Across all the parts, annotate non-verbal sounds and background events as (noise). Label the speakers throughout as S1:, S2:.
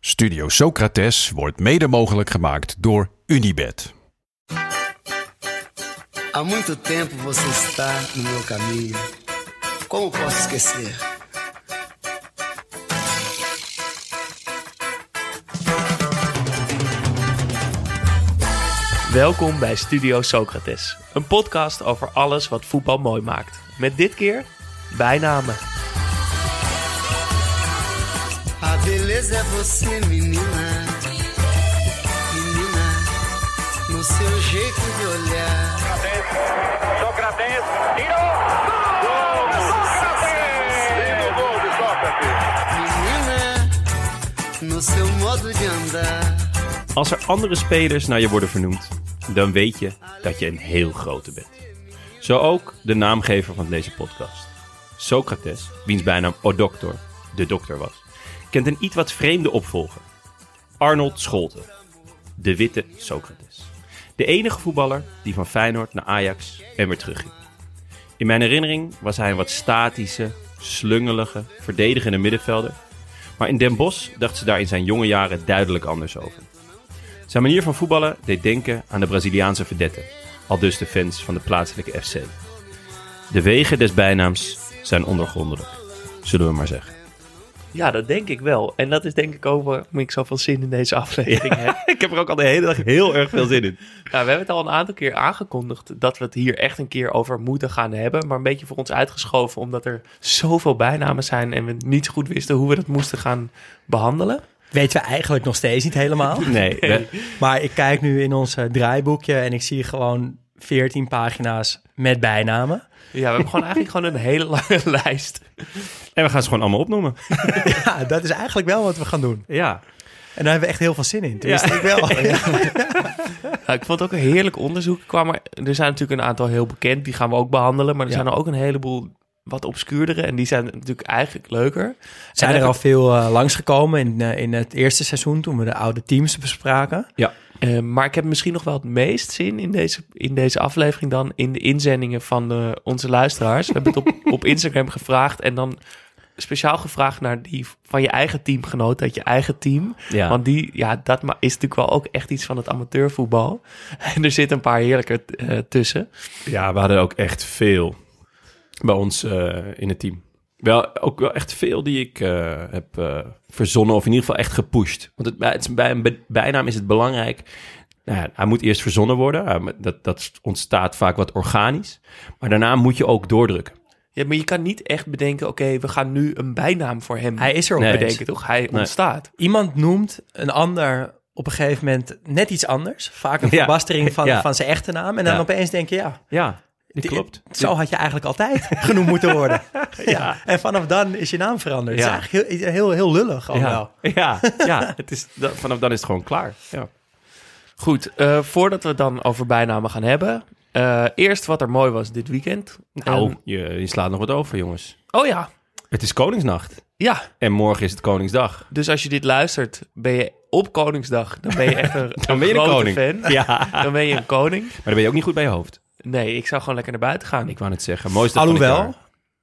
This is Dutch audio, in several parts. S1: Studio Socrates wordt mede mogelijk gemaakt door Unibed.
S2: Há muito tempo você está no meu caminho. Como posso esquecer?
S3: Welkom bij Studio Socrates, een podcast over alles wat voetbal mooi maakt. Met dit keer bijnamen.
S2: A beleza é você, menina. Menina, no seu jeito de olhar.
S4: Socrates tirou! Gol! Socrates! Gol de Sócrates!
S2: Menina, no seu modo de andar.
S5: Als er andere spelers naar je worden vernoemd, dan weet je dat je een heel grote bent. Zo ook de naamgever van deze podcast. Socrates, wiens bijnaam Odoctor, de dokter was, kent een iets wat vreemde opvolger. Arnold Scholten, de witte Socrates. De enige voetballer die van Feyenoord naar Ajax en weer terugging. In mijn herinnering was hij een wat statische, slungelige, verdedigende middenvelder. Maar in Den Bosch dacht ze daar in zijn jonge jaren duidelijk anders over. Zijn manier van voetballen deed denken aan de Braziliaanse verdetten, al dus de fans van de plaatselijke FC. De wegen des bijnaams zijn ondergrondelijk, zullen we maar zeggen.
S3: Ja, dat denk ik wel. En dat is denk ik ook waarom ik zoveel zin in deze aflevering heb.
S5: (laughs) Ik heb er ook al de hele dag heel erg veel zin in.
S3: Nou, we hebben het al een aantal keer aangekondigd dat we het hier echt een keer over moeten gaan hebben. Maar een beetje voor ons uitgeschoven omdat er zoveel bijnamen zijn en we niet goed wisten hoe we dat moesten gaan behandelen.
S6: Weten we eigenlijk nog steeds niet (laughs) helemaal.
S5: Nee, we- (laughs)
S6: Maar ik kijk nu in ons eh, draaiboekje en ik zie gewoon 14 pagina's met bijnamen.
S3: Ja, we hebben gewoon eigenlijk gewoon een hele lange (laughs) lijst.
S5: en we gaan ze gewoon allemaal opnoemen.
S6: Ja, dat is eigenlijk wel wat we gaan doen.
S5: Ja,
S6: En daar hebben we echt heel veel zin in. Tenminste, ik (laughs) wel.
S3: Ja, ik vond het ook een heerlijk onderzoek. Kwam er, er zijn natuurlijk een aantal heel bekend, die gaan we ook behandelen. Maar er
S6: Ja.
S3: zijn er ook een heleboel wat obscuurdere en die zijn natuurlijk eigenlijk leuker.
S6: Zijn
S3: En
S6: er
S3: dan-
S6: al veel langs langsgekomen in, eh, in het eerste seizoen toen we de oude teams bespraken.
S3: Eh, maar ik heb misschien nog wel het meest zin in deze, in deze aflevering dan in de inzendingen van eh, onze luisteraars. We hebben het
S5: (laughs)
S3: op, op Instagram gevraagd en dan speciaal gevraagd naar die van je eigen teamgenoot, uit je eigen team.
S5: ja.
S3: Want die, ja, dat ma- is natuurlijk wel ook echt iets van het amateurvoetbal. (laughs) En er zitten een paar heerlijke eh, tussen.
S5: ja, we hadden ook echt veel bij ons eh, in het team. Wel, ook wel echt veel die ik eh, heb eh, verzonnen of in ieder geval echt gepusht. Want het, bij- het is- bij een be- bijnaam is het belangrijk. Nou ja, hij moet eerst verzonnen worden. Hij moet- dat, dat ontstaat vaak wat organisch. Maar daarna moet je ook doordrukken.
S3: Ja, maar je kan niet echt bedenken, oké, we gaan nu een bijnaam voor hem
S6: Hij is er ook
S5: Nee.
S6: opeens.
S3: bedenken, toch? Hij ontstaat.
S6: Iemand noemt een ander op een gegeven moment net iets anders. Vaak een
S5: Ja.
S6: verbastering van,
S5: Ja.
S6: van zijn echte naam. En dan
S5: Ja.
S6: opeens denk je, ja,
S5: Ja,
S6: Dit-
S5: dit klopt.
S6: Zo had je eigenlijk altijd (laughs) genoemd moeten worden. ja. En vanaf dan is je naam veranderd.
S5: Ja.
S6: Het is eigenlijk heel, heel, heel lullig al oh, wel.
S5: ja. ja, ja. Het is, dat- vanaf dan is het gewoon klaar. Ja.
S3: Goed, eh, voordat we het dan over bijnamen gaan hebben. eh, eerst wat er mooi was dit weekend.
S5: Nou,
S3: En-
S5: je, je slaat nog wat over, jongens.
S3: oh ja,
S5: Het is Koningsnacht.
S3: ja.
S5: En morgen is het Koningsdag.
S3: Dus als je dit luistert, ben je op Koningsdag, dan ben je echt een,
S5: (laughs) Dan ben je een
S3: grote
S5: koning.
S3: fan.
S5: Ja. Maar
S3: Dan ben je een koning.
S5: dan ben je ook niet goed bij je hoofd.
S3: Nee, ik zou gewoon lekker naar buiten gaan.
S5: Ik wou het zeggen. Mooiste dag van het
S6: Alhoewel,
S5: jaar.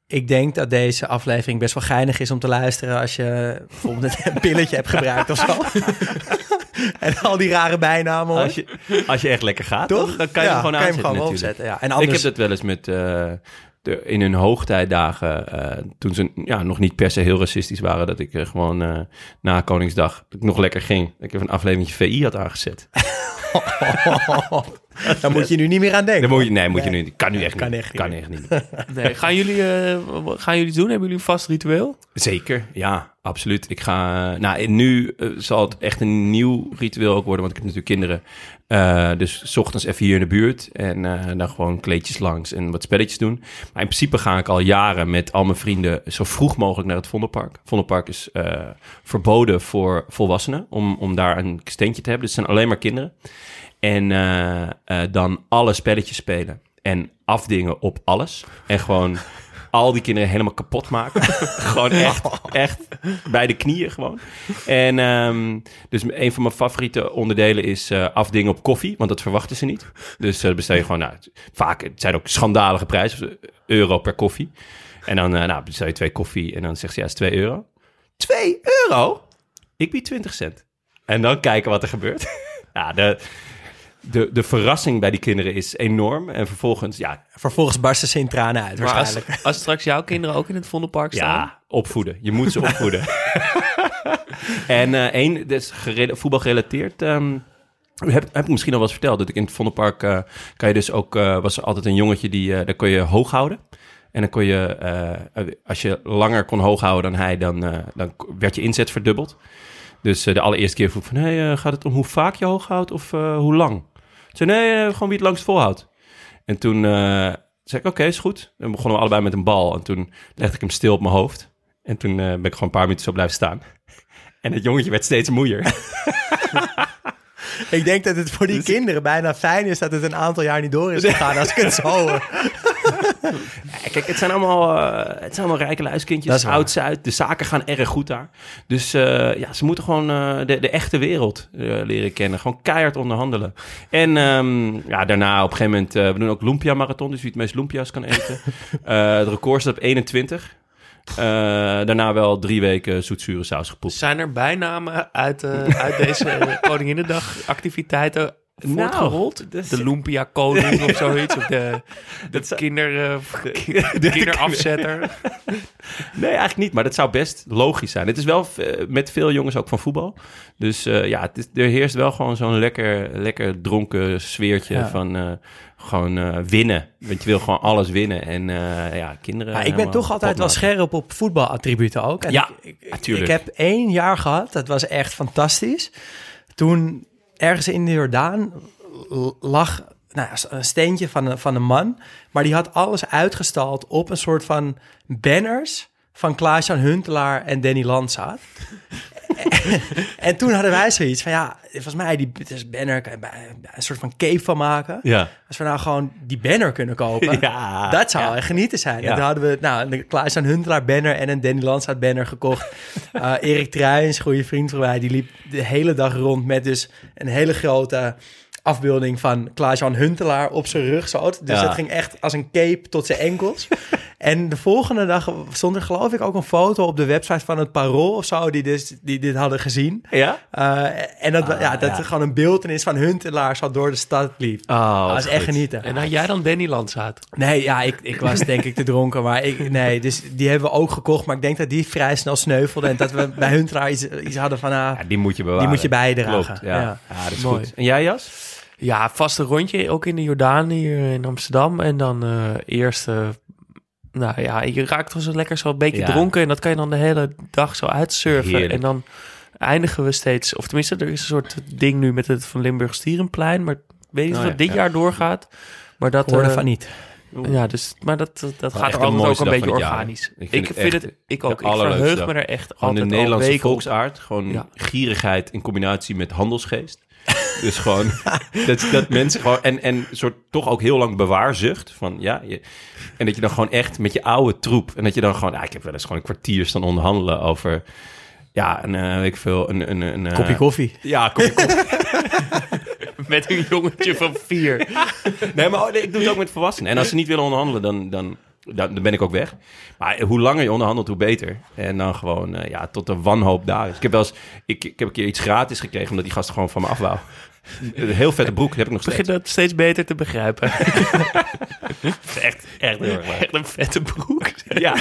S6: ik denk dat deze aflevering best wel geinig is om te luisteren als je bijvoorbeeld (laughs) een pilletje hebt gebruikt of (laughs) zo. en al die rare bijnamen. hoor.
S5: Als je, als je echt lekker gaat,
S6: Toch?
S5: Dan, dan kan je
S6: Ja,
S5: hem gewoon
S6: kan je
S5: aanzetten
S6: hem gewoon
S5: natuurlijk.
S6: opzetten, ja. En anders-
S5: Ik heb dat wel eens met... eh, de, in hun hoogtijdagen, eh, toen ze ja, nog niet per se heel racistisch waren... dat ik eh, gewoon eh, na Koningsdag dat ik nog lekker ging. Dat ik even een aflevering VI had aangezet.
S6: Daar moet je nu niet meer aan denken.
S5: Dan moet je, nee, moet je nu, kan nu echt
S6: Kan
S5: niet.
S6: echt niet
S5: kan
S6: meer.
S5: echt niet. meer.
S3: Nee, gaan jullie, eh, wat gaan jullie het doen? Hebben jullie een vast ritueel?
S5: Zeker, ja, absoluut. Ik ga, eh, nou, en nu eh, zal het echt een nieuw ritueel ook worden, want ik heb natuurlijk kinderen. Eh, dus 's ochtends even hier in de buurt en eh, dan gewoon kleedjes langs en wat spelletjes doen. Maar in principe ga ik al jaren met al mijn vrienden zo vroeg mogelijk naar het Vondelpark. Vondelpark is eh, verboden voor volwassenen om, om daar een steentje te hebben. Dus het zijn alleen maar kinderen. En eh, eh, dan alle spelletjes spelen. En afdingen op alles. En gewoon al die kinderen helemaal kapot maken. gewoon echt, echt bij de knieën gewoon. En ehm, dus een van mijn favoriete onderdelen is eh, afdingen op koffie. Want dat verwachten ze niet. Dus eh, bestel je gewoon, nou, het- vaak het zijn ook schandalige prijzen. dus, eh, Euro per koffie. En dan eh, nou, bestel je twee koffie en dan zegt ze, ja, het is 2 euro. 2 euro? Ik bied 20 cent. En dan kijken wat er gebeurt. (laughs) ja, de, de, de verrassing bij die kinderen is enorm. En vervolgens, ja,
S6: Vervolgens barsten ze in tranen uit
S3: Maar
S6: waarschijnlijk.
S3: als, als straks jouw kinderen ook in het Vondelpark staan?
S5: ja opvoeden. Je moet ze opvoeden. (laughs) en eh één, dat is gerela- voetbalgerelateerd. ehm, heb, heb ik misschien al wel eens verteld dat ik in het Vondelpark eh, kan je dus ook eh, was er altijd een jongetje die eh, daar kon je hoog houden en dan kon je eh, als je langer kon hoog houden dan hij dan, eh, dan k- werd je inzet verdubbeld. Dus eh, de allereerste keer vroeg ik van hey, eh, gaat het om hoe vaak je hoog houdt of eh, hoe lang? Toen zei nee eh, gewoon wie het langst volhoudt. En toen eh, zei ik oké is goed. En begonnen we allebei met een bal en toen legde ik hem stil op mijn hoofd en toen eh, ben ik gewoon een paar minuten zo blijven staan. (laughs) En het jongetje werd steeds moeier.
S6: Ik denk dat het voor die kinderen bijna fijn is dat het een aantal jaar niet door is gegaan als ik het zo (laughs) hoor.
S5: (laughs) Ja, Kijk, het zijn allemaal, eh, het zijn allemaal rijke
S6: Dat is
S5: luiskindjes,
S6: waar.
S5: oud-zuid. De zaken gaan erg goed daar. Dus eh, ja, ze moeten gewoon eh, de, de echte wereld eh, leren kennen. Gewoon keihard onderhandelen. En ehm, ja, daarna op een gegeven moment, eh, we doen ook Lumpia Marathon. Dus wie het meest Lumpia's kan (laughs) eten. Eh, het record staat op 21. Eh, daarna wel drie weken zoetzure saus gepoept.
S3: Zijn er bijnamen uit, eh, uit
S5: (laughs)
S3: deze eh, Koninginnedag activiteiten
S5: Nou,
S3: voortgerold? de Lumpia
S5: (laughs)
S3: Koning of zoiets? Of de,
S5: Dat
S3: de
S5: zou- (laughs)
S3: kinder, eh, kinderafzetter?
S5: Nee, eigenlijk niet. Maar dat zou best logisch zijn. Het is wel eh, met veel jongens ook van voetbal. Dus eh, ja, het is, er heerst wel gewoon zo'n lekker, lekker dronken sfeertje
S6: Ja.
S5: van eh, gewoon eh, winnen. Want je wil gewoon alles winnen. En eh, ja, kinderen...
S6: Maar ik ben
S5: helemaal
S6: toch altijd wel
S5: kapot maken.
S6: scherp op voetbalattributen ook. En
S5: Ja,
S6: ik, ik,
S5: natuurlijk.
S6: Ik heb één jaar gehad, dat was echt fantastisch. Toen ergens in de Jordaan l- lag nou, ja, een steentje van een, van een man. Maar die had alles uitgestald op een soort van banners van Klaas-Jan Huntelaar en Danny Landzaat. (laughs) en toen hadden wij zoiets van, ja, volgens mij, die het is banner, kan je bij- een soort van cape van maken.
S5: Ja.
S6: Als we nou gewoon die banner kunnen kopen,
S5: (laughs) Ja.
S6: dat zou echt genieten zijn.
S5: Ja.
S6: En toen hadden we nou, een Klaas-Jan Huntelaar banner en een Danny Landsaat banner
S5: (laughs)
S6: gekocht. Eh, Erik Truijens, goede vriend van mij, die liep de hele dag rond met dus een hele grote afbeelding van Klaas-Jan Huntelaar op zijn rug. Zo. Dus
S5: Ja.
S6: dat ging echt als een cape tot zijn
S5: (laughs)
S6: enkels. en de volgende dag stond er geloof ik ook een foto op de website van het Parool of zo, die, dus, die dit hadden gezien.
S5: Ja?
S6: Eh, en dat, ja, dat er gewoon een beeldenis van Huntelaar zo door de stad liep.
S5: Oh,
S6: dat is echt
S5: goed.
S6: genieten.
S3: En had jij dan Danny Landzaat?
S6: Nee, ja, ik, ik was denk ik te dronken. Maar ik, nee, dus die hebben we ook gekocht. Maar ik denk dat die vrij snel sneuvelde. En dat (laughs) we bij hun daar iets, iets hadden van... ah,
S5: Ja, die moet je bewaren.
S6: Die moet je bijdragen.
S5: Klopt, ja.
S6: Ja.
S5: Ja. dat is
S3: Mooi.
S5: goed. En jij, Jas?
S3: Ja, vast een rondje, ook in de Jordaan hier in Amsterdam. En dan eh, eerst, eh, nou ja, je raakt toch zo lekker zo een beetje
S5: Ja.
S3: dronken. En dat kan je dan de hele dag zo uitsurfen.
S5: Heerlijk.
S3: En dan eindigen we steeds, of tenminste, er is een soort ding nu met het Van Limburg Stierenplein. Maar ik weet niet
S5: Oh
S3: of
S5: ja,
S3: dat dit
S5: ja.
S3: jaar doorgaat. Maar dat,
S6: ik hoorde
S3: eh,
S6: van niet.
S3: Ja, dus, maar dat, dat dat gaat
S5: Oh, echt
S3: er
S5: de
S3: altijd ook
S5: mooiste
S3: een
S5: dag
S3: beetje
S5: van het jaar.
S3: organisch.
S5: Ik vind
S3: Ik vind,
S5: het echt
S3: het, ik
S5: de
S3: ook. Ik
S5: allerleukste
S3: verheug
S5: dag.
S3: me er echt
S5: Gewoon de
S3: altijd al
S5: Nederlandse
S3: weken op.
S5: volksaard. Gewoon
S3: Ja.
S5: gierigheid in combinatie met handelsgeest. (laughs) dus gewoon dat, dat mensen gewoon... En, en soort toch ook heel lang bewaarzucht. Van, ja, je, en dat je dan gewoon echt met je oude troep... En dat je dan gewoon... ah, ik heb wel eens gewoon een kwartier staan onderhandelen over... Ja, een, eh, weet ik veel, een... een, een eh,
S6: Kopje koffie.
S5: Ja, kopje koffie.
S3: Met een jongetje van vier.
S5: (laughs) Nee, maar oh, nee, ik doe het ook met volwassenen. En als ze niet willen onderhandelen, dan, dan, dan, dan ben ik ook weg. Maar hoe langer je onderhandelt, hoe beter. En dan gewoon eh, ja, tot de wanhoop daar is. Ik heb wel eens, ik, ik heb een keer iets gratis gekregen, omdat die gast gewoon van me af wou. Een heel vette broek heb ik nog
S3: Begin
S5: steeds.
S3: dat steeds beter te begrijpen.
S5: is echt, echt heel erg leuk.
S3: Echt een vette broek. (laughs)
S5: Ja,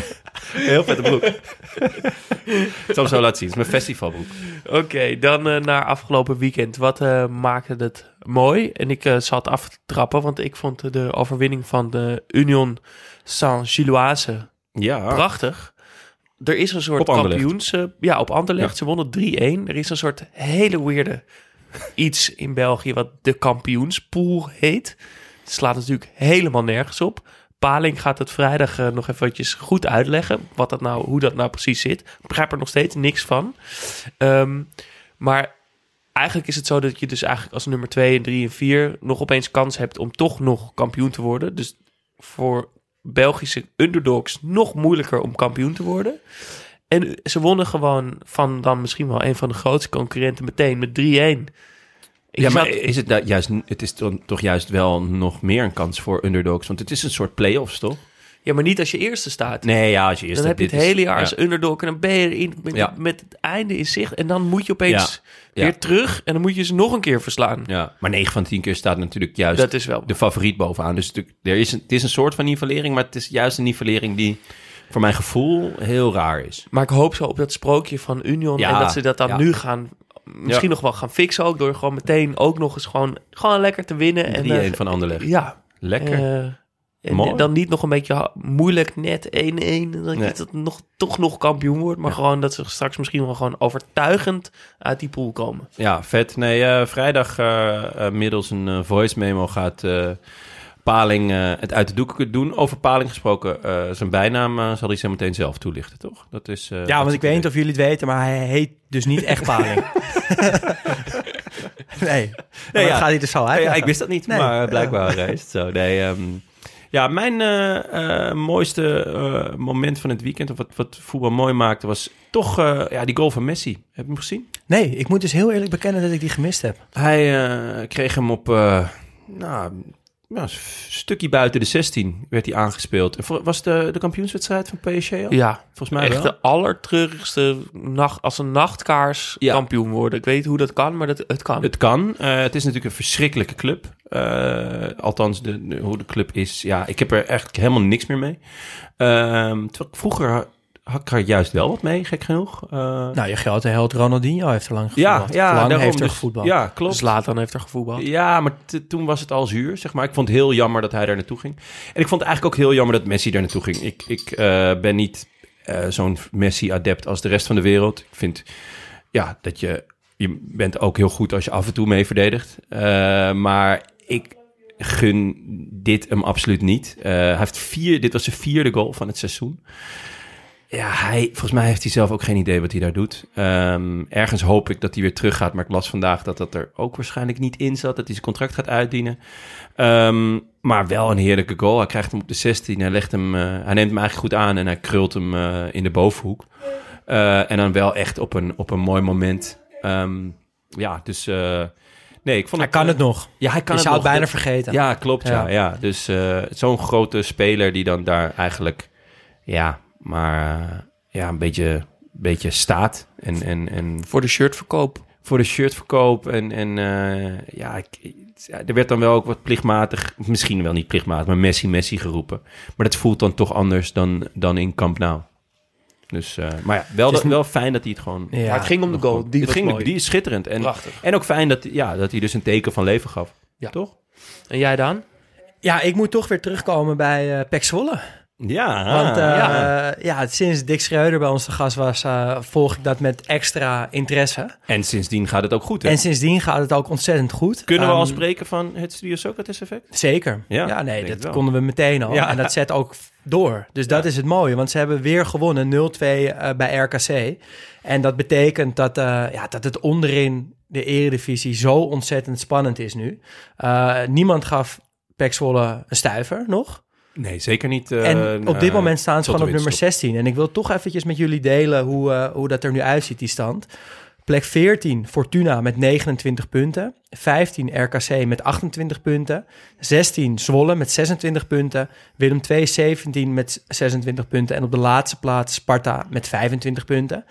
S5: heel vette broek. Ik zal hem zo laten zien. Het is mijn festivalbroek.
S3: Oké, dan eh, naar afgelopen weekend. Wat eh, maakte het mooi? En ik eh, zal het aftrappen, want ik vond de overwinning van de Union Saint-Gilloise
S5: Ja.
S3: prachtig. Er is een soort
S5: Op Anderlecht.
S3: kampioens... eh, ja, op Anderlecht.
S5: Ja.
S3: Ze wonnen 3-1. Er is een soort hele weirde iets in België wat de kampioenspool heet. Het slaat natuurlijk helemaal nergens op. Paling gaat het vrijdag eh, nog eventjes goed uitleggen wat dat nou, hoe dat nou precies zit. Ik begrijp er nog steeds niks van. Ehm, maar eigenlijk is het zo dat je dus eigenlijk als nummer 2 en 3 en 4 nog opeens kans hebt om toch nog kampioen te worden. Dus voor Belgische underdogs nog moeilijker om kampioen te worden. En ze wonnen gewoon van dan misschien wel een van de grootste concurrenten meteen met 3-1. Ik
S5: Ja, maar
S3: zat-
S5: is het, nou juist, het is dan toch juist wel nog meer een kans voor underdogs? Want het is een soort play-offs, toch?
S3: ja, maar niet als je eerste staat.
S5: Nee, ja, als je eerst
S3: dan heb je het
S5: dit is-
S3: hele jaar
S5: ja.
S3: als underdog en dan ben je erin met,
S5: Ja.
S3: met het einde in zicht. En dan moet je opeens
S5: Ja.
S3: weer terug en dan moet je ze nog een keer verslaan.
S5: Ja, maar 9 van 10 keer staat natuurlijk juist
S3: Dat is wel-
S5: de favoriet bovenaan. Dus natuurlijk, er is een, het is een soort van nivellering, maar het is juist een nivellering die voor mijn gevoel heel raar is.
S3: Maar ik hoop zo op dat sprookje van Union
S5: Ja,
S3: en dat ze dat dan
S5: ja.
S3: nu gaan... Misschien
S5: Ja.
S3: nog wel gaan fixen ook door gewoon meteen ook nog eens gewoon, gewoon lekker te winnen. En,
S5: Die
S3: eh,
S5: een van Anderlecht.
S3: Ja,
S5: Lekker.
S3: Eh, en
S5: Mooi.
S3: dan niet nog een beetje ha- moeilijk net 1-1. en Dat
S5: Nee.
S3: je dat nog, toch nog kampioen wordt. Maar gewoon dat ze straks misschien wel gewoon overtuigend uit die pool komen.
S5: Ja, vet. Nee, eh, vrijdag eh, eh, middels een eh, voice memo gaat eh, Paling eh, het uit de doek doen. Over Paling gesproken, eh, zijn bijnaam eh, zal hij zo meteen zelf toelichten, toch? Dat is, eh,
S6: Ja,
S5: dat
S6: want
S5: is
S6: ik weet niet
S5: idee.
S6: of jullie het weten, maar hij heet dus niet echt (laughs) Paling. nee, nee
S5: ja.
S6: dat gaat hij dus zo uit.
S5: Oh (laughs) Ja, ik wist dat niet,
S6: Nee.
S5: maar blijkbaar eh, is het zo. Nee, ehm, ja, mijn eh, eh, mooiste eh, moment van het weekend, of wat, wat voetbal mooi maakte, was toch eh, ja, die goal van Messi. Heb je hem gezien?
S6: Nee, ik moet dus heel eerlijk bekennen dat ik die gemist heb.
S5: Hij eh, kreeg hem op eh, nou, ja, een stukje buiten de 16 werd hij aangespeeld. En voor- Was de, de kampioenswedstrijd van PSG al?
S3: Ja,
S5: Volgens mij
S3: echt
S5: wel.
S3: de allertreurigste nacht als een nachtkaars
S5: Ja.
S3: kampioen worden. Ik weet niet hoe dat kan, maar dat, het kan.
S5: Het kan. Eh, het is natuurlijk een verschrikkelijke club. Eh, althans, de, de- hoe de club is. Ja, ik heb er echt helemaal niks meer mee. Ehm, terwijl ik vroeger ha- had ik er juist wel wat mee, gek genoeg. Eh,
S6: Nou, je grote held Ronaldinho heeft er lang
S5: ja,
S6: gevoetbald.
S5: ja,
S6: lang
S5: daarom
S6: heeft er
S5: dus-
S6: gevoetbald.
S5: Ja, klopt.
S3: Zlatan heeft er gevoetbald.
S5: Ja, maar t- toen was het al zuur, zeg maar. Ik vond het heel jammer dat hij daar naartoe ging. En ik vond het eigenlijk ook heel jammer dat Messi daar naartoe ging. Ik, ik eh, ben niet eh, zo'n Messi-adept als de rest van de wereld. Ik vind ja, dat je... Je bent ook heel goed als je af en toe mee verdedigt. Eh, maar ik gun dit hem absoluut niet. Eh, hij heeft vier... Dit was zijn vierde goal van het seizoen. Ja, hij, volgens mij heeft hij zelf ook geen idee wat hij daar doet. Ehm, ergens hoop ik dat hij weer teruggaat. Maar ik las vandaag dat dat er ook waarschijnlijk niet in zat. Dat hij zijn contract gaat uitdienen. Ehm, maar wel een heerlijke goal. Hij krijgt hem op de 16. Hij, legt hem, eh, hij neemt hem eigenlijk goed aan en hij krult hem eh, in de bovenhoek. Eh, en dan wel echt op een, op een mooi moment. Ehm, ja, dus... eh, nee, ik vond eh,
S6: Hij kan het nog.
S5: Ja, hij kan
S6: je
S5: het
S6: zou
S5: nog.
S6: het bijna
S5: Dat-
S6: vergeten.
S5: ja, klopt. Ja.
S6: Ja.
S5: Ja, Dus eh, zo'n grote speler die dan daar eigenlijk, ja, maar eh, ja, een beetje, beetje staat. En, en, en
S3: Voor de shirtverkoop.
S5: voor de shirtverkoop. En, en eh, ja, ik, ja, er werd dan wel ook wat plichtmatig, of misschien wel niet plichtmatig, maar Messi, Messi geroepen. Maar dat voelt dan toch anders dan, dan in Camp Nou. Dus, eh, maar ja, wel,
S6: Het is
S5: dat- wel fijn dat hij het gewoon...
S6: Ja.
S3: maar het ging om de goal. Die
S5: het
S3: was
S5: ging,
S3: mooi.
S5: Die is schitterend. En,
S3: Prachtig.
S5: en ook fijn dat, ja, dat hij dus een teken van leven gaf.
S3: Ja.
S5: Toch?
S3: En jij dan?
S6: Ja, ik moet toch weer terugkomen bij eh Pek Zwolle.
S5: Ja.
S6: Want eh,
S3: ja.
S6: ja. sinds Dick Schreuder bij ons te gast was, eh, volg ik dat met extra interesse.
S5: En sindsdien gaat het ook goed. Hè?
S6: En sindsdien gaat het ook ontzettend goed.
S5: Kunnen we
S6: Ehm,
S5: al spreken van het Studio Socrates effect?
S6: Zeker.
S5: Ja,
S6: Ja,
S5: ik denk
S6: nee,
S5: het
S6: dat
S5: wel.
S6: konden we meteen al.
S5: Ja.
S6: En dat zet ook door. Dus dat is het mooie, want ze hebben weer gewonnen 0-2 eh, bij RKC. En dat betekent dat, eh, ja, dat het onderin de eredivisie zo ontzettend spannend is nu. Eh, niemand gaf Pek Zwolle een stuiver nog.
S5: Nee, zeker niet. eh,
S6: En op dit moment staan
S5: tot
S6: ze gewoon op
S5: de
S6: nummer
S5: winst
S6: 16. En ik wil toch eventjes met jullie delen hoe, eh, hoe dat er nu uitziet, die stand. Plek 14, Fortuna met 29 punten. 15, RKC met 28 punten. 16, Zwolle met 26 punten. Willem 2, 17 met 26 punten. En op de laatste plaats Sparta met 25 punten.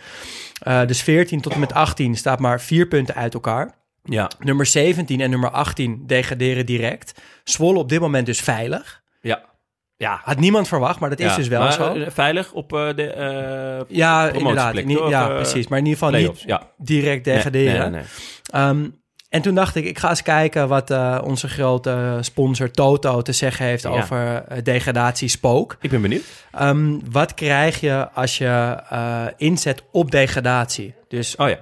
S6: Eh, dus 14 tot en met 18 staat maar 4 punten uit elkaar.
S5: Ja,
S6: Nummer 17 en nummer 18 degraderen direct. Zwolle op dit moment dus veilig.
S5: ja. Ja,
S6: Had niemand verwacht, maar dat is
S5: Ja,
S6: dus wel
S5: maar,
S6: zo.
S5: eh, Veilig op eh, de eh
S6: ja,
S5: promotieplek,
S6: inderdaad. In i-
S5: toch?
S6: ja,
S5: Eh,
S6: precies. Maar in ieder geval
S5: play-offs,
S6: niet
S5: ja.
S6: direct
S5: Nee,
S6: degraderen.
S5: nee, nee, nee.
S6: Ehm, en toen dacht ik, ik ga eens kijken wat eh, onze grote sponsor Toto te zeggen heeft
S5: Ja.
S6: over eh, degradatie spook.
S5: Ik ben benieuwd.
S6: Ehm, wat krijg je als je eh, inzet op degradatie? Dus
S5: Oh ja.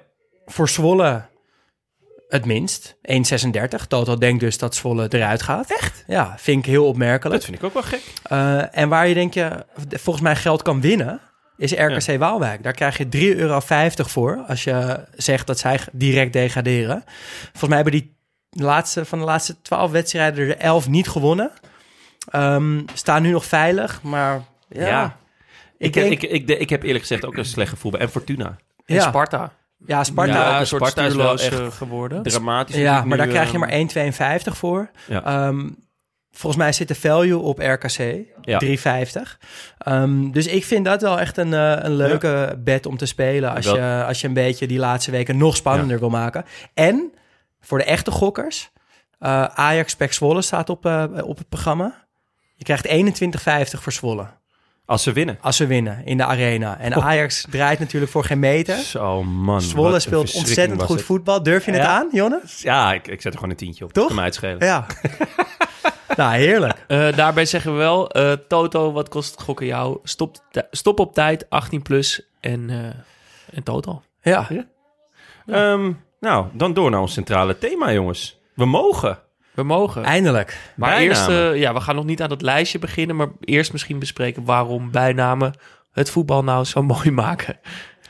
S6: voor Zwolle het minst, 1,36. Toto denkt dus dat Zwolle eruit gaat. Echt? Ja, vind ik heel opmerkelijk.
S5: Dat vind ik ook wel gek.
S6: Eh, en waar je denk je, volgens mij geld kan winnen, is RKC Waalwijk. Daar krijg je 3,50 euro voor als je zegt dat zij direct degraderen. Volgens mij hebben die laatste, van de laatste 12 wedstrijden er 11 niet gewonnen. Ehm, staan nu nog veilig, maar ja.
S5: Ja.
S6: Ik,
S5: Ik,
S6: denk,
S5: ik, ik, ik, heb eerlijk gezegd ook een slecht gevoel bij. En Fortuna.
S3: En
S6: ja,
S3: Sparta.
S6: ja, Sparta.
S5: Ja,
S3: ook een soort
S5: Sparta is wel
S3: stuurloos eh, geworden.
S5: Dramatisch.
S6: Ja, maar daar
S5: Nu,
S6: krijg je
S5: eh,
S6: maar 1,52 voor.
S5: Ja.
S6: Ehm, volgens mij zit de value op RKC,
S5: Ja.
S6: 3,50. Ehm, dus ik vind dat wel echt een, eh, een leuke bet om te spelen... Als
S5: Wel-
S6: je, als je een beetje die laatste weken nog spannender wil maken. En voor de echte gokkers... eh, Ajax Pek Zwolle staat op, eh, op het programma. Je krijgt 21,50 voor Zwolle
S5: Als ze winnen.
S6: als ze winnen in de arena. En Ajax draait natuurlijk voor geen meter...
S5: Zo man. wat
S6: Zwolle
S5: Oh. een
S6: speelt
S5: verschrikking
S6: ontzettend
S5: was
S6: goed
S5: het.
S6: voetbal. Durf je het
S5: Ja.
S6: aan, Jonne?
S5: Ja, ik, ik zet er gewoon een tientje op.
S6: Toch?
S5: Kan mij het schelen. (laughs)
S6: Ja. nou, heerlijk.
S3: Eh, daarbij zeggen we wel, eh, Toto, wat kost het gokken jou? Stop, ti- stop op tijd, 18 plus en, eh en Toto.
S6: Ja.
S5: Ehm, nou, dan door naar ons centrale thema, jongens. We mogen.
S3: We mogen.
S6: Eindelijk.
S3: Maar
S5: Bijnamen.
S3: eerst, eh, ja, we gaan nog niet aan dat lijstje beginnen, maar eerst misschien bespreken waarom bijnamen het voetbal nou zo (laughs) mooi maken.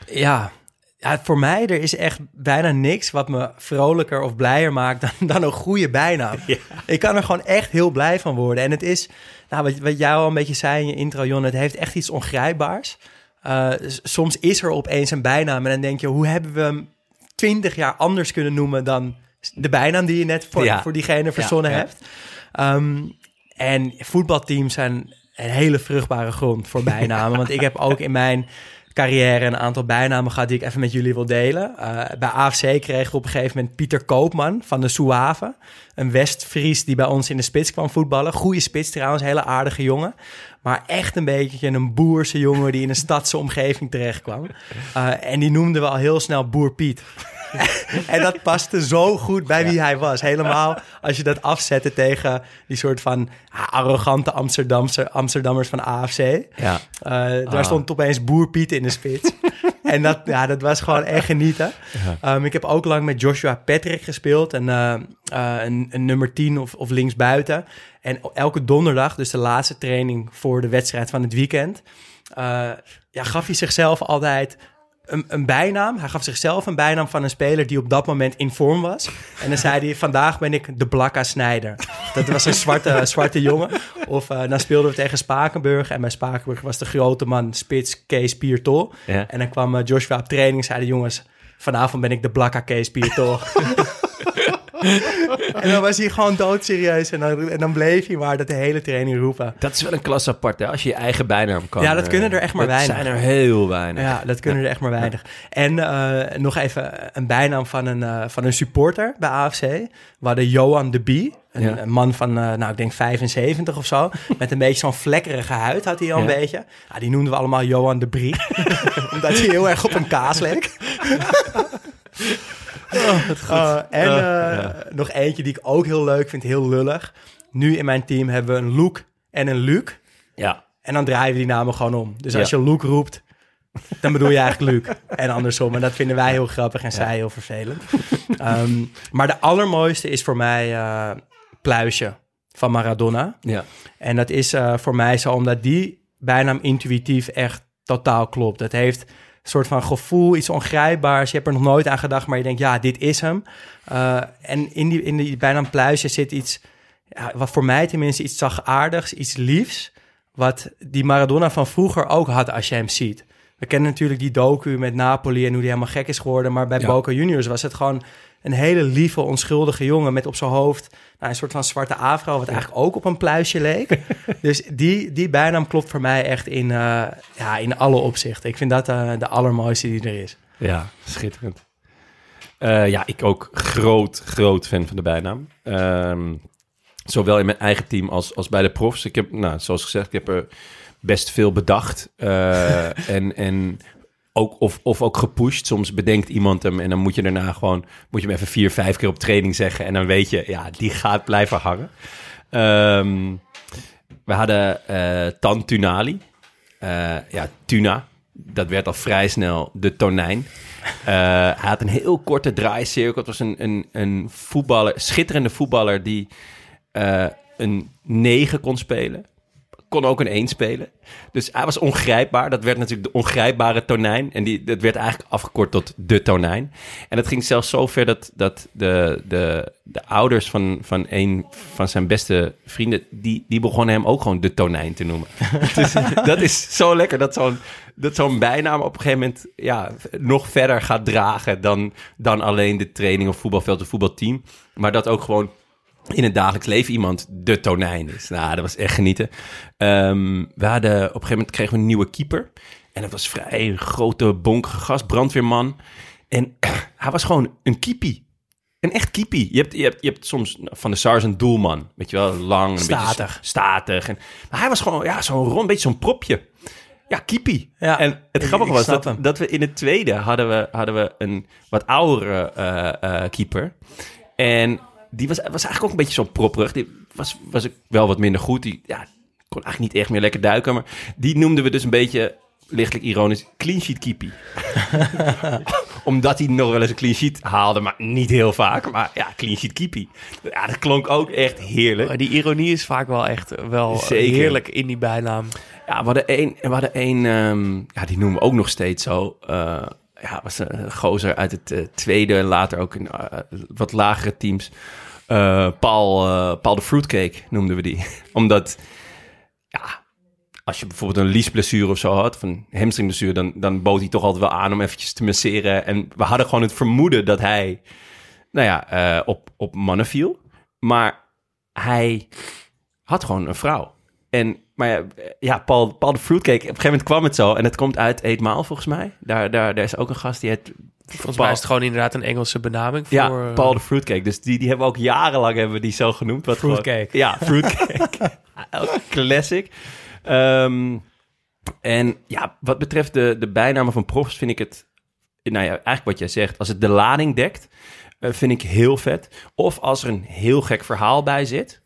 S6: Ja. ja. Voor mij, er is echt bijna niks wat me vrolijker of blijer maakt dan, dan een goede bijnaam. Ik kan er gewoon echt heel blij van worden. En het is, nou, wat, wat jij al een beetje zei in je intro, Jon, het heeft echt iets ongrijpbaars. Eh, s- soms is er opeens een bijnaam en dan denk je, hoe hebben we hem twintig jaar anders kunnen noemen dan de bijnaam die je net voor,
S5: Ja.
S6: voor diegene verzonnen
S5: ja.
S6: hebt? Ehm, en voetbalteams zijn een hele vruchtbare grond voor bijnamen. want ik heb ook in mijn carrière een aantal bijnamen gehad die ik even met jullie wil delen. Eh, bij AFC kreeg ik op een gegeven moment Pieter Koopman van de Souave. Een West-Fries die bij ons in de spits kwam voetballen. Goeie spits trouwens, hele aardige jongen. Maar echt een beetje een boerse jongen die in een stadse omgeving terecht kwam. Eh, en die noemden we al heel snel Boer Piet. (laughs) En dat paste zo goed bij wie hij was. Helemaal als je dat afzette tegen die soort van ah, arrogante Amsterdamse, Amsterdammers van AFC.
S5: Ja.
S6: Eh, daar stond opeens Boer Piet in de spits. en dat, ja, dat was gewoon echt genieten. Ehm, ik heb ook lang met Joshua Patrick gespeeld. En, eh, eh, een, een nummer 10 of, of linksbuiten. En elke donderdag, dus de laatste training voor de wedstrijd van het weekend... eh, ja, gaf hij zichzelf altijd een, een bijnaam. Hij gaf zichzelf een bijnaam van een speler die op dat moment in vorm was. En dan zei hij, vandaag ben ik de Blakka Snijder. Dat was een zwarte, zwarte jongen. Of eh, dan speelden we tegen Spakenburg. En bij Spakenburg was de grote man spits Kees Piertol.
S5: Ja.
S6: En dan kwam eh, Joshua op training en zei hij, jongens... Vanavond ben ik de Blakka Kees Piertol. (laughs) en dan was hij gewoon doodserieus. En dan, en dan bleef hij maar dat de hele training roepen.
S5: Dat is wel een klas apart, hè? Als je je eigen bijnaam kan.
S6: Ja, dat
S5: eh,
S6: kunnen er echt maar
S5: dat
S6: weinig.
S5: zijn er heel weinig.
S6: Ja, dat kunnen er echt maar weinig. En eh, nog even een bijnaam van een, eh, van een supporter bij AFC. We hadden Johan de Bie. Een,
S5: Ja.
S6: een man van, eh, nou, ik denk 75 of zo. (laughs) Met een beetje zo'n vlekkerige huid had hij al een
S5: Ja.
S6: beetje. Ja, die noemden we allemaal Johan de Brie. (laughs) Omdat hij heel erg op een kaas
S5: (laughs)
S6: leek.
S5: Oh,
S6: Eh, en eh, nog eentje die ik ook heel leuk vind, heel lullig. Nu in mijn team hebben we een Luke en een Luke.
S5: Ja.
S6: En dan draaien we die namen gewoon om. Dus
S5: Ja.
S6: als je Luke roept, dan bedoel je eigenlijk Luke. En andersom. En dat vinden wij heel grappig en zij heel vervelend. Ehm, maar de allermooiste is voor mij eh Pluisje van Maradona.
S5: Ja.
S6: En dat is eh, voor mij zo omdat die bijnaam intuïtief echt totaal klopt. Dat heeft een soort van gevoel, iets ongrijpbaars. Je hebt er nog nooit aan gedacht, maar je denkt, ja, dit is hem. Eh, en in die, in die bijnaam pluisje zit iets, ja, wat voor mij tenminste iets zachtaardigs, iets liefs. Wat die Maradona van vroeger ook had als je hem ziet. We kennen natuurlijk die docu met Napoli en hoe die helemaal gek is geworden. Maar bij Boca Juniors was het gewoon een hele lieve, onschuldige jongen met op zijn hoofd nou, een soort van zwarte afro, wat eigenlijk ook op een pluisje leek. dus die, die bijnaam klopt voor mij echt in, eh, ja, in alle opzichten. Ik vind dat eh, de allermooiste die er is.
S5: Ja, schitterend. Eh, ja, ik ook groot, groot fan van de bijnaam. Ehm, Zowel in mijn eigen team als, als bij de profs. Ik heb, nou, zoals gezegd, ik heb er best veel bedacht. eh, en, en ook, of, of ook gepusht. Soms bedenkt iemand hem en dan moet je daarna gewoon... moet je hem even vier, vijf keer op training zeggen. En dan weet je, ja, die gaat blijven hangen. Ehm, we hadden eh Tan Tunali. Eh, ja, Tuna. Dat werd al vrij snel de tonijn. Eh, hij had een heel korte draaicirkel. Het was een, een, een voetballer, schitterende voetballer die eh, een 9 kon spelen. Kon ook een 1 spelen. Dus hij was ongrijpbaar. Dat werd natuurlijk de ongrijpbare tonijn. En die, dat werd eigenlijk afgekort tot de tonijn. En dat ging zelfs zo ver dat, dat de, de, de ouders van, van een van zijn beste vrienden... Die, die begonnen hem ook gewoon de tonijn te noemen. dus (laughs) dat is zo lekker dat zo'n dat zo'n bijnaam op een gegeven moment... Ja, nog verder gaat dragen dan, dan alleen de training of voetbalveld of voetbalteam. Maar dat ook gewoon in het dagelijks leven iemand de tonijn is. Nou, dat was echt genieten. Ehm, we hadden, op een gegeven moment kregen we een nieuwe keeper. En dat was vrij een grote, bonkige gast, brandweerman. En (clears throat) hij was gewoon een kiepie. Een echt kiepie. Je hebt, je hebt, je hebt soms van de SARS een doelman. Weet je wel, lang. Een
S6: Statig.
S5: Beetje statig. En, maar hij was gewoon ja, zo'n rond, beetje zo'n propje. Ja, kiepie.
S6: Ja,
S5: en het
S6: ik-
S5: grappige
S6: ik
S5: was
S6: snap
S5: dat,
S6: hem.
S5: dat we in het tweede hadden we, hadden we een wat oudere eh, eh, keeper. En die was, was eigenlijk ook een beetje zo'n propperig. Die was, was ook wel wat minder goed. Die ja, kon eigenlijk niet echt meer lekker duiken. Maar die noemden we dus een beetje, lichtelijk ironisch, clean sheet keepie. (laughs) Omdat hij nog wel eens een clean sheet haalde, maar niet heel vaak. Maar ja, clean sheet keepie. Ja, dat klonk ook echt heerlijk.
S3: Maar die ironie is vaak wel echt eh, wel eh,
S5: Zeker.
S3: heerlijk in die bijnaam.
S5: Ja, we hadden één, we hadden één ehm, ja, die noemen we ook nog steeds zo. Eh, ja, was een gozer uit het eh, tweede en later ook in eh, wat lagere teams. Eh, Paul, eh, Paul de Fruitcake noemden we die. (laughs) Omdat, ja, als je bijvoorbeeld een liesblessure of zo had, van een hamstringblessure, dan, dan bood hij toch altijd wel aan om eventjes te masseren. En we hadden gewoon het vermoeden dat hij, nou ja, eh, op, op mannen viel. Maar hij had gewoon een vrouw. En, maar ja, ja Paul, Paul de Fruitcake, op een gegeven moment kwam het zo. En het komt uit Eetmaal, volgens mij. Daar, daar, daar is ook een gast die het
S3: Volgens mij is het gewoon inderdaad een Engelse benaming voor...
S5: ja,
S3: eh,
S5: Paul de Fruitcake. Dus die, die hebben we ook jarenlang hebben we die zo genoemd. Wat gewoon-
S6: Fruitcake.
S5: ja, Fruitcake. (laughs) Classic. Ehm, en ja, wat betreft de, de bijnamen van profs vind ik het... Nou ja, eigenlijk wat jij zegt. Als het de lading dekt, eh, vind ik heel vet. Of als er een heel gek verhaal bij zit.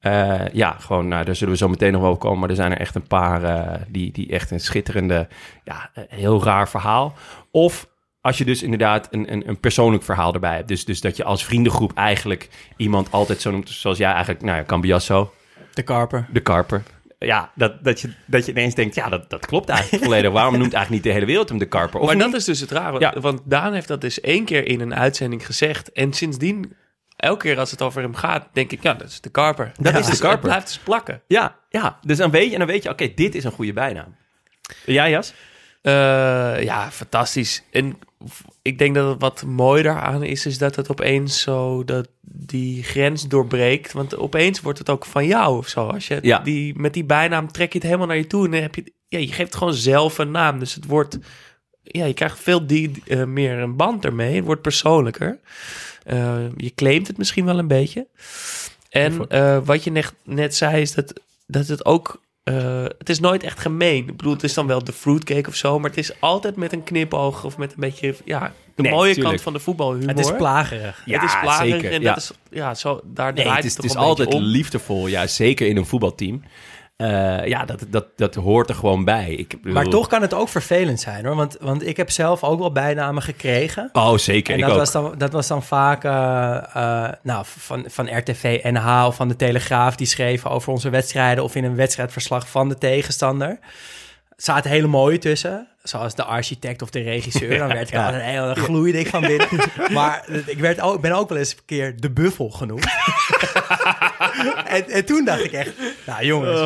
S5: Eh, ja, gewoon, nou, daar zullen we zo meteen nog wel op komen. Maar er zijn er echt een paar eh, die, die echt een schitterende, ja, eh, heel raar verhaal. Of als je dus inderdaad een, een, een persoonlijk verhaal erbij hebt. Dus, dus dat je als vriendengroep eigenlijk iemand altijd zo noemt. Zoals jij eigenlijk, nou ja, Cambiasso,
S6: De karper.
S5: de karper. Ja, dat, dat, je, dat je ineens denkt, ja, dat, dat klopt eigenlijk volledig. Waarom noemt eigenlijk niet de hele wereld hem de karper? Of
S3: maar
S5: niet?
S3: dat is dus het raar.
S5: Ja.
S3: Want Daan heeft dat dus één keer in een uitzending gezegd. En sindsdien, elke keer als het over hem gaat, denk ik, ja, dat is de karper.
S5: Dat is de
S3: dus
S5: karper.
S3: Het blijft dus plakken.
S5: Ja, ja, dus dan weet je, en dan weet je oké, dit is een goede bijnaam. Ja, Jas?
S3: Eh, ja, fantastisch. En v- ik denk dat het wat mooi daaraan is, is dat het opeens zo dat die grens doorbreekt. Want opeens wordt het ook van jou of zo. Als je
S5: Ja.
S3: die, met die bijnaam trek je het helemaal naar je toe. En dan heb je, ja, je geeft gewoon zelf een naam. Dus het wordt, ja, je krijgt veel die, eh, meer een band ermee. Het wordt persoonlijker. Eh, je claimt het misschien wel een beetje. En eh, wat je net, net zei is dat, dat het ook... eh, het is nooit echt gemeen. Ik bedoel, het is dan wel de fruitcake of zo... maar het is altijd met een knipoog of met een beetje... Ja, de
S5: Nee,
S3: mooie
S5: tuurlijk.
S3: kant van de voetbalhumor.
S6: Het is plagerig.
S3: het is plagerig en
S5: ja.
S3: dat is... Ja, zo, daar
S5: Nee,
S3: draait
S5: het is,
S3: het,
S5: het is
S3: toch een beetje
S5: altijd
S3: om.
S5: liefdevol, ja, zeker in een voetbalteam. Eh, ja, dat, dat, dat hoort er gewoon bij. Ik bedoel-
S6: Maar toch kan het ook vervelend zijn hoor. Want, want ik heb zelf ook wel bijnamen gekregen.
S5: Oh, zeker.
S6: En
S5: ik
S6: dat
S5: ook.
S6: was, dan, dat was dan vaak eh, eh, nou, van, van RTV NH of van de Telegraaf. Die schreven over onze wedstrijden of in een wedstrijdverslag van de tegenstander. Er zaten hele mooie tussen. Zoals de architect of de
S5: (laughs)
S6: regisseur. dan werd ik altijd heel dan gloeide ik van binnen. maar ik
S5: (laughs)
S6: werd ook, ben ook wel eens een keer de buffel genoemd. en, en toen dacht ik echt, Nou jongens,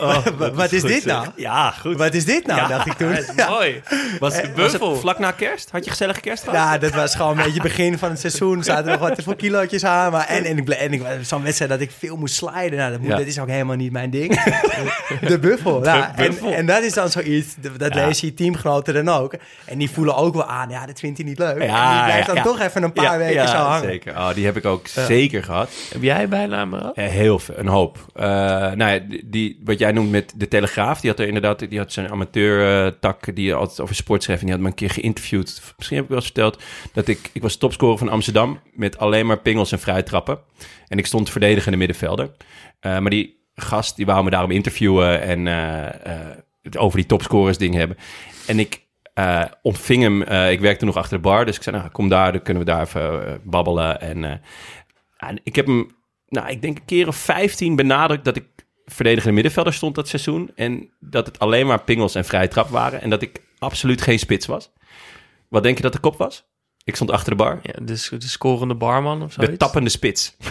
S5: Oh.
S6: (laughs) wat is dit nou?
S5: Ja, goed.
S6: wat is dit nou,
S5: Ja,
S6: dacht ik toen.
S3: Dat is mooi. Was de
S5: (laughs) Was het
S3: buffel?
S5: vlak na kerst? Had je gezellig kerst gehad?
S6: Ja, dat was gewoon een beetje begin van het seizoen. Zaten er nog wat voor kilootjes aan. Maar en, en, ik ble- en ik was zo'n wedstrijd dat ik veel moest sliden. Nou, dat, moet,
S5: Ja.
S6: dat is ook helemaal niet mijn ding. De buffel. ja.
S5: buffel.
S6: En, en dat is dan zoiets, dat dat
S5: Ja.
S6: lees je teamgenoten dan ook. En die voelen ook wel aan, ja, dat vindt hij niet leuk. en die blijft dan
S5: ja.
S6: toch even een paar
S5: Ja,
S6: weken
S5: ja,
S6: zo hangen.
S5: Zeker. Oh, die heb ik ook zeker gehad.
S3: Heb jij bijnamen gehad?
S5: Eh, Heel veel, een hoop. Eh, nou ja, die- die, wat jij noemt met de Telegraaf, die had er inderdaad, die had zijn amateurtak die altijd over sport schreef en die had me een keer geïnterviewd. Misschien heb ik wel eens verteld dat ik, ik was topscorer van Amsterdam met alleen maar pingels en vrijtrappen. En ik stond verdedigende middenvelder. Eh, maar die gast, die wou me daarom interviewen en eh, eh, het over die topscorers ding hebben. En ik eh, ontving hem, eh, ik werkte nog achter de bar, dus ik zei, nou kom daar, dan kunnen we daar even eh, babbelen. En eh, ja, en ik heb hem, nou, ik denk een keer of 15 benadrukt dat ik verdedigende middenvelder stond dat seizoen. En dat het alleen maar pingels en vrije trap waren. En dat ik absoluut geen spits was. Wat denk je dat de kop was? Ik stond achter de bar.
S3: Ja, dus de scorende barman of zoiets?
S5: De tappende spits. (laughs)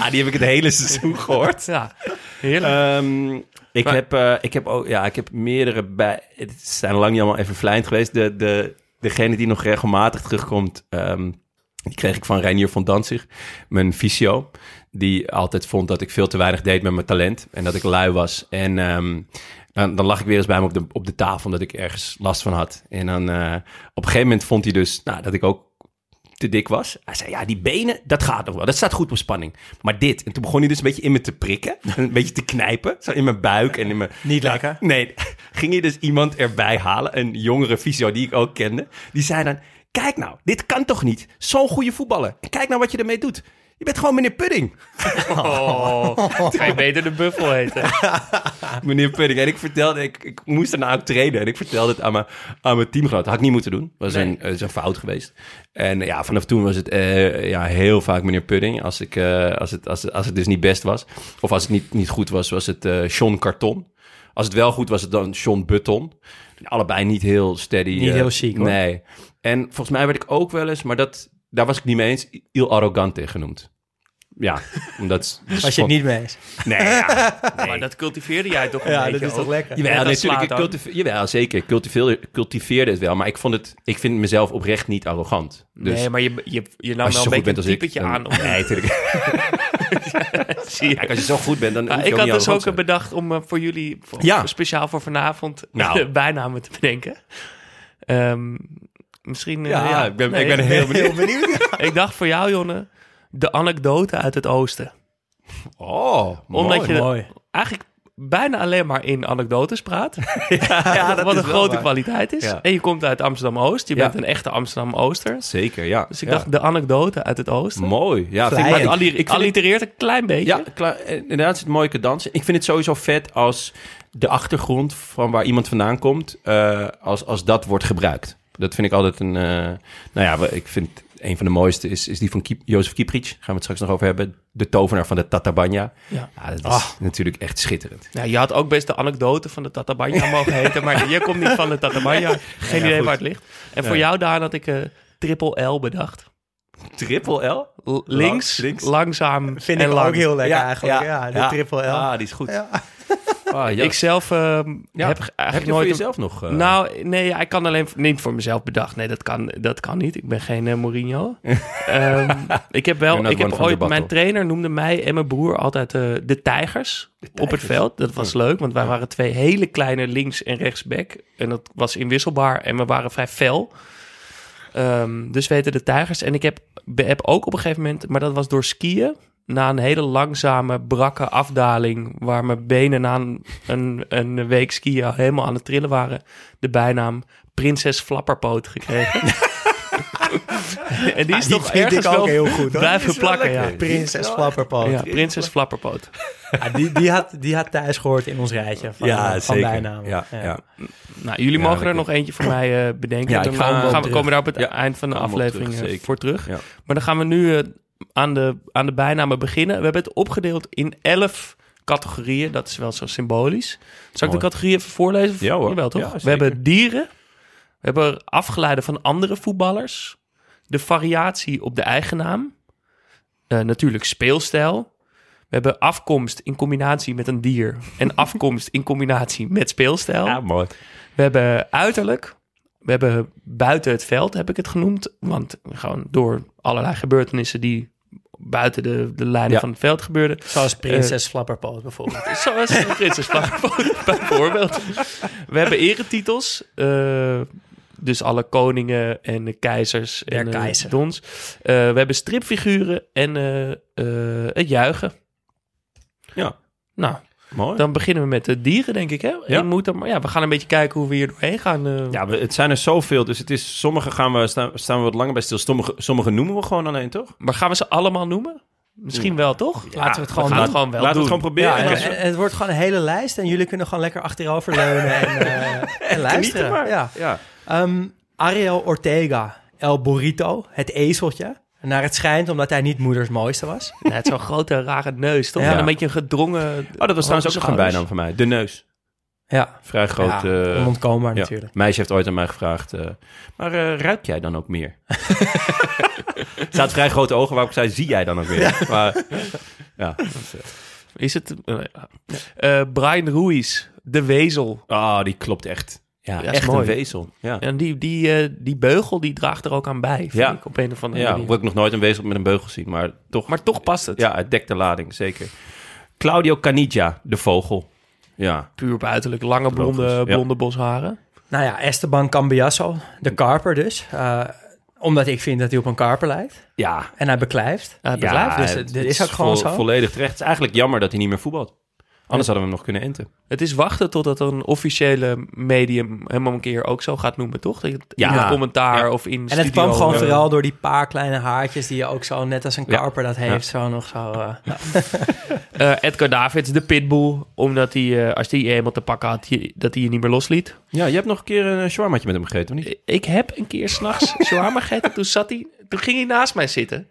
S5: ah, die heb ik het hele seizoen gehoord.
S3: (laughs) Ja, heerlijk.
S5: Ehm, ik,
S3: Maar-
S5: heb, eh, ik heb ook, ja, ik heb meerdere bij. Het zijn lang niet allemaal even vlijnd geweest. De, de, degene die nog regelmatig terugkomt, ehm, die kreeg ik van Reinier van Danzig, mijn fysio. Die altijd vond dat ik veel te weinig deed met mijn talent en dat ik lui was. En ehm, dan, dan lag ik weer eens bij hem op de, op de tafel omdat ik ergens last van had. En dan eh, op een gegeven moment vond hij dus nou, dat ik ook te dik was. Hij zei, ja, die benen, dat gaat nog wel. Dat staat goed op spanning. Maar dit. En toen begon hij dus een beetje in me te
S6: (laughs)
S5: prikken. Een beetje te knijpen. Zo in mijn buik en in mijn...
S6: Niet lekker.
S5: Nee, ging je dus iemand erbij halen, een jongere fysio die ik ook kende. Die zei dan, kijk nou, dit kan toch niet? Zo'n goede voetballer. En kijk nou wat je ermee doet. Je bent gewoon meneer Pudding. Eh.
S3: Oh, kan je beter de buffel heten.
S5: (laughs) Meneer Pudding. En ik vertelde, ik, ik moest daarna ook trainen. En ik vertelde het aan mijn, aan mijn teamgenoot. had ik niet moeten doen. was een, eh, is een fout geweest. En ja, vanaf toen was het eh, ja, heel vaak meneer Pudding. Als, ik, eh, als, het, als, het, als het dus niet best was. Of als het niet, niet goed was, was het eh Sean Carton. Als het wel goed was, het dan Sean Button. Allebei niet heel steady.
S6: Niet
S5: eh,
S6: heel chic, hoor.
S5: Nee. En volgens mij werd ik ook wel eens, maar dat, daar was ik niet mee eens, il arrogante genoemd. Ja, omdat...
S6: Was je het niet mee eens?
S5: Nee, ja.
S3: Maar dat cultiveerde jij toch een
S6: (laughs) Ja,
S3: beetje
S6: dat is toch
S3: ook?
S6: lekker.
S5: Jawel,
S3: Ja, dat
S5: natuurlijk.
S3: slaat
S5: Ik
S3: dan.
S5: cultive- jawel, zeker. Ik cultiveerde, cultiveerde het wel. Maar ik, vond het, ik vind mezelf oprecht niet arrogant. Dus
S3: nee, maar je, je, je nam
S5: als je
S3: wel
S5: zo
S3: een
S5: goed
S3: beetje
S5: bent
S3: een
S5: als ik... dan- (laughs)
S3: typetje aan. Om,
S5: Nee, natuurlijk.
S3: zie je.
S5: Kijk, als je zo goed bent, dan
S3: Maar
S5: hoef je
S3: ik
S5: ook
S3: had
S5: niet
S3: dus ook
S5: arrogant te
S3: bedacht om eh, voor jullie voor-
S5: Ja.
S3: voor- speciaal voor vanavond (laughs)
S5: Nou.
S3: bijnamen te bedenken. Ehm, misschien. eh,
S5: zijn.
S3: ja,
S5: Ja, ik ben,
S3: Nee,
S5: ik ben heel benieuwd.
S6: Heel benieuwd.
S3: (laughs) ik dacht voor jou, Jonne, de anekdote uit het oosten.
S5: Oh,
S3: Omdat
S5: mooi.
S3: je
S6: mooi.
S3: eigenlijk bijna alleen maar in anekdotes praat.
S5: (laughs)
S3: (laughs)
S5: Ja, dat
S3: wat
S5: is
S3: een
S5: wel
S3: grote
S5: waar.
S3: kwaliteit is.
S5: Ja.
S3: En je komt uit Amsterdam-Oost. Je
S5: Ja.
S3: bent een echte Amsterdam-Ooster.
S5: Zeker, ja.
S3: Dus ik
S5: Ja.
S3: dacht, de anekdote uit het oosten.
S5: Mooi. Ja, vind ik,
S6: Vleiend.
S5: maar
S3: Alli-
S5: ik vind het-
S3: allitereert een klein beetje.
S5: Ja, klaar. Eh, inderdaad, het mooie dansen. Ik vind het sowieso vet als de achtergrond van waar iemand vandaan komt, eh, als, als dat wordt gebruikt. Dat vind ik altijd een. eh, nou ja, we- ik vind een van de mooiste is, is die van Kiep, Jozef Kieprits. Gaan we het straks nog over hebben. De tovenaar van de Tatabanya. Ah,
S3: Ja.
S5: dat is natuurlijk echt schitterend.
S3: Nou, je had ook best de anekdote van de Tatabanya mogen heten, maar je komt niet van de Tatabanya. Geen idee waar het ligt. En voor jou, Daan, had ik eh triple L bedacht.
S5: Triple L?
S3: L- links,
S5: links.
S3: langzaam
S6: Vind
S3: en
S6: ik
S3: lang.
S6: ook heel lekker eigenlijk. Ja, de
S5: ja.
S6: triple L.
S5: Ah, die is goed. Ah, ja.
S3: Ik zelf ehm,
S5: Ja.
S3: heb eigenlijk
S5: Heb je voor
S3: nooit... een-
S5: jezelf nog? eh,
S3: Nou, nee, ja, ik kan alleen niet voor mezelf bedacht. Nee, dat kan, dat kan niet. Ik ben geen eh,
S5: (laughs)
S3: Mourinho. Ehm, ik heb
S5: You're
S3: wel,
S5: not
S3: ik heb
S5: one for the
S3: ooit,
S5: battle.
S3: mijn trainer noemde mij en mijn broer altijd eh, de tijgers op het veld. Dat was leuk, want wij waren twee hele kleine links- en rechtsback. En dat was inwisselbaar en we waren vrij fel. Ehm, dus we heten de tijgers. En ik heb, be- heb ook op een gegeven moment, maar dat was door skiën. Na een hele langzame, brakke afdaling, waar mijn benen na een, een, een week skiën al helemaal aan het trillen waren, de bijnaam Prinses Flapperpoot
S6: (laughs)
S3: gekregen. en die is
S6: Ah, Die
S3: toch
S6: vind
S3: ergens
S6: ik ook
S3: wel
S6: heel goed. hoor.
S3: blijven plakken, ja.
S6: Prinses Flapperpoot.
S3: Ja, Prinses Flapperpoot.
S6: Ja, die, die, had, die had thuis gehoord in ons rijtje van, eh, van bijnamen.
S5: Ja, ja.
S3: Nou, jullie
S5: Ja,
S3: mogen
S5: dat
S3: er
S5: ik-
S3: nog eentje voor mij eh, bedenken.
S5: Ja, ik
S3: dan
S5: ga hem
S3: gaan,
S5: wel
S3: gaan we
S5: terug.
S3: komen daar op het
S5: Ja,
S3: eind van de
S5: gaan we wel
S3: aflevering
S5: terug,
S3: eh,
S5: zeker.
S3: voor terug.
S5: Ja.
S3: Maar dan gaan we nu eh, aan, de, aan de bijnamen beginnen. We hebben het opgedeeld in elf categorieën. Dat is wel zo symbolisch. Zal ik de
S5: Mooi.
S3: categorieën even voorlezen?
S5: Ja, hoor.
S3: Jawel, toch?
S5: Ja, zeker.
S3: we hebben dieren. We hebben afgeleide van andere voetballers. De variatie op de eigen naam. eh, natuurlijk speelstijl. We hebben afkomst in combinatie met een dier. En
S5: (laughs)
S3: afkomst in combinatie met speelstijl.
S5: Ja, mooi.
S3: We hebben uiterlijk. We hebben buiten het veld, heb ik het genoemd. Want gewoon door allerlei gebeurtenissen die buiten de, de lijnen
S5: Ja.
S3: van het veld gebeurden.
S6: Zoals
S5: Eh,
S6: Prinses Flapperpoot bijvoorbeeld.
S3: Zoals de Prinses
S5: (laughs)
S3: Vlaanderen bijvoorbeeld. We hebben eretitels. eh, dus alle koningen en de keizers
S6: Der
S3: en eh,
S6: keizer.
S3: dons. Eh, we hebben stripfiguren en eh, eh, het juichen.
S5: Ja.
S3: Nou,
S5: Mooi.
S3: dan beginnen we met de dieren, denk ik. Hè?
S5: Ja.
S3: Je moet dan, maar ja, we gaan een beetje kijken hoe we hier doorheen gaan. eh.
S5: Ja, we- het zijn er zoveel. Dus het is, sommige gaan we, staan, staan we wat langer bij stil. Sommige, sommige noemen we gewoon alleen, toch?
S3: Maar gaan we ze allemaal noemen? Misschien wel, toch?
S6: Laten we het gewoon
S3: gaan
S6: doen.
S3: het gewoon
S5: Laten
S3: wel
S5: we het
S3: doen.
S5: gewoon proberen.
S6: Ja,
S5: En
S6: en,
S5: als we-
S6: en het wordt gewoon een hele lijst en jullie kunnen gewoon lekker
S5: (laughs)
S6: achteroverleunen en, eh, en luisteren.
S5: maar.
S6: Ja.
S5: ja. Oh,
S6: Ehm, Ariel Ortega, El Burrito, het ezeltje. Naar het schijnt omdat hij niet moeders mooiste was.
S3: Ja, het is zo'n grote, rare neus, toch?
S6: Ja.
S3: En een beetje een gedrongen...
S5: Oh, dat was trouwens ook nog een
S3: schouders.
S5: bijnaam van mij. De neus.
S6: Ja,
S5: Vrij groot.
S6: ja,
S5: eh,
S6: onontkoombaar
S5: ja.
S6: natuurlijk.
S5: Meisje heeft ooit aan mij gevraagd. eh, maar eh ruik jij dan ook meer? Ze had vrij grote ogen waarop ik zei: zie jij dan ook meer? Maar, ja.
S3: Is het... eh, eh, Brian Ruiz, de wezel.
S5: Ah, die klopt echt. Ja,
S3: dat is
S5: echt
S3: mooi.
S5: een wezel. Ja.
S3: En die, die, eh, die beugel, die draagt er ook aan bij, vind
S5: Ja.
S3: ik, op een of andere
S5: Ja,
S3: manier.
S5: wil ik nog nooit een wezel met een beugel zien, maar toch.
S3: Maar toch past het.
S5: Ja, het dekt de lading, zeker. Claudio Caniggia, de vogel. Ja,
S3: Puur buitenlijk, lange blonde,
S5: Logisch, ja.
S3: blonde bosharen.
S6: Nou ja, Esteban Cambiasso, de karper dus. Eh, omdat ik vind dat hij op een karper lijkt.
S5: ja.
S6: En hij beklijft.
S3: Ja,
S5: ja
S6: dus
S5: het-
S6: dit
S5: het
S6: is ook gewoon
S5: vo-
S6: zo.
S5: Volledig terecht. Het is eigenlijk jammer dat hij niet meer voetbalt. Anders hadden we hem nog kunnen enten.
S3: Het is wachten totdat een officiële medium hem een keer ook zo gaat noemen, toch? Dat je het
S5: Ja.
S3: In het commentaar
S5: Ja.
S3: of in eh,
S6: En het kwam gewoon
S3: vooral.
S6: vooral door die paar kleine haartjes die je ook zo, net als een
S5: eh, Ja.
S6: karper dat heeft, zo nog zo... eh,
S3: Eh, Edgar Davids, de pitbull, omdat hij, eh, als hij je eenmaal te pakken had, je- dat hij je niet meer losliet.
S5: Ja, je hebt nog een keer een eh, shawarmaatje met hem gegeten, of niet?
S3: Ik heb een keer s'nachts
S6: (laughs)
S3: shawarma gegeten, toen zat hij, toen ging hij naast mij zitten.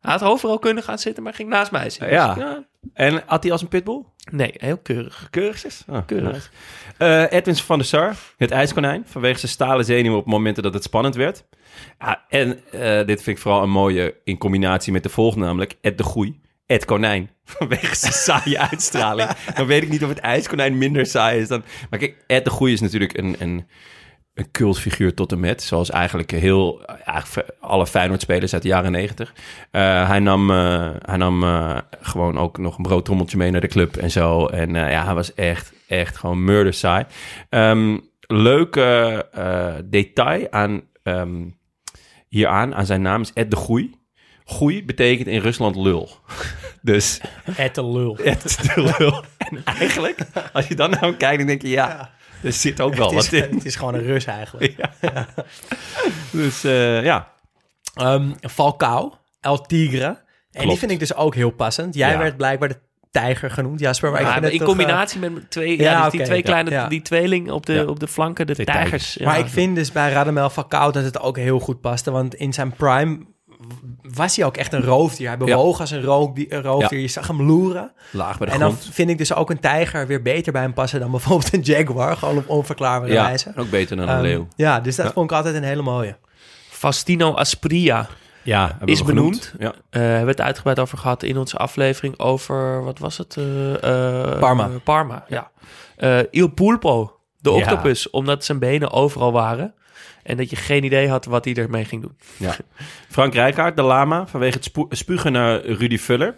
S3: Hij had overal kunnen gaan zitten, maar ging naast mij zitten.
S5: Ja.
S3: Dus,
S5: En had hij als een pitbull?
S3: Nee, heel keurig.
S5: Keurig is. Ah,
S3: Keurig.
S5: nice. Eh, Edwin van der Sar, het ijskonijn, vanwege zijn stalen zenuwen op momenten dat het spannend werd. Ja, en eh, dit vind ik vooral een mooie in combinatie met de volgende, namelijk Ed de Goei, Ed Konijn, (laughs) vanwege zijn saaie uitstraling. Dan weet ik niet of het ijskonijn minder saai is dan... Maar kijk, Ed de Goei is natuurlijk een, een, een cultfiguur tot en met, zoals eigenlijk heel, eigenlijk alle Feyenoord-spelers uit de jaren negentig. Eh, hij nam, eh, hij nam eh, gewoon ook nog een broodtrommeltje mee naar de club en zo. En eh, ja, hij was echt, echt gewoon murder saai. Ehm, leuk eh, eh, detail aan, ehm, hieraan, aan zijn naam is Ed de Goei. Goei betekent in Rusland lul. (laughs) Dus
S6: Ed de lul.
S5: Ed de lul. (laughs) En eigenlijk, als je dan naar hem kijkt, dan denk je ja, er zit ook wel
S6: Het is,
S5: wat in.
S6: (laughs) het is gewoon een rus
S5: (laughs)
S6: eigenlijk.
S5: Dus eh, ja,
S6: Ehm Falcao, El Tigre. En die
S5: Klopt.
S6: vind ik dus ook heel passend. Jij
S5: Ja.
S6: werd blijkbaar de tijger genoemd, Jasper. Maar
S3: Ja,
S6: ik vind
S3: maar
S6: het
S3: in
S6: toch, eh,
S3: combinatie met twee, ja,
S6: ja,
S3: dus die
S6: oké,
S3: twee
S6: ja,
S3: kleine,
S6: ja.
S3: die tweeling op de,
S5: Ja.
S3: op de flanken, de
S5: Twee
S3: tijgers. Ja.
S6: Maar ik vind dus bij Radamel Falcao dat het ook heel goed paste. Want in zijn prime was hij ook echt een roofdier. Hij bewoog als een roofdier. Een roofdier.
S5: Ja.
S6: Je zag hem loeren.
S5: laag bij de
S6: En dan
S5: grond.
S6: vind ik dus ook een tijger weer beter bij hem passen dan bijvoorbeeld een jaguar. Gewoon op onverklaarbare
S5: ja,
S6: wijze.
S5: en ook beter dan een
S6: Ehm,
S5: leeuw.
S6: ja, dus dat
S5: Ja.
S6: vond ik altijd een hele mooie.
S3: Fastino Aspria
S5: Ja, hebben we
S3: is
S5: genoemd.
S3: benoemd.
S5: Ja.
S3: Eh, hebben we het uitgebreid over gehad in onze aflevering over, wat was het? Eh, eh,
S6: Parma.
S3: eh, Parma, ja. Eh, Il Pulpo, de
S5: Ja.
S3: octopus, omdat zijn benen overal waren. En dat je geen idee had wat hij ermee
S5: (laughs)
S3: ging doen.
S5: Frank Rijkaard, de lama, vanwege het spu- spugen naar Rudy Vuller,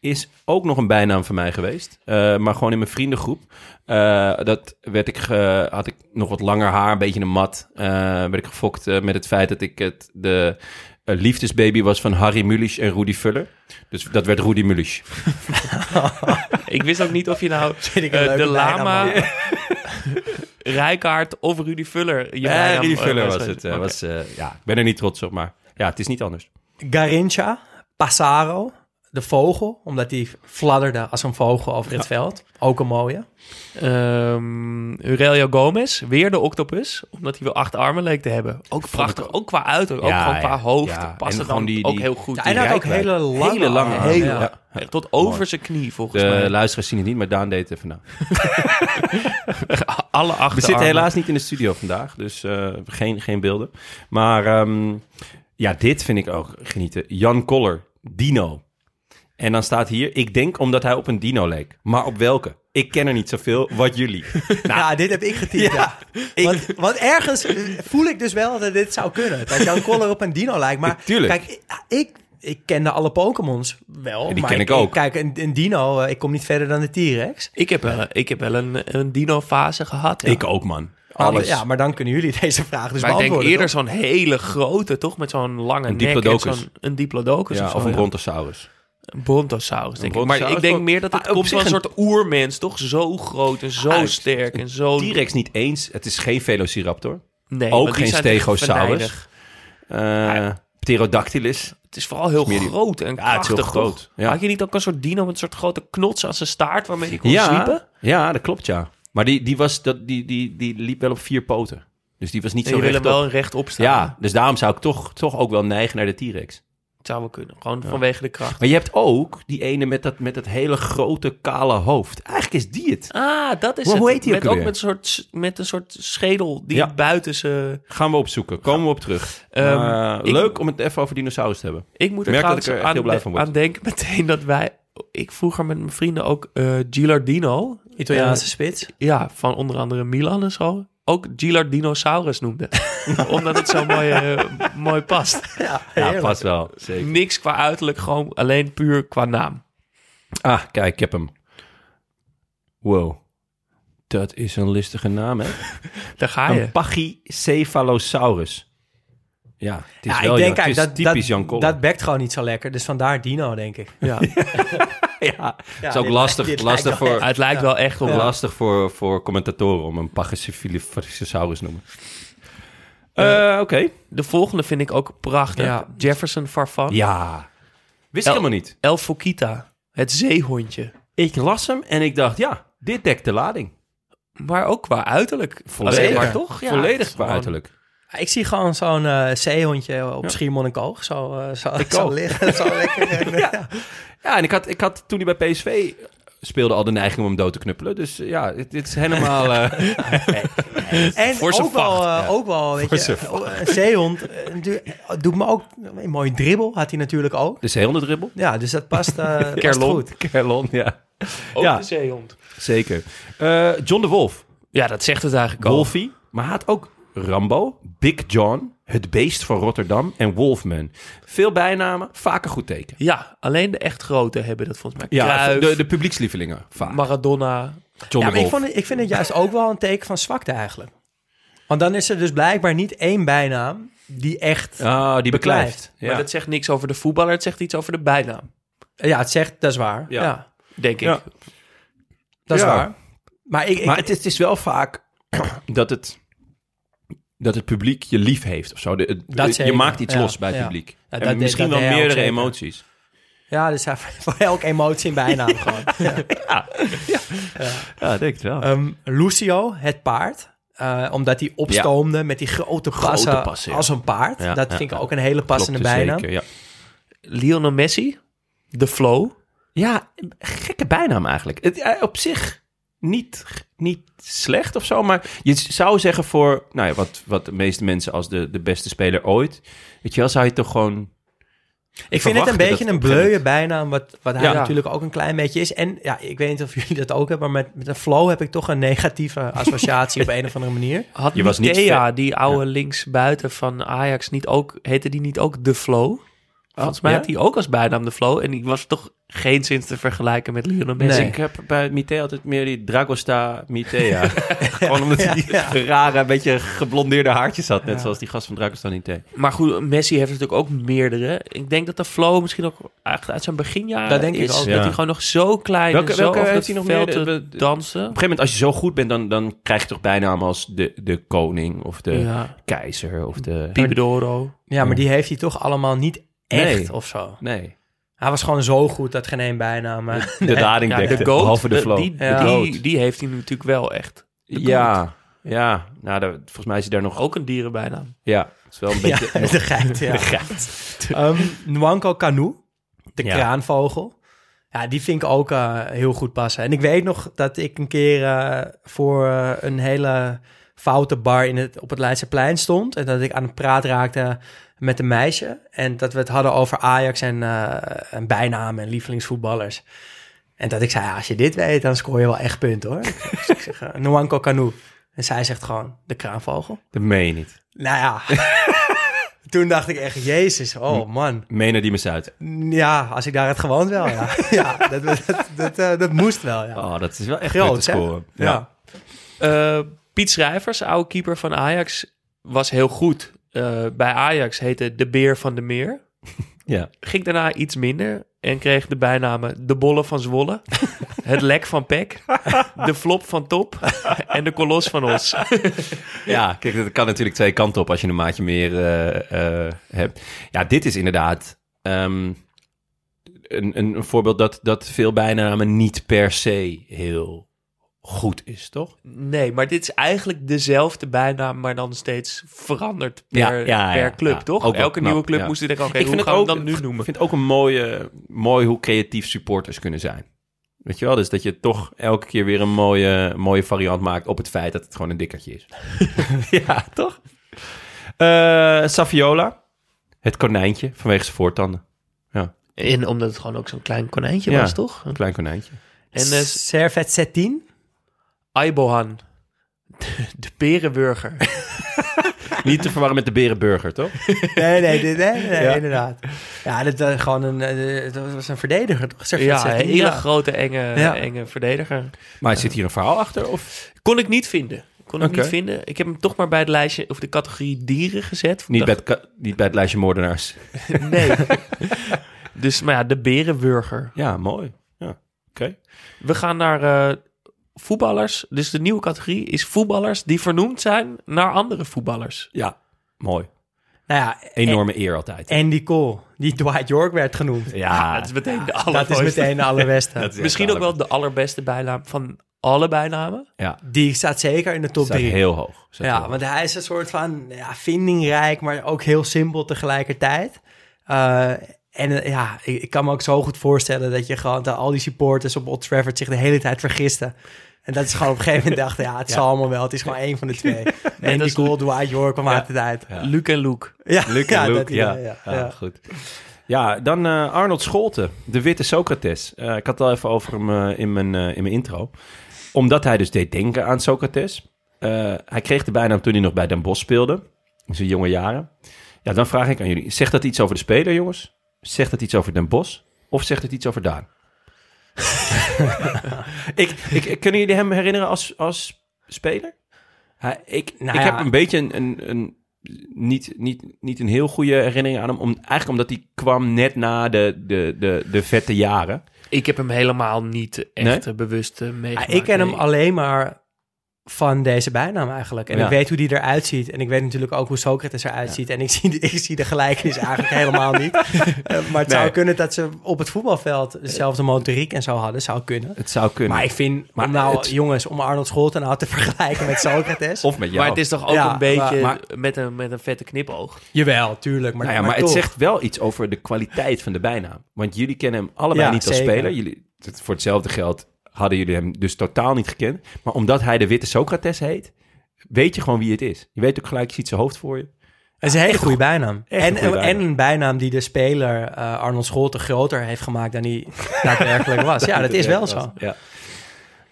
S5: is ook nog een bijnaam van mij geweest. Eh, maar gewoon in mijn vriendengroep. Eh, dat werd ik, ge- had ik nog wat langer haar, een beetje een mat. Eh, werd ik gefokt eh, met het feit dat ik het, de eh, liefdesbaby was van Harry Mulisch en Rudy Vuller. Dus dat werd Rudy Mulisch.
S3: Ik wist ook niet of je nou
S6: Vind ik een
S3: eh,
S6: leuke
S3: de
S6: bijnaam,
S3: Lama,
S6: man.
S3: (laughs) Rijkaard of Rudy Vuller. Je
S5: Ja,
S3: bijnaam,
S5: Rudy
S3: eh,
S5: Vuller was het. eh,
S3: Oké.
S5: was, eh, ja, ik ben er niet trots op, maar ja, het is niet anders.
S6: Garincha, Passaro, de vogel. Omdat hij fladderde als een vogel over het veld. Ook een mooie.
S3: Ehm, Aurelio Gomez, weer de octopus, omdat hij wel acht armen leek te hebben. Ook prachtig, ook qua uiterlijk,
S5: Ja,
S3: ook gewoon qua
S5: ja,
S3: hoofd.
S5: ja. En
S3: Past het
S5: gewoon
S3: dan
S5: die-
S3: ook
S5: die-
S3: heel goed.
S6: Ja, en hij had ook
S5: rijkwijd.
S6: hele lange,
S5: Hele lange
S6: armen.
S5: armen,
S6: Ja.
S5: ja.
S3: Ah, Ja, Tot over
S5: Mooi.
S3: zijn knie, volgens
S5: De
S3: mij.
S5: luisteraars zien het niet, maar Daan deed het even na.
S3: Alle acht
S5: We zitten
S3: armen.
S5: helaas niet in de studio vandaag, dus eh, geen, geen beelden. Maar ehm, ja, dit vind ik ook genieten. Jan Koller, Dino. En dan staat hier, ik denk omdat hij op een dino leek. Maar op welke? Ik ken er niet zoveel, wat (laughs) jullie. Nou,
S6: ja, dit heb ik getypt. Ja. Want, want ergens eh, voel ik dus wel dat dit zou kunnen. Dat jouw collar op een dino lijkt. Maar
S5: Tuurlijk.
S6: kijk, ik- ik, ik kende alle Pokémons wel.
S5: die
S6: maar
S5: ken ik ook.
S6: Kijk, een, een dino, eh, ik kom niet verder dan de T-Rex.
S3: Ik heb wel, ik heb wel een, een dino-fase gehad. ja.
S5: Ik ook, man. Alles.
S6: Ja, maar dan kunnen jullie (laughs) deze vraag dus
S3: Maar ik denk
S6: beantwoorden.
S3: eerder
S6: toch?
S3: zo'n hele grote, toch? Met zo'n lange
S5: Een
S3: nek. en
S5: diplodocus.
S3: zo'n- een diplodocus
S5: Ja,
S3: of, zo,
S5: of een
S3: ja.
S5: brontosaurus.
S3: Een brontosaurus, denk ik. Maar
S5: brontosaurus
S3: ik denk
S5: ook.
S3: meer dat het
S5: Maar op
S3: komt van een
S5: zich
S3: soort oermens, toch? Zo groot en zo
S5: Uit.
S3: sterk en zo...
S5: T-Rex niet eens. Het is geen Velociraptor.
S3: Nee,
S5: Ook
S3: want die
S5: geen
S3: zijn echt
S5: stegosaurus.
S3: venijnig.
S5: Eh, Pterodactylus.
S3: Het is vooral heel
S5: Meer die-
S3: groot en
S5: Ja, het is heel
S3: krachtig,
S5: groot,
S3: toch?
S5: ja.
S3: Had je niet ook een soort dino met een soort grote knots aan zijn staart waarmee hij kon zwiepen?
S5: ja, dat klopt, ja. Maar die, die, was, dat, die, die, die liep wel op vier poten. Dus die was niet
S3: En
S5: zo
S3: je wil hem
S5: rechtop.
S3: wel rechtop staan.
S5: Ja, dus daarom zou ik toch, toch ook wel neigen naar de T-Rex.
S3: Het zou wel kunnen. Gewoon vanwege de kracht.
S5: Maar je hebt ook die ene met dat, met dat hele grote kale hoofd. Eigenlijk is die het.
S3: Ah, dat is
S5: Maar
S3: het.
S5: hoe heet die ook
S3: met, ook
S5: alweer?
S3: met een, soort, met een soort schedel die
S5: Ja.
S3: buiten ze...
S5: Gaan we opzoeken. Komen we op terug.
S3: Ehm,
S5: Maar
S3: ik-
S5: leuk om het even over dinosaurus te hebben.
S3: Ik moet er
S5: Merk dat
S3: trouwens
S5: ik er echt
S3: aan,
S5: heel blij van word.
S3: aan denken (laughs) meteen dat wij... Ik vroeger met mijn vrienden ook eh Gilardino. Eh,
S6: Italiaanse spits.
S3: Ja, van onder andere Milan en zo. Ook Gilardinosaurus noemde. (laughs) Omdat het zo mooi, eh, mooi past.
S5: Ja, past wel. Zeker.
S3: Niks qua uiterlijk, gewoon alleen puur qua naam.
S5: Ah, kijk, ik heb hem. Wow. Dat is een listige naam, hè?
S3: Daar ga je.
S5: Een pachycephalosaurus. Ja, het is
S6: Ja,
S5: wel
S6: ik denk
S5: Jan- het is
S6: eigenlijk dat,
S5: typisch
S6: dat,
S5: Jan Koller.
S6: dat bekt gewoon niet zo lekker. Dus vandaar dino, denk ik.
S5: (laughs)
S3: Ja.
S5: ja, is
S6: dit
S5: ook
S6: lijkt-
S5: lastig,
S6: dit
S5: lastig,
S6: lijkt wel
S5: voor,
S3: Het lijkt wel echt op...
S5: lastig voor, voor commentatoren om een pachycephalosaurus te noemen. Eh, Oké.
S3: De volgende vind ik ook prachtig.
S6: Ja.
S3: Jefferson Farfan.
S5: Ja. Wist
S3: El-
S5: ik helemaal niet.
S3: El Fokita. Het zeehondje.
S5: Ik las hem en ik dacht, ja, dit dekt de lading.
S3: Maar ook qua uiterlijk.
S5: Volledig.
S3: Alleen maar toch? Ja, het
S5: Volledig
S3: is
S5: qua
S3: gewoon- (laughs)
S5: uiterlijk.
S6: Ja, Ik zie gewoon zo'n eh zeehondje op Schiermonnikoog. Zo, eh, zo, zo
S5: ook. (laughs)
S6: liggen. Zo lekker.
S5: Ja. ja, en ik had, ik had toen hij bij PSV speelde al de neiging om hem dood te knuppelen. Dus eh, ja, dit, dit is (laughs) helemaal... eh,
S6: En
S5: Voor zijn
S6: ook, wel,
S5: vacht,
S6: eh, ook wel, weet
S5: Voor
S6: je,
S5: zijn
S6: eh, een zeehond eh, doe- doet me ook eh, een mooie dribbel, had hij natuurlijk ook.
S5: de zeehondendribbel.
S6: Ja, dus dat
S5: (laughs)
S6: past, eh, past
S3: Kerlon.
S6: goed.
S5: Kerlon, ja.
S3: Ook
S5: Ja.
S3: de zeehond.
S5: Zeker. Eh, John de Wolf.
S3: Ja, dat zegt het eigenlijk al.
S5: Wolfie. Maar hij had ook Rambo, Big John, Het Beest van Rotterdam en Wolfman. Veel bijnamen, vaak een goed teken.
S3: Ja, alleen de echt grote hebben dat volgens mij.
S5: Ja,
S3: Cruijff,
S5: de, de publiekslievelingen vaak.
S3: Maradona.
S5: John
S6: Ja,
S5: de
S6: maar ik,
S5: Wolf.
S6: vond het- ik vind het juist ook wel een teken van zwakte eigenlijk. Want dan is er dus blijkbaar niet één bijnaam die echt... Ja,
S5: Ah, die beklijft.
S6: Beklijft.
S5: Ja.
S3: Maar dat zegt niks over de voetballer, het zegt iets over de bijnaam,
S6: eh, het zegt, dat is waar.
S5: Ja.
S6: Ja,
S3: denk ik.
S5: Ja.
S6: dat is
S5: Ja.
S6: waar. Maar ik, ik-
S5: Maar het is, het is wel vaak (clears throat) dat het, dat het publiek je lief heeft of zo. De- het-
S6: Dat
S5: je
S6: zeker,
S5: maakt iets
S6: ja,
S5: los bij het
S6: ja.
S5: publiek.
S6: Ja,
S5: en
S6: dat-
S5: misschien
S6: dat deed
S5: wel
S6: hij ook
S5: meerdere
S6: zeker.
S5: emoties.
S6: ja, dus hij- (laughs) voor elke emotie een bijnaam gewoon.
S5: Ja, denk ik wel.
S6: Ehm, Lucio, het paard. eh, omdat hij opstoomde met die grote passen,
S5: passen, ja.
S6: als een paard.
S5: Ja,
S6: dat
S5: ja,
S6: vind ik
S5: ja. dus
S6: ook een hele passende bijnaam.
S5: ja.
S3: Lionel Messi, de flow.
S5: ja, gekke bijnaam eigenlijk. Het, eh, op zich niet, niet slecht of zo, maar je s- zou zeggen voor nou ja, wat, wat de meeste mensen als de, de beste speler ooit, weet je wel, zou je toch gewoon...
S6: Ik vind het
S5: verwachten
S6: een beetje
S5: dat-
S6: een bleuwe bijnaam, wat, wat hij
S5: Ja.
S6: natuurlijk ook een klein beetje is. En ja, ik weet niet of jullie dat ook hebben, maar met, met een flow heb ik toch een
S5: (laughs)
S6: negatieve associatie op een of andere manier.
S3: Had
S5: Je was niet
S3: Nikea, die oude linksbuiten van Ajax, niet ook, heette die niet ook de flow? Volgens mij
S5: Ah, ja?
S3: had hij ook als bijnaam de flow en die was toch geen zin te vergelijken met Lionel Messi.
S5: Dus Ik heb bij Mitea altijd meer die Dragosta
S6: (laughs)
S5: Mitea. gewoon omdat hij die rare, een beetje geblondeerde haartjes had, net zoals die gast van Dragosta Mitea.
S3: Maar goed, Messi heeft natuurlijk ook meerdere. Ik denk dat de flow misschien ook echt uit zijn beginjaren
S6: Dat denk ik
S3: is.
S6: ook,
S5: ja.
S3: Dat hij gewoon nog zo klein
S5: Welke-
S3: en zo
S5: welke
S3: over
S5: heeft
S3: dat
S5: hij nog
S3: veld
S5: meer?
S3: te
S5: De- de-
S3: dansen.
S5: Op een gegeven moment, als je zo goed bent, dan, dan krijg je toch bijnamen als de, de koning of de
S3: Ja.
S5: keizer of de...
S3: Pibidoro.
S6: Ja, maar die heeft hij toch allemaal niet echt
S5: Nee.
S6: of zo.
S5: Nee,
S6: Hij was gewoon zo goed dat geen één bijnaam... eh,
S5: de dading
S3: Ja, de
S5: dekte,
S3: goat.
S5: behalve de flow.
S3: Die,
S6: Ja.
S3: die, die heeft hij natuurlijk wel echt. De goat.
S5: Ja, ja. Nou, daar- volgens mij is hij daar nog...
S3: Ook een dierenbijnaam.
S5: Ja, het is wel een
S6: (laughs) ja,
S5: beetje...
S6: de geit, ja. Ehm Nwanko Kanu, de
S5: Ja.
S6: kraanvogel. Ja, die vind ik ook eh, heel goed passen. En ik weet nog dat ik een keer eh, voor eh, een hele foute bar in het, op het Leidseplein stond. En dat ik aan het praat raakte met een meisje. En dat we het hadden over Ajax en, eh, en bijnamen en lievelingsvoetballers. En dat ik zei, ja, als je dit weet, dan scoor je wel echt punten hoor. (laughs) dus ik zeg, eh, Nwanko Kanu. En zij zegt gewoon, de kraanvogel.
S5: Dat meen je niet.
S6: Nou ja, toen dacht ik echt, jezus, oh man.
S5: Menen die me uit.
S6: Ja, als ik daar had gewoond wel, ja. ja dat, dat, dat, eh, dat moest wel, ja.
S5: Oh, dat is wel echt
S6: Groot,
S5: goed te
S6: hè?
S5: scoren.
S6: ja.
S3: Eh, Piet Schrijvers, oude keeper van Ajax, was heel goed. Eh, bij Ajax heette de Beer van de Meer.
S5: Ja.
S3: Ging daarna iets minder en kreeg de bijnamen de Bolle van
S5: (laughs)
S3: Zwolle, het Lek van Pek, de Flop van Top en de Kolos van Os.
S5: Ja, kijk, dat kan natuurlijk twee kanten op als je een maatje meer eh, eh, hebt. Ja, dit is inderdaad ehm, een, een, een voorbeeld dat, dat veel bijnamen niet per se heel goed is, toch?
S3: Nee, maar dit is eigenlijk dezelfde bijnaam, maar dan steeds veranderd per,
S5: Ja, ja, ja,
S3: per club,
S5: ja.
S3: toch?
S5: Ook wel
S3: Elke
S5: knap,
S3: nieuwe club
S5: ja.
S3: moest je denken, oké,
S5: ik
S3: hoe
S5: vind
S3: gaan
S5: het ook,
S3: we dat nu
S5: (laughs) Ik
S3: noemen?
S5: vind het ook een mooie, mooi hoe creatief supporters kunnen zijn. Weet je wel, dus dat je toch elke keer weer een mooie, mooie variant maakt op het feit dat het gewoon een dikkertje is. (laughs) ja, toch? Eh Saviola, het konijntje vanwege zijn voortanden.
S3: En omdat het gewoon ook zo'n klein konijntje
S5: Ja.
S3: was, toch?
S5: Een klein konijntje.
S3: En eh,
S6: Servet Zetin.
S3: Aibohan, de, de (laughs) perenburger.
S5: Niet te verwarren met de berenburger, toch?
S6: Nee, nee, nee, nee, nee, inderdaad. Ja, dat, was gewoon een, eh, dat was een verdediger, toch? Servet
S3: Ja,
S6: Zetin,
S3: een hele grote, enge,
S6: Ja.
S3: enge verdediger.
S5: Maar zit hier een verhaal achter? Of?
S3: Kon ik niet vinden. Kon ik
S5: Oké.
S3: niet vinden. Ik heb hem toch maar bij het lijstje of de categorie dieren gezet.
S5: Niet, bij
S3: Dacht-
S5: het, ka- niet bij het lijstje moordenaars.
S3: Nee. dus, maar ja, de berenburger.
S5: Ja, mooi. Ja, oké.
S3: We gaan naar eh, voetballers. Dus de nieuwe categorie is voetballers die vernoemd zijn naar andere voetballers.
S5: Ja, mooi.
S6: Nou ja,
S5: Enorme eer altijd.
S6: Andy Cole, die Dwight York werd genoemd.
S5: (laughs) ja,
S3: dat is meteen de
S6: dat is
S3: allermooiste.
S6: meteen de allerbeste.
S5: is echt
S3: Misschien ook wel de allerbeste bijnaam van alle bijnamen.
S5: Ja,
S6: Die staat zeker in de top
S5: staat
S6: drie.
S5: heel hoog. Staat heel
S6: Ja,
S5: hoog.
S6: want hij is een soort van ja, vindingrijk, maar ook heel simpel tegelijkertijd. Eh, en eh, ja, ik, ik kan me ook zo goed voorstellen dat je gewoon dat al die supporters op Old Trafford zich de hele tijd vergisten. En dat is gewoon op een gegeven moment dacht,
S5: (laughs)
S6: ja, het zal allemaal wel. Het is gewoon één van de twee. en
S3: dat
S6: die
S3: is-
S6: goal, Dwight York kwam uit de tijd.
S5: Ja.
S3: Luc en Luke.
S6: Ja,
S5: Luc en Luke,
S6: dat idee,
S5: ja.
S6: ja,
S5: Ja,
S6: ja.
S5: goed. Ja, dan eh, Arnold Scholten, de witte Socrates. Eh, ik had het al even over hem eh, in, mijn, eh, in mijn intro. Omdat hij dus deed denken aan Socrates. Eh, hij kreeg de bijnaam toen hij nog bij Den Bosch speelde, in zijn jonge jaren. Ja, dan vraag ik aan jullie, zegt dat iets over de speler, jongens? Zegt dat iets over Den Bosch? Of zegt het iets over (laughs) Daan? ik, ik, kunnen jullie hem herinneren als, als speler? Hij, ik
S6: Nou
S5: ik
S6: ja.
S5: heb een beetje een, een, een niet, niet, niet een heel goede herinnering aan hem. Om, eigenlijk omdat hij kwam net na de, de, de, de vette jaren.
S3: Ik heb hem helemaal niet echt eh, bewust eh, meegemaakt.
S6: Ja, Ah, ik ken hem
S3: nee.
S6: alleen maar van deze bijnaam eigenlijk. En
S5: Ja.
S6: ik weet hoe die eruit ziet. En ik weet natuurlijk ook hoe Socrates eruit ziet. En ik zie, (laughs) ik zie de gelijkenis eigenlijk helemaal
S5: (laughs)
S6: niet. Eh, maar het zou
S5: Nee.
S6: kunnen dat ze op het voetbalveld dezelfde motoriek en zo hadden. Zou kunnen.
S5: Het zou kunnen.
S6: Maar ik vind,
S5: Maar
S6: om nou
S5: het-
S6: jongens, om Arnold Scholten nou te (laughs) vergelijken met Socrates.
S5: of met jou.
S3: Maar het is toch ook
S6: Ja,
S3: een beetje
S5: maar-
S3: met, een, met een vette knipoog.
S6: Jawel, tuurlijk. Maar,
S5: nou ja, maar,
S6: maar
S5: het
S6: toch.
S5: zegt wel iets over de kwaliteit van de bijnaam. Want jullie kennen hem allebei
S6: Ja,
S5: niet als
S6: zeker.
S5: speler. Jullie, het- voor hetzelfde geld hadden jullie hem dus totaal niet gekend. Maar omdat hij de witte Socrates heet, weet je gewoon wie het is. Je weet ook gelijk, je ziet zijn hoofd voor je.
S6: Het is een hele goede bijnaam.
S5: echt een
S6: En,
S5: goede bijnaam.
S6: en een bijnaam die de speler eh, Arnold Scholten groter heeft gemaakt dan hij daadwerkelijk was. Ja, dat is wel zo.
S5: Ja.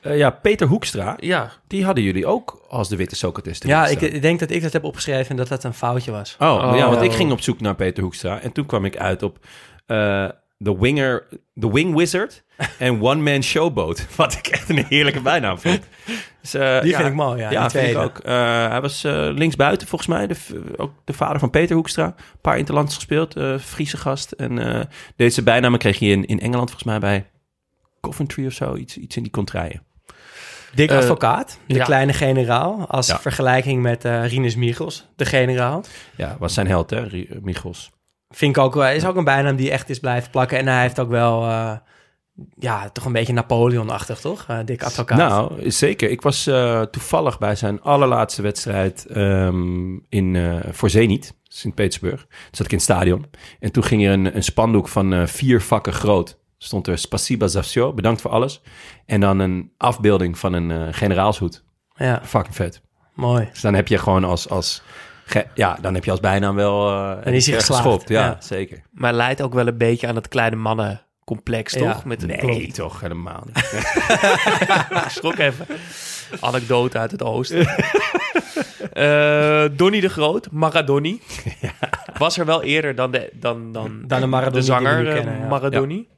S5: Eh, ja, Peter Hoekstra,
S3: Ja,
S5: die hadden jullie ook als de witte Socrates. erin
S6: Ja,
S5: staan.
S6: ik, ik denk dat ik dat heb opgeschreven en dat dat een foutje was.
S5: Oh,
S3: Oh.
S5: ja, want ik ging op zoek naar Peter Hoekstra. En toen kwam ik uit op eh The Winger, The Wing
S6: (laughs)
S5: Wizard en One Man Showboat. (laughs) Wat ik echt een heerlijke bijnaam vond. Dus, eh,
S6: Die
S5: ja,
S6: vind ik mooi, ja.
S5: Ja,
S6: die
S5: vind ik
S6: tweede.
S5: ook. Eh, hij was eh, linksbuiten volgens mij. De, v- ook de vader van Peter Hoekstra. Een paar interlands gespeeld. eh Friese gast. En eh, deze bijnamen kreeg hij in, in Engeland volgens mij bij Coventry of zo. Iets, iets in die contraien.
S6: Dick
S3: Eh,
S6: Advocaat, de
S3: ja.
S6: kleine generaal. Als
S5: Ja.
S6: vergelijking met eh Rinus Michels, de generaal.
S5: Ja, was zijn held hè, Ri- Michels.
S6: Vind ik ook, wel- is ook een bijnaam die echt is blijven plakken. En hij heeft ook wel, eh, ja, toch een beetje Napoleon-achtig, toch? Eh Dick Advocaat.
S5: Nou, zeker. Ik was eh, toevallig bij zijn allerlaatste wedstrijd ehm, in, eh, voor Zenit, Sint-Petersburg. Toen zat ik in het stadion. En toen ging er een, een spandoek van eh, vier vakken groot. Stond er Spasiba za vsё, bedankt voor alles. En dan een afbeelding van een eh, generaalshoed.
S6: ja.
S5: Fucking vet.
S6: Mooi.
S5: Dus dan heb je gewoon als, als ge- ja, dan heb je als bijnaam wel... eh,
S6: En is hij
S5: erg
S6: geslaagd,
S5: geschopt, Ja,
S6: ja.
S5: zeker.
S3: Maar leidt ook wel een beetje aan het kleine mannencomplex,
S6: Ja.
S3: toch? Met
S5: Nee, toch helemaal (laughs) niet.
S3: Ik schrok
S6: (laughs)
S3: even. Anekdote uit het oosten. Eh Donny de Groot,
S6: (laughs)
S3: Maradoni. Was er wel eerder dan de, dan, dan
S6: Dan de Maradoni die we
S3: zanger
S6: nu
S3: eh,
S6: kennen, ja.
S3: Maradoni.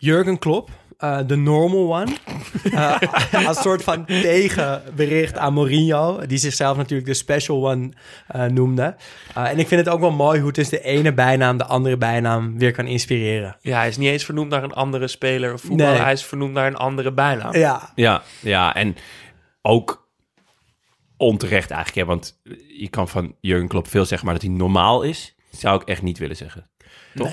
S6: Jurgen Klopp, eh, de normal one. (laughs) Eh, als soort van tegenbericht aan Mourinho, die zichzelf natuurlijk de special one eh, noemde. Eh, en ik vind het ook wel mooi hoe dus de ene bijnaam de andere bijnaam weer kan inspireren.
S3: Ja, hij is niet eens vernoemd naar een andere speler of voetballer.
S6: Nee.
S3: Hij is vernoemd naar een andere bijnaam.
S6: Ja,
S5: ja, ja, en ook onterecht eigenlijk. Hè, want je kan van Jurgen Klopp veel zeggen, maar dat hij normaal is, zou ik echt niet willen zeggen.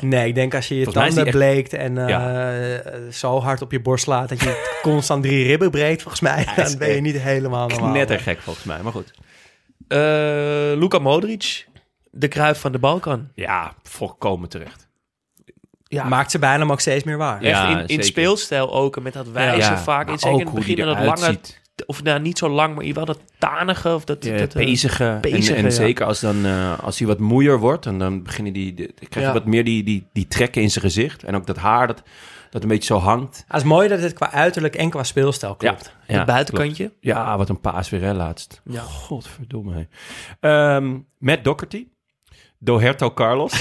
S6: Nee, ik denk als je je
S5: Volgens mij is
S6: tanden
S5: die
S6: bleekt en eh, zo hard op je borst slaat dat je constant drie ribben breekt, volgens mij,
S5: is
S6: dan ben je
S5: echt
S6: niet helemaal normaal.
S5: Knettergek volgens mij, maar goed.
S3: Eh, Luka Modric, de kruif van de Balkan.
S5: Ja, volkomen terecht.
S3: Ja.
S6: Maakt ze bijna ook steeds meer waar.
S5: Ja,
S3: Echt in, in
S5: zeker.
S3: speelstijl ook en met dat wijze vaak.
S5: maar
S3: En zeker
S5: ook
S3: in het
S5: hoe die
S3: begin en dat
S5: eruit
S3: lange,
S5: ziet.
S3: of nou niet zo lang, maar wel dat tanige of dat,
S5: Ja,
S3: dat, eh,
S5: bezige. En-
S3: bezige,
S5: en
S3: ja.
S5: zeker als, dan, eh, als hij wat moeier wordt, en dan beginnen die, de- dan krijg je
S3: Ja.
S5: wat meer die, die, die trekken in zijn gezicht. En ook dat haar dat, dat een beetje zo hangt.
S6: Het is mooi dat het qua uiterlijk en qua speelstijl klopt.
S5: Ja,
S3: het buitenkantje.
S5: klopt. Ja, wat een paas weer hè, laatst.
S3: Ja.
S5: Godverdomme. hè. Ehm Matt Doherty. Doherto Carlos.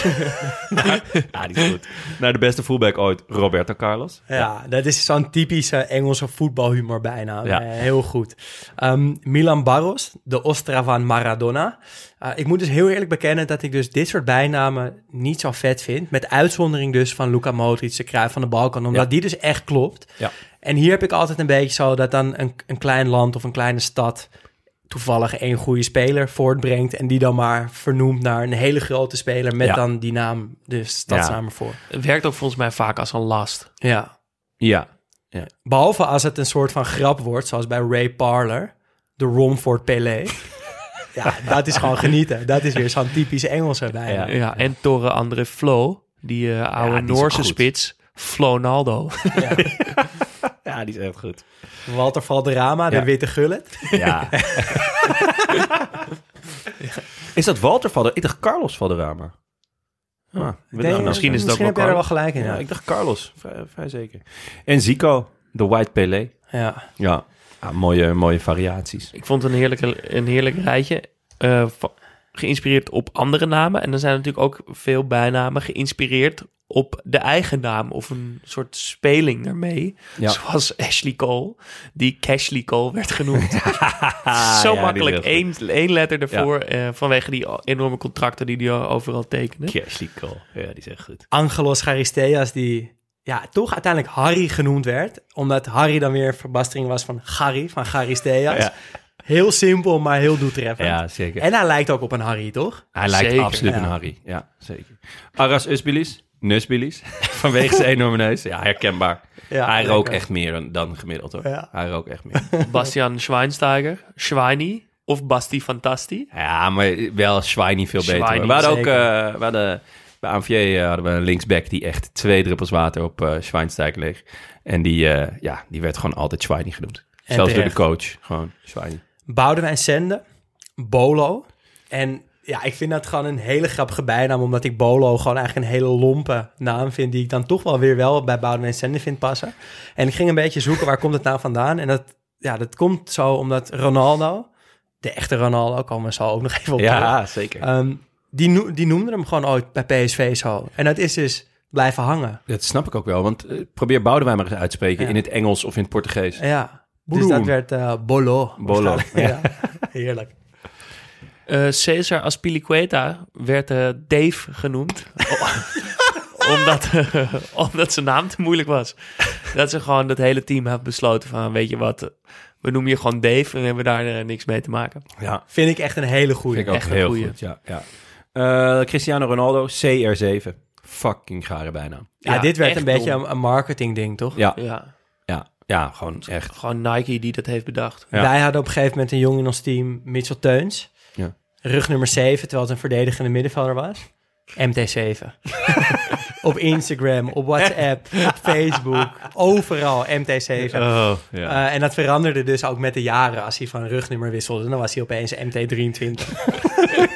S5: Naar- ja, die is goed. Naar de beste fullback ooit, Roberto Carlos.
S6: Ja, dat is zo'n typische Engelse voetbalhumor bijna.
S5: Ja.
S6: Eh, heel goed. Ehm, Milan Barros, de Ostra van Maradona. Eh, ik moet dus heel eerlijk bekennen dat ik dus dit soort bijnamen niet zo vet vind. Met uitzondering dus van Luka Modric, de kruif van de Balkan. Omdat
S5: Ja.
S6: die dus echt klopt.
S5: Ja.
S6: En hier heb ik altijd een beetje zo dat dan een, een klein land of een kleine stad toevallig één goede speler voortbrengt en die dan maar vernoemt naar een hele grote speler met
S5: Ja.
S6: dan die naam, de stadsnaam ervoor.
S3: Werkt ook volgens mij vaak als een last.
S6: Ja.
S5: Ja,
S6: Behalve als het een soort van grap wordt, zoals bij Ray Parler, de Romford Pelé. ja, dat is gewoon genieten. Dat is weer zo'n typisch Engelse bij.
S5: Ja.
S6: Ja.
S3: Ja, en Torre André Flo, die eh, oude
S5: die is ook
S3: Noorse
S5: goed.
S3: spits, (laughs) Flonaldo.
S5: ja die is echt goed.
S6: Walter Valderrama,
S5: Ja. Nou,
S6: de witte gullet.
S5: Ja. (laughs) is dat Walter Valder? Ik dacht Carlos Valderrama. Ah,
S6: Ik
S5: weet
S6: denk-
S5: nou,
S3: misschien is het ook
S6: misschien heb
S3: wel
S6: jij er
S3: Carlos.
S6: wel gelijk in.
S5: Ja,
S6: Ja,
S5: ik dacht Carlos, vrij, vrij zeker. En Zico, de White Pelé.
S6: ja.
S5: Ja, Ah, mooie, mooie variaties.
S3: Ik vond het een, heerlijke, een heerlijk rijtje. eh, va- geïnspireerd op andere namen. En er zijn natuurlijk ook veel bijnamen geïnspireerd op de eigen naam. Of een soort speling daarmee.
S5: Ja.
S3: Zoals Ashley Cole, die Cashley Cole werd genoemd. (laughs)
S5: ja,
S3: Zo
S5: die
S3: makkelijk,
S5: is heel
S3: één, één letter ervoor. eh, vanwege die enorme contracten die hij overal tekende.
S5: Kersley Cole, ja, die is echt goed.
S6: Angelos Charisteas, die ja, toch uiteindelijk Harry genoemd werd. Omdat Harry dan weer een verbastering was van Gary, van Charisteas.
S5: Ja.
S6: Heel simpel, maar heel doeltreffend.
S5: Ja, zeker.
S6: En hij lijkt ook op een Harry, toch?
S5: Hij lijkt
S3: Zeker,
S5: absoluut
S6: ja.
S5: een Harry. Ja, zeker. Aras Usbilis, Nusbilis, (laughs) vanwege zijn enorme neus. Ja, herkenbaar.
S6: Ja,
S5: hij rook
S6: lekker.
S5: echt meer dan, dan gemiddeld hoor.
S6: Ja.
S5: Hij rook echt meer.
S3: Bastian Schweinsteiger, Schweini of Basti Fantasti.
S5: Ja, maar wel Schweini veel beter.
S3: Schweini,
S5: hoor. we hadden ook
S6: zeker.
S5: eh, we hadden, bij AMV eh, hadden we een linksback die echt twee druppels water op eh Schweinsteiger leeg. En die, eh, ja, die werd gewoon altijd Schweini genoemd.
S6: En
S5: Zelfs door de
S6: terecht.
S5: coach, gewoon Schweini.
S6: Boudewijn Sende, Bolo. En ja, ik vind dat gewoon een hele grappige bijnaam, omdat ik Bolo gewoon eigenlijk een hele lompe naam vind, die ik dan toch wel weer wel bij Boudewijn Sende vind passen. En ik ging een beetje zoeken, waar komt het nou vandaan? En dat, ja, dat komt zo omdat Ronaldo, de echte Ronaldo, komen we zo ook nog even op terug.
S5: Ja, zeker.
S6: Ehm, die, noe- die noemde hem gewoon ooit bij PSV zo. En dat is dus blijven hangen.
S5: dat snap ik ook wel, want eh, probeer Boudewijn maar eens uit te spreken
S6: Ja.
S5: in het Engels of in het Portugees.
S6: Ja, dus
S5: Bloem.
S6: dat werd eh, Bolo.
S5: Bolo,
S6: (laughs) ja. Heerlijk.
S3: Eh Cesar Aspilicueta werd eh, Dave genoemd. (laughs) omdat, eh, omdat zijn naam te moeilijk was. Dat ze gewoon dat hele team had besloten van... weet je wat, eh, we noemen je gewoon Dave... en hebben we daar eh, niks mee te maken.
S5: Ja.
S6: Vind ik echt een hele goede.
S5: Vind ik ook
S3: Echt een
S5: heel
S3: goeie.
S5: goed, ja. ja. Eh, Cristiano Ronaldo, CR7. Fucking gare bijnaam.
S6: Ja,
S3: Ja,
S6: dit werd
S3: echt
S6: een beetje
S3: dom.
S6: een, een marketing ding, toch?
S5: Ja,
S3: Ja,
S5: ja, ja, gewoon echt.
S3: gewoon Nike die dat heeft bedacht.
S5: Ja.
S6: Wij hadden op een gegeven moment een jongen in ons team, Mitchell Teuns.
S5: Ja.
S6: Rug nummer 7, terwijl het een verdedigende middenvelder was. MT7. op Instagram, op
S5: (laughs)
S6: WhatsApp, op Facebook, overal MT7.
S5: Oh, ja.
S6: Eh, en dat veranderde dus ook met de jaren. Als hij van rugnummer wisselde, dan was hij opeens MT23.
S5: (laughs)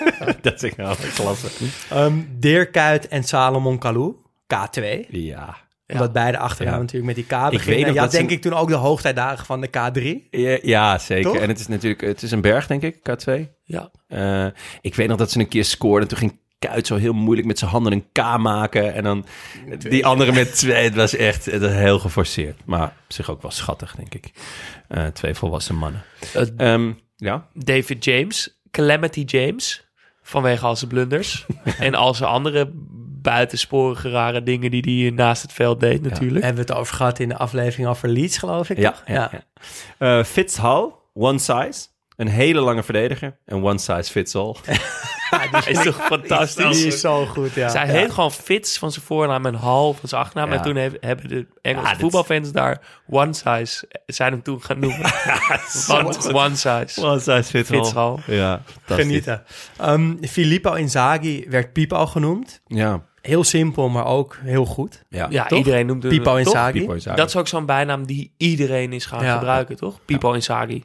S5: (laughs) dat is nou een klasse.
S6: Ehm Dirk Kuyt en Salomon Kalou, K2.
S5: Ja.
S6: Omdat beide achteraan
S5: Ja.
S6: natuurlijk met die K beginnen.
S5: weet nog
S6: ja,
S5: dat ze-
S6: denk ik toen ook de hoogtijdagen van de K3.
S5: Ja, ja, zeker.
S6: Toch?
S5: En het is natuurlijk, het is een berg, denk ik, K2.
S3: Ja.
S5: Eh, ik weet nog dat ze een keer scoorden. Toen ging Kuit zo heel moeilijk met zijn handen een K maken. En dan die andere met twee. Het was echt het was heel geforceerd. Maar op zich ook wel schattig, denk ik. Eh, twee volwassen mannen.
S3: Eh,
S5: Ehm, ja,
S3: David James, Calamity James, vanwege al zijn
S6: (laughs)
S3: blunders. en al zijn andere buitensporige rare dingen die hij naast het veld deed natuurlijk.
S6: Hebben we het over gehad in de aflevering over Leeds, geloof ik.
S5: ja,
S6: toch?
S5: ja. ja. Eh, Fitz Hall, one size. Een hele lange verdediger. En one size fits all.
S3: is toch fantastisch?
S6: Die is zo goed, ja.
S3: Zij
S6: Ja.
S3: heet gewoon Fitz van zijn voornaam en Hal van zijn achternaam.
S5: Ja.
S3: En toen heeft, hebben de Engelse
S5: Ja, dit-
S3: voetbalfans daar One Size, zijn hem toen gaan
S6: (laughs)
S3: noemen. Want One Size.
S5: one size fits
S3: Fits Hall.
S5: Ja, fantastisch.
S6: Genieten. Ehm, Filippo Inzaghi werd Pipo genoemd.
S5: Ja,
S6: Heel simpel, maar ook heel goed.
S5: ja.
S3: Ja,
S6: Toch?
S3: iedereen noemt hem
S6: Pipo
S3: toch?
S6: Inzaghi.
S5: Pipo is aardig.
S3: Dat is ook zo'n bijnaam die iedereen is gaan
S6: Ja.
S3: gebruiken, toch? Pipo Inzaghi.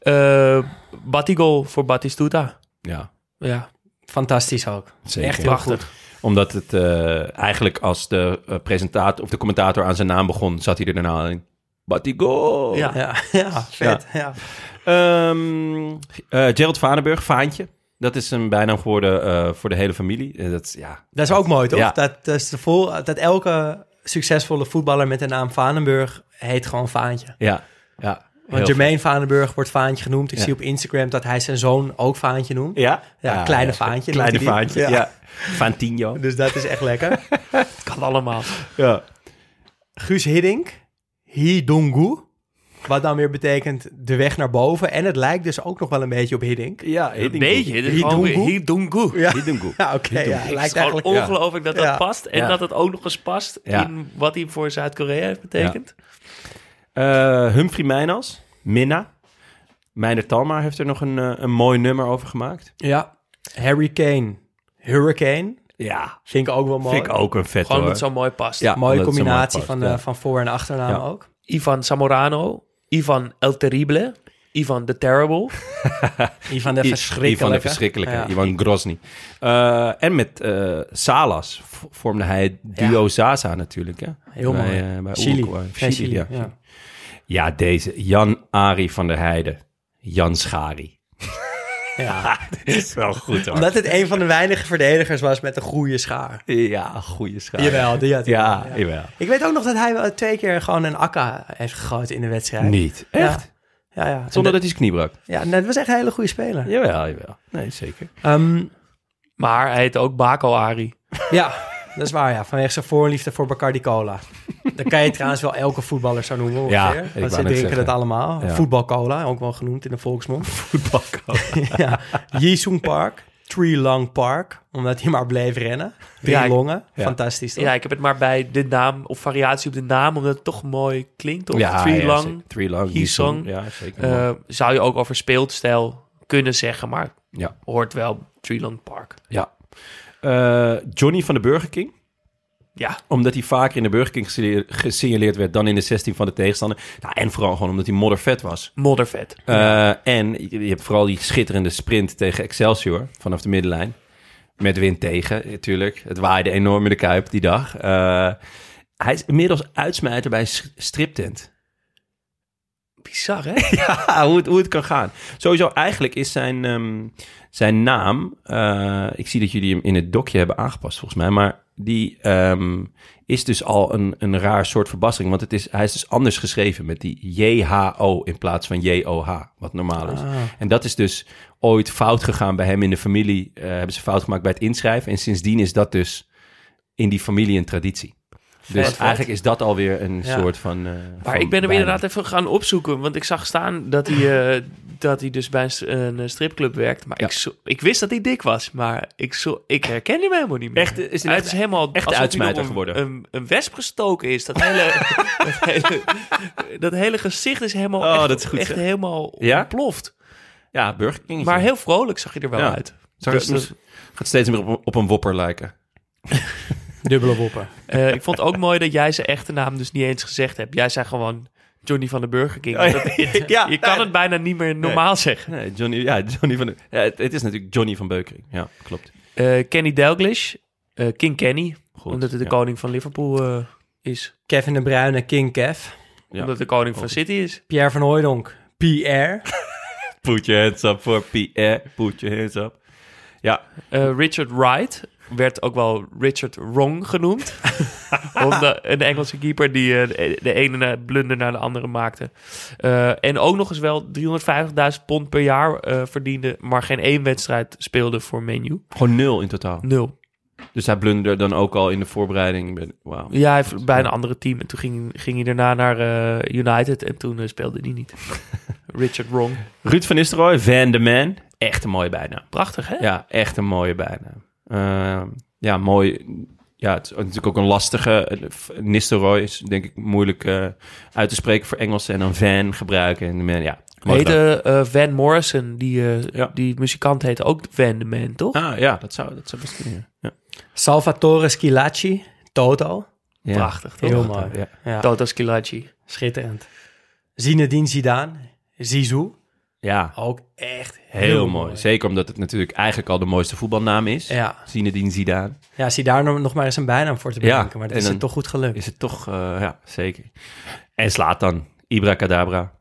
S3: Eh Batigol voor Batistuta.
S5: Ja,
S3: Ja,
S6: Fantastisch ook.
S5: zeker.
S6: Echt heel
S3: prachtig.
S5: Omdat het eh, eigenlijk als de eh, presentator of de commentator aan zijn naam begon, zat hij er daarna in. Batigo!
S3: Ja.
S6: Ja, (laughs) ja vet. Ja.
S5: Ehm, eh, Gerald Vanenburg, Vaantje. Dat is een bijnaam geworden eh, voor de hele familie. Eh, dat, is- ja,
S6: Dat is ook mooi, toch?
S5: Ja.
S6: Dat, dat, is de vol, dat elke succesvolle voetballer met de naam Vanenburg heet gewoon Vaantje.
S5: ja, ja.
S6: Want
S5: Heel
S6: Jermaine Vanenburg wordt Vaantje genoemd. Ik
S5: Ja.
S6: zie op Instagram dat hij zijn zoon ook Vaantje noemt.
S5: goed. Ah, Ja?
S6: Ja, kleine Vaantje
S5: Kleine
S6: noemt hij die.
S5: Vaantje, ja.
S6: Ja.
S5: Fantino.
S6: Dus dat is echt
S5: (laughs)
S6: lekker.
S3: Het kan allemaal.
S5: Ja.
S6: Guus Hiddink, Hidongu. Wat dan weer betekent de weg naar boven. En het lijkt dus ook nog wel een beetje op Hiddink.
S5: Ja,
S3: Een beetje. dit is gewoon
S6: Hidungu?
S3: weer Hidungu.
S6: Ja, (laughs)
S5: Hidungu.
S6: ja Ah, oké. ja,
S5: Het
S6: het
S3: Het is
S6: lijkt
S3: gewoon
S6: eigenlijk...
S3: ongelooflijk dat dat
S6: Ja.
S3: past. En
S5: Ja.
S3: dat het ook nog eens past
S5: Ja.
S3: in wat hij voor Zuid-Korea heeft betekend.
S5: Eh, Humphrey Mijnas, Minna. Meijner Talma heeft er nog een, eh, een mooi nummer over gemaakt.
S6: Ja, Harry Kane, Hurricane.
S5: Ja,
S6: Vind ik ook wel mooi.
S5: vind ik ook een vet
S3: Gewoon
S5: hoor.
S3: omdat het zo mooi past.
S5: Ja,
S6: Mooie
S5: omdat het zo mooi
S6: combinatie
S5: past,
S6: van,
S5: ja.
S6: eh, van voor- en achternaam
S5: Ja.
S6: ook.
S3: Ivan Samorano, Ivan El Terrible, Ivan The Terrible.
S6: Ivan de
S5: I-
S6: Verschrikkelijke.
S5: Ivan de Verschrikkelijke,
S6: Ja.
S5: Ivan Grozny. Eh, en met eh, Salas v- vormde hij het duo Zaza natuurlijk. Hè?
S6: Heel
S5: Bij,
S6: mooi.
S5: eh, bij
S6: Chili.
S5: Uruguay.
S6: Ja,
S5: Chili, ja. Ja, deze. Jan-Ari van der Heijden. Jan Schari. (laughs)
S6: Ja.
S5: Dit is wel goed hoor.
S6: Omdat het een van de weinige verdedigers was met een goede schaar.
S5: Ja, goede Schari.
S6: Jawel, die had hij
S5: Ja,
S6: wel, ja.
S5: jawel.
S6: Ik weet ook nog dat hij wel twee keer gewoon een akka heeft gegoten in de wedstrijd.
S5: Niet.
S6: Ja.
S5: Echt?
S6: Ja, ja. En
S5: Zonder
S6: dat-
S5: dat hij zijn knie brak.
S6: ja nee, het was echt een hele goede speler.
S5: Jawel, jawel. Nee, zeker.
S6: Ehm,
S3: Maar hij heet ook Bako Ari.
S6: ja, dat is waar, ja. Vanwege zijn voorliefde voor Bacardi Cola. Dan kan je trouwens wel elke voetballer zo noemen.
S5: Ja,
S6: Ongeveer.
S5: ik wou
S6: Want
S5: net
S6: ze drinken
S5: zeggen.
S6: dat allemaal.
S5: Ja.
S6: Voetbalcola, ook wel genoemd in de
S5: (laughs)
S6: volksmond.
S5: Voetbalkoop.
S6: (laughs) ja. Jisung Park, Tree Long Park, omdat hij maar bleef rennen. Drie
S3: Ja, ik-
S6: longen,
S5: ja.
S6: fantastisch toch?
S3: Ja, ik heb het maar bij de naam of variatie op de naam, omdat het toch mooi klinkt. Of Three Lang.
S5: Three long.
S3: Hee Song.
S5: Ja, zeker.
S3: eh, zou je ook over speelstijl kunnen zeggen, maar
S5: ja.
S3: hoort wel Three Long Park.
S5: ja. Eh, Johnny van de Burger King.
S3: Ja,
S5: Omdat hij vaker in de Burger King gesignaleerd- gesignaleerd werd dan in de 16 van de tegenstander. Nou, en vooral gewoon omdat hij moddervet was.
S3: moddervet.
S5: Eh, En je je hebt vooral die schitterende sprint tegen Excelsior vanaf de middenlijn. Met wind tegen, natuurlijk. Het waaide enorm in de kuip die dag. Eh, hij is inmiddels uitsmijter bij een s- striptent.
S3: Bizar, hè?
S5: (laughs) Ja, hoe het, hoe het kan gaan. Sowieso, eigenlijk is zijn, ehm, zijn naam. eh, ik zie dat jullie hem in het dokje hebben aangepast, volgens mij. Maar die ehm, is dus al een, een raar soort verbastering. Want het is, hij is dus anders geschreven met die JHO in plaats van JOH, wat normaal is.
S3: Ah.
S5: En dat is dus ooit fout gegaan bij hem in de familie. eh, hebben ze fout gemaakt bij het inschrijven. En sindsdien is dat dus in die familie een traditie. Dus
S3: vet.
S5: eigenlijk is dat alweer een
S6: Ja.
S5: soort van. eh,
S3: Maar
S5: van
S3: ik ben hem
S5: bijna.
S3: inderdaad even gaan opzoeken. Want ik zag staan dat hij, eh, dat hij dus bij een, s- een eh, stripclub werkt. Maar
S5: Ja.
S3: ik, zo- ik wist dat hij dik was. Maar ik, zo, ik herken hem helemaal niet meer.
S5: Echt, eh, is hij
S3: hij
S5: echt-
S3: is helemaal
S5: echt
S3: alsof hij
S5: uitsmijter
S3: door een-
S5: geworden?
S3: Een, een wesp gestoken is. Dat
S5: (laughs)
S3: hele, dat hele, dat hele gezicht is helemaal
S5: Oh,
S3: echt,
S5: dat is goed,
S3: echt
S5: zeg.
S3: helemaal
S5: Ja?
S3: ontploft.
S5: Ja, Burger King. is
S3: Maar
S5: een-
S3: heel vrolijk zag je er wel
S5: Ja.
S3: uit.
S5: Zag
S3: Dus
S5: het-
S3: dat-
S5: gaat steeds meer op, op een wopper lijken.
S6: Dubbele woppen.
S3: Eh, ik vond het ook mooi dat jij zijn echte naam dus niet eens gezegd hebt. Jij zei gewoon Johnny van de Burger King.
S5: Oh, ja.
S3: Dat- je,
S5: (laughs) (laughs) Ja,
S3: je kan
S5: nee.
S3: het bijna niet meer normaal zeggen.
S5: Nee, Johnny, ja, Johnny van de, ja, het, het is natuurlijk Johnny van Beukering. Ja, klopt.
S3: Eh, Kenny Dalglish, eh, King Kenny,
S5: Goed,
S3: omdat het de
S5: ja.
S3: koning van Liverpool eh, is.
S6: Kevin de Bruyne, King Kev.
S5: Ja.
S3: Omdat de koning van
S5: Goed.
S3: City is.
S6: Pierre van Hooijdonk. Pierre.
S5: Put your hands up voor Pierre. Put your hands up. Ja,
S3: Eh, Richard Wright werd ook wel Richard
S5: (laughs)
S3: Wrong genoemd. Omdat een Engelse keeper die eh, de- de ene na- blunder naar de andere maakte. Eh, en ook nog eens wel 350.000 pond per jaar eh, verdiende, maar geen één wedstrijd speelde voor Menu.
S5: gewoon nul in totaal.
S3: Nul.
S5: Dus hij blunderde dan ook al in de voorbereiding. Ben- Wauw.
S3: Ja, hij heeft bij een andere team. En toen ging, ging hij daarna naar eh, United en toen eh, speelde
S5: (laughs)
S3: hij niet. Richard Wrong.
S5: Ruud van Nistelrooy, Van de Man. Echt een mooie bijnaam.
S3: Prachtig, hè?
S5: Ja, echt een mooie bijnaam. Ehm, ja, mooi. Ja, het is natuurlijk ook een lastige. eh, F- Nistelrooy is denk ik moeilijk eh, uit te spreken voor Engelsen. En dan Van gebruiken. En de man, ja. mooi gedaan.
S3: Heette eh, Van Morrison, die, eh,
S5: Ja.
S3: die muzikant heette ook Van de Man, toch?
S5: Ah ja, dat zou, dat zou best kunnen. Ja.
S6: Salvatore Schilacci. Toto.
S5: Ja.
S3: Prachtig, toch?
S6: Heel mooi.
S5: Ja.
S6: Ja.
S3: Toto Schilacci.
S6: Schitterend. Zinedine Zidane. Zizou.
S5: Ja,
S6: Ook echt
S5: heel, mooi. Zeker omdat het natuurlijk eigenlijk al de mooiste voetbalnaam is.
S6: Ja.
S5: Zinedine Zidane.
S6: ja, zie daar nog nog maar eens een bijnaam voor te
S5: Ja,
S6: bedenken. maar dat
S5: en
S6: is
S5: dan-
S6: het toch goed gelukt.
S5: Is het toch, eh, ja, zeker. En slaat dan Ibracadabra.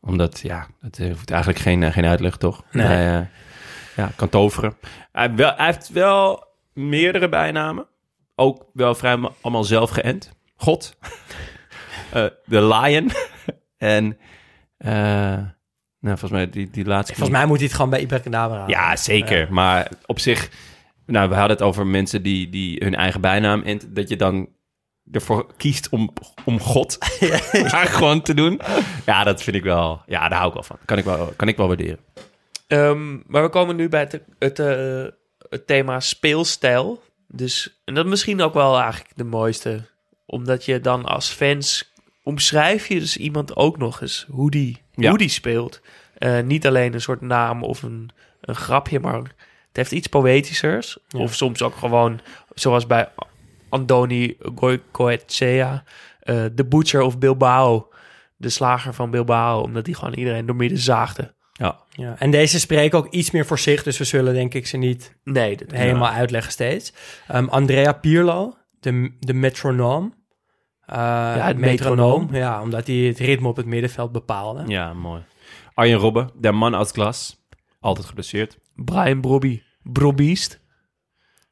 S5: Omdat, ja, het eh, hoeft eigenlijk geen, eh, geen uitleg, toch?
S6: Nee.
S5: Hij, eh, ja, kan toveren. Hij, heeft wel, hij heeft wel meerdere bijnamen. Ook wel vrij ma- allemaal zelf geënt. God. (laughs) Eh, De Lion. (laughs) en, eh, nou, volgens mij die, die laatste. niet.
S6: Volgens mij moet hij het gewoon bij Ibrahim aan.
S5: Ah, Ja, zeker. Maar op zich, nou, we hadden het over mensen die, die hun eigen bijnaam en dat je dan ervoor kiest om, om (laughs) God maar gewoon te doen. Ja, dat vind ik wel. Ja, daar hou ik wel van. Kan ik wel, kan ik wel waarderen.
S3: Ehm, maar we komen nu bij het, het, eh, het thema speelstijl. Dus, en dat is misschien ook wel eigenlijk de mooiste. Omdat je dan als fans omschrijf je dus iemand ook nog eens hoe die,
S5: Ja.
S3: hoe die speelt. Eh, niet alleen een soort naam of een, een grapje, maar het heeft iets poëtischers. Of soms ook gewoon, zoals bij Andoni Goicoechea, eh, de butcher of Bilbao. De slager van Bilbao, omdat die gewoon iedereen doormidden zaagde.
S5: Ja,
S6: Ja. En deze spreken ook iets meer voor zich. Dus we zullen denk ik ze niet
S3: Nee, dat
S6: helemaal uitleggen steeds. Ehm, Andrea Pirlo. De, de metronoom. Eh,
S3: het metronoom.
S6: Ja, omdat hij het ritme op het middenveld bepaalde.
S5: ja mooi. Arjen Robben, de man uit glas. Altijd geblesseerd.
S3: Brian Brobby. Brobbiest.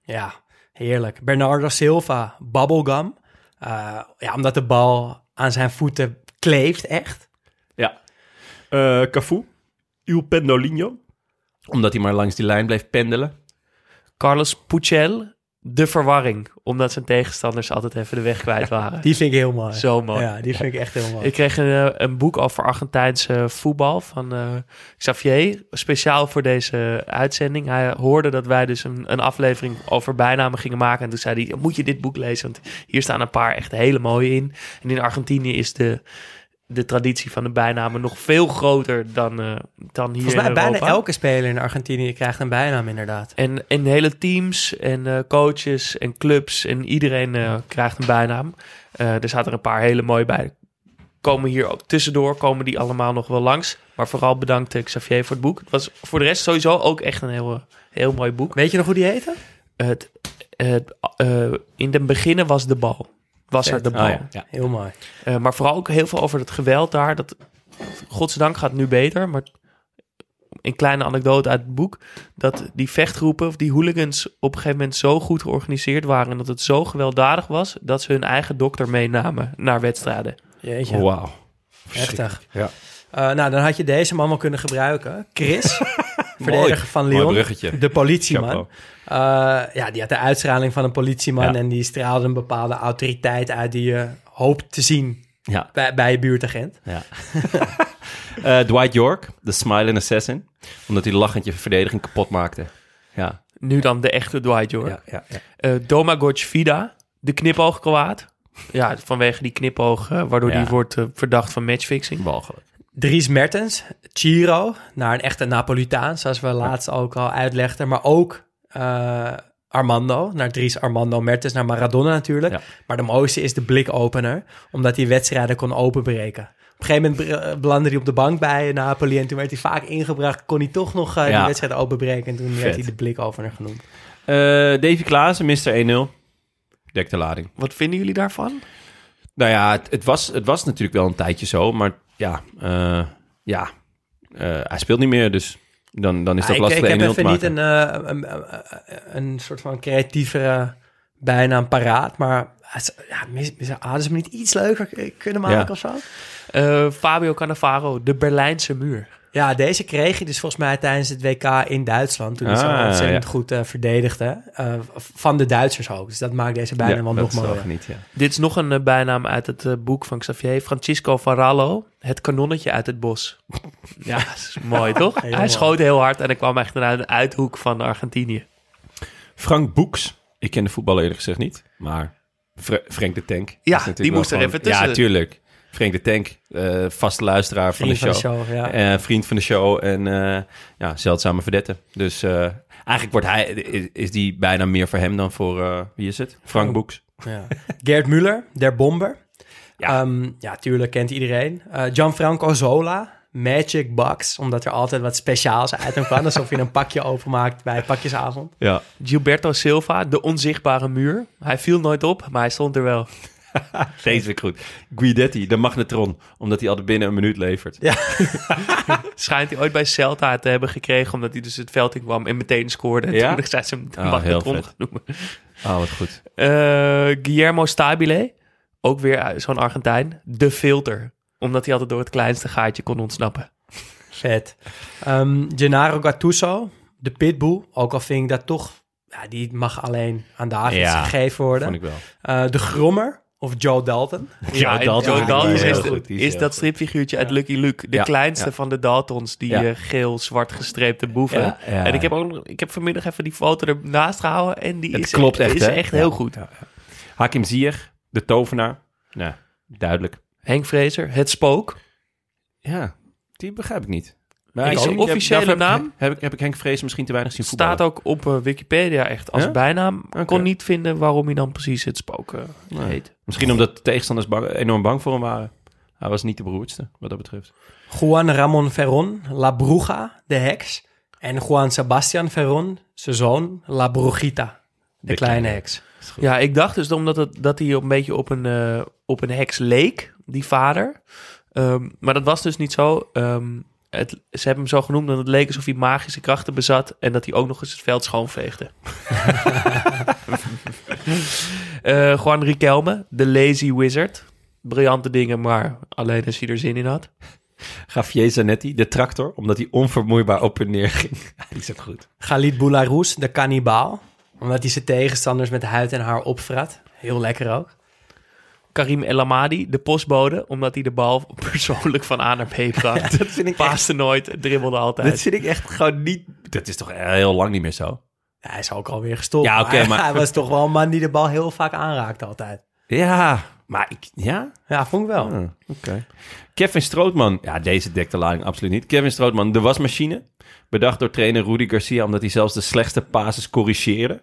S6: Ja, heerlijk. Bernardo Silva, bubblegum. Eh, ja, omdat de bal aan zijn voeten kleeft, echt.
S5: Ja. Eh Cafu, Il Pendolino. Omdat hij maar langs die lijn bleef pendelen.
S3: Carlos Puchel. De verwarring. Omdat zijn tegenstanders altijd even de weg kwijt waren.
S6: Die vind ik heel mooi.
S3: Zo mooi.
S6: Ja, die vind ik echt heel mooi.
S3: Ik kreeg een, eh, een boek over Argentijnse voetbal van eh, Xavier. Speciaal voor deze uitzending. Hij hoorde dat wij dus een, een aflevering over bijnamen gingen maken. En toen zei hij, moet je dit boek lezen? Want hier staan een paar echt hele mooie in. En in Argentinië is de, de traditie van de bijnamen nog veel groter dan, eh, dan hier
S6: Volgens mij
S3: in
S6: bijna
S3: Europa.
S6: elke speler in Argentinië krijgt een bijnaam inderdaad.
S3: En, en hele teams en eh, coaches en clubs en iedereen eh, krijgt een bijnaam. Eh, er zaten er een paar hele mooie bij. Komen hier ook tussendoor, komen die allemaal nog wel langs. Maar vooral bedankt eh, Xavier voor het boek. Het was voor de rest sowieso ook echt een heel, eh, heel mooi boek.
S6: Weet je nog hoe die heette?
S3: Het, het, eh, in den beginnen was de bal. Was er de bal.
S5: Oh, ja. Ja.
S6: Heel mooi.
S3: Eh, maar vooral ook heel veel over het geweld daar. Dat, godzijdank gaat het nu beter, maar een kleine anekdote uit het boek. Dat die vechtgroepen of die hooligans op een gegeven moment zo goed georganiseerd waren. En dat het zo gewelddadig was, dat ze hun eigen dokter meenamen naar wedstrijden.
S6: Jeetje,
S5: Wauw.
S6: heftig.
S5: Oh, Ja.
S6: Eh, nou, dan had je deze man wel kunnen
S5: (laughs)
S6: gebruiken. Chris, verdediger van
S5: Mooi
S6: Lyon.
S5: bruggetje.
S6: De politieman.
S5: Chapeau.
S6: Eh, ja, die had de uitstraling van een politieman.
S5: Ja.
S6: En die straalde een bepaalde autoriteit uit die je hoopt te zien
S5: Ja.
S6: bij, bij je buurtagent.
S5: Ja. (laughs) Eh, Dwight York, de Smiling Assassin. Omdat hij lachend je verdediging kapot maakte. Ja,
S3: Nu dan de echte Dwight York.
S5: ja, ja. ja.
S3: Eh, Domagoj Vida, de knipoogkwaad. Ja, vanwege die knipoog, eh, waardoor
S5: Ja.
S3: die wordt eh, verdacht van matchfixing.
S5: Walgelijk.
S6: Dries Mertens, Ciro, naar een echte Napolitaan, zoals we laatst ook al uitlegden. Maar ook eh, Armando, naar Dries Armando Mertens, naar Maradona natuurlijk.
S5: Ja.
S6: Maar de mooiste is de blikopener, omdat hij wedstrijden kon openbreken. Op een gegeven moment eh, belandde hij op de bank bij Napoli en toen werd hij vaak ingebracht. Kon hij toch nog eh,
S5: Ja.
S6: die wedstrijd openbreken en toen
S5: Vet.
S6: werd hij de blikopener genoemd.
S5: Eh, Davy Klaassen, Mr. 1-0. Dekt de lading.
S3: Wat vinden jullie daarvan?
S5: Nou ja, het, het was, het was natuurlijk wel een tijdje zo, maar ja, eh, ja eh, hij speelt niet meer, dus dan, dan is dat
S6: Ah, ik,
S5: lastig
S6: ik
S5: de
S6: heb
S5: 1-0 te
S6: even niet
S5: maken.
S6: een, eh, een, een- een soort van creatievere bijnaam paraat, maar hij is- ja, mis, mis, hadden ze hem niet iets leuker k- kunnen maken
S5: Ja.
S6: of zo?
S3: Eh, Fabio Cannavaro, de Berlijnse muur.
S6: Ja, deze kreeg hij dus volgens mij tijdens het WK in Duitsland. Toen hij
S5: Ah,
S6: zo ontzettend
S5: ja.
S6: goed eh, verdedigde. Eh, van de Duitsers ook. Dus dat maakt deze bijna
S5: Ja,
S6: wel
S5: dat
S6: nog
S5: is wel
S6: mooier.
S5: geniet, ja.
S3: Dit is nog een eh, bijnaam uit het eh, boek van Xavier. Francisco Farallo, het kanonnetje uit het
S5: (laughs)
S3: bos. ja, dat is mooi toch?
S6: Heel
S3: hij
S6: mooi.
S3: schoot heel hard en hij kwam echt naar de uithoek van Argentinië.
S5: Frank Boeks. Ik ken de voetballer eerlijk gezegd niet, maar Fra- Frank de Tank. is natuurlijk
S3: die
S5: wel
S3: moest er even tussen.
S5: Ja, tuurlijk. Frank de Tank, eh vaste luisteraar van de,
S6: Vriend
S5: show.
S6: ja.
S5: Eh, vriend van de show en eh, ja, zeldzame verdette. Dus eh, eigenlijk wordt hij, is, is die bijna meer voor hem dan voor, eh, wie is het? Frank Boeks.
S6: Ja. Gerd Muller, der Bomber.
S5: Ja.
S6: Ja, ja tuurlijk kent iedereen. Eh, Gianfranco Zola, Magic Box. Omdat er altijd wat speciaals uit hem kwam. Alsof je een pakje openmaakt bij pakjesavond.
S5: Ja.
S3: Gilberto Silva, de onzichtbare muur. Hij viel nooit op, maar hij stond er wel.
S5: Deze vind ik goed. Guidetti, de magnetron, omdat hij altijd binnen een minuut levert.
S3: Schijnt hij ooit bij Celta te hebben gekregen, omdat hij dus het veld in kwam en meteen scoorde. En
S5: Ja?
S3: Toen zijn ze hem de
S5: Ah,
S3: magnetron
S5: heel vet.
S3: genoemd.
S5: Ah, wat goed.
S3: Eh, Guillermo Stabile, ook weer uit- zo'n Argentijn. De filter, omdat hij altijd door het kleinste gaatje kon ontsnappen.
S6: Vet. Ehm, Gennaro Gattuso, de Pitbull. Ook al vind ik dat toch... Ja, die mag alleen aan Davids
S5: Ja,
S6: gegeven worden.
S5: Vond ik wel.
S6: Eh, de Grommer of Joe Dalton.
S3: Ja, en
S5: Dalton
S3: Joe
S5: is
S3: Dalton
S5: heel
S3: is,
S5: goed, die is
S3: is
S5: heel
S3: dat
S5: goed.
S3: stripfiguurtje uit Lucky Luke. De
S5: Ja,
S3: kleinste
S5: ja.
S3: van de Daltons, die
S5: Ja.
S3: eh, geel-zwart gestreepte boeven.
S5: Ja, ja.
S3: En ik heb, ook, nog- ik heb vanmiddag even die foto ernaast gehouden en die
S5: Het
S3: is,
S5: klopt echt,
S3: is
S5: hè?
S3: echt
S5: Ja.
S3: heel goed.
S5: Hakim Ziyech, de tovenaar. Nou, duidelijk.
S3: Henk Fraser, het spook.
S5: Ja, die begrijp ik niet.
S3: Is
S5: ik
S3: zijn
S5: ook niet.
S3: officiële
S5: Daarvoor heb ik-
S3: naam?
S5: Heb ik, heb ik Henk Vrees misschien te weinig zien voetballen.
S3: Staat ook op eh, Wikipedia echt als
S5: Ja?
S3: bijnaam. Ik
S5: Oké.
S3: kon niet vinden waarom hij dan precies het spook eh, heet.
S5: Misschien omdat de tegenstanders bang- enorm bang voor hem waren. Hij was niet de beroerdste, wat dat betreft.
S6: Juan Ramon Ferron, La Bruja, de heks. En Juan Sebastian Ferron, zijn zoon, La Brujita, de, kleine heks.
S3: Ja, ik dacht dus omdat het, dat hij een beetje op een, eh, op een heks leek, die vader. Ehm, maar dat was dus niet zo. Ehm, het, ze hebben hem zo genoemd dat het leek alsof hij magische krachten bezat en dat hij ook nog eens het
S5: (laughs)
S3: veld schoonveegde. Eh Juan Riquelme, de Lazy Wizard. Briljante dingen, maar alleen als hij er zin in had.
S5: Javier Zanetti, de tractor, omdat hij onvermoeibaar op en neer (laughs) ging. die is ook goed.
S6: Galit Boularus, de kannibaal. Omdat hij zijn tegenstanders met huid en haar opvrat. Heel lekker ook.
S3: Karim El Amadi, de postbode, omdat hij de bal (laughs) persoonlijk van A naar B
S5: (laughs)
S3: bracht.
S5: Dat vind ik
S3: Paaste nooit, dribbelde altijd.
S5: Dat vind ik echt gewoon niet... Dat is toch heel lang niet meer zo?
S6: Ja, hij is ook alweer gestopt.
S5: Ja, oké, maar-
S6: hij was toch wel een man die de bal heel vaak aanraakt altijd.
S5: Ja, maar ik... Ja?
S6: Ja, vond ik wel.
S5: Ah, Oké. Kevin Strootman. Ja, deze dekt de lading absoluut niet. Kevin Strootman, de wasmachine. Bedacht door trainer Rudy Garcia omdat hij zelfs de slechtste passes corrigeerde.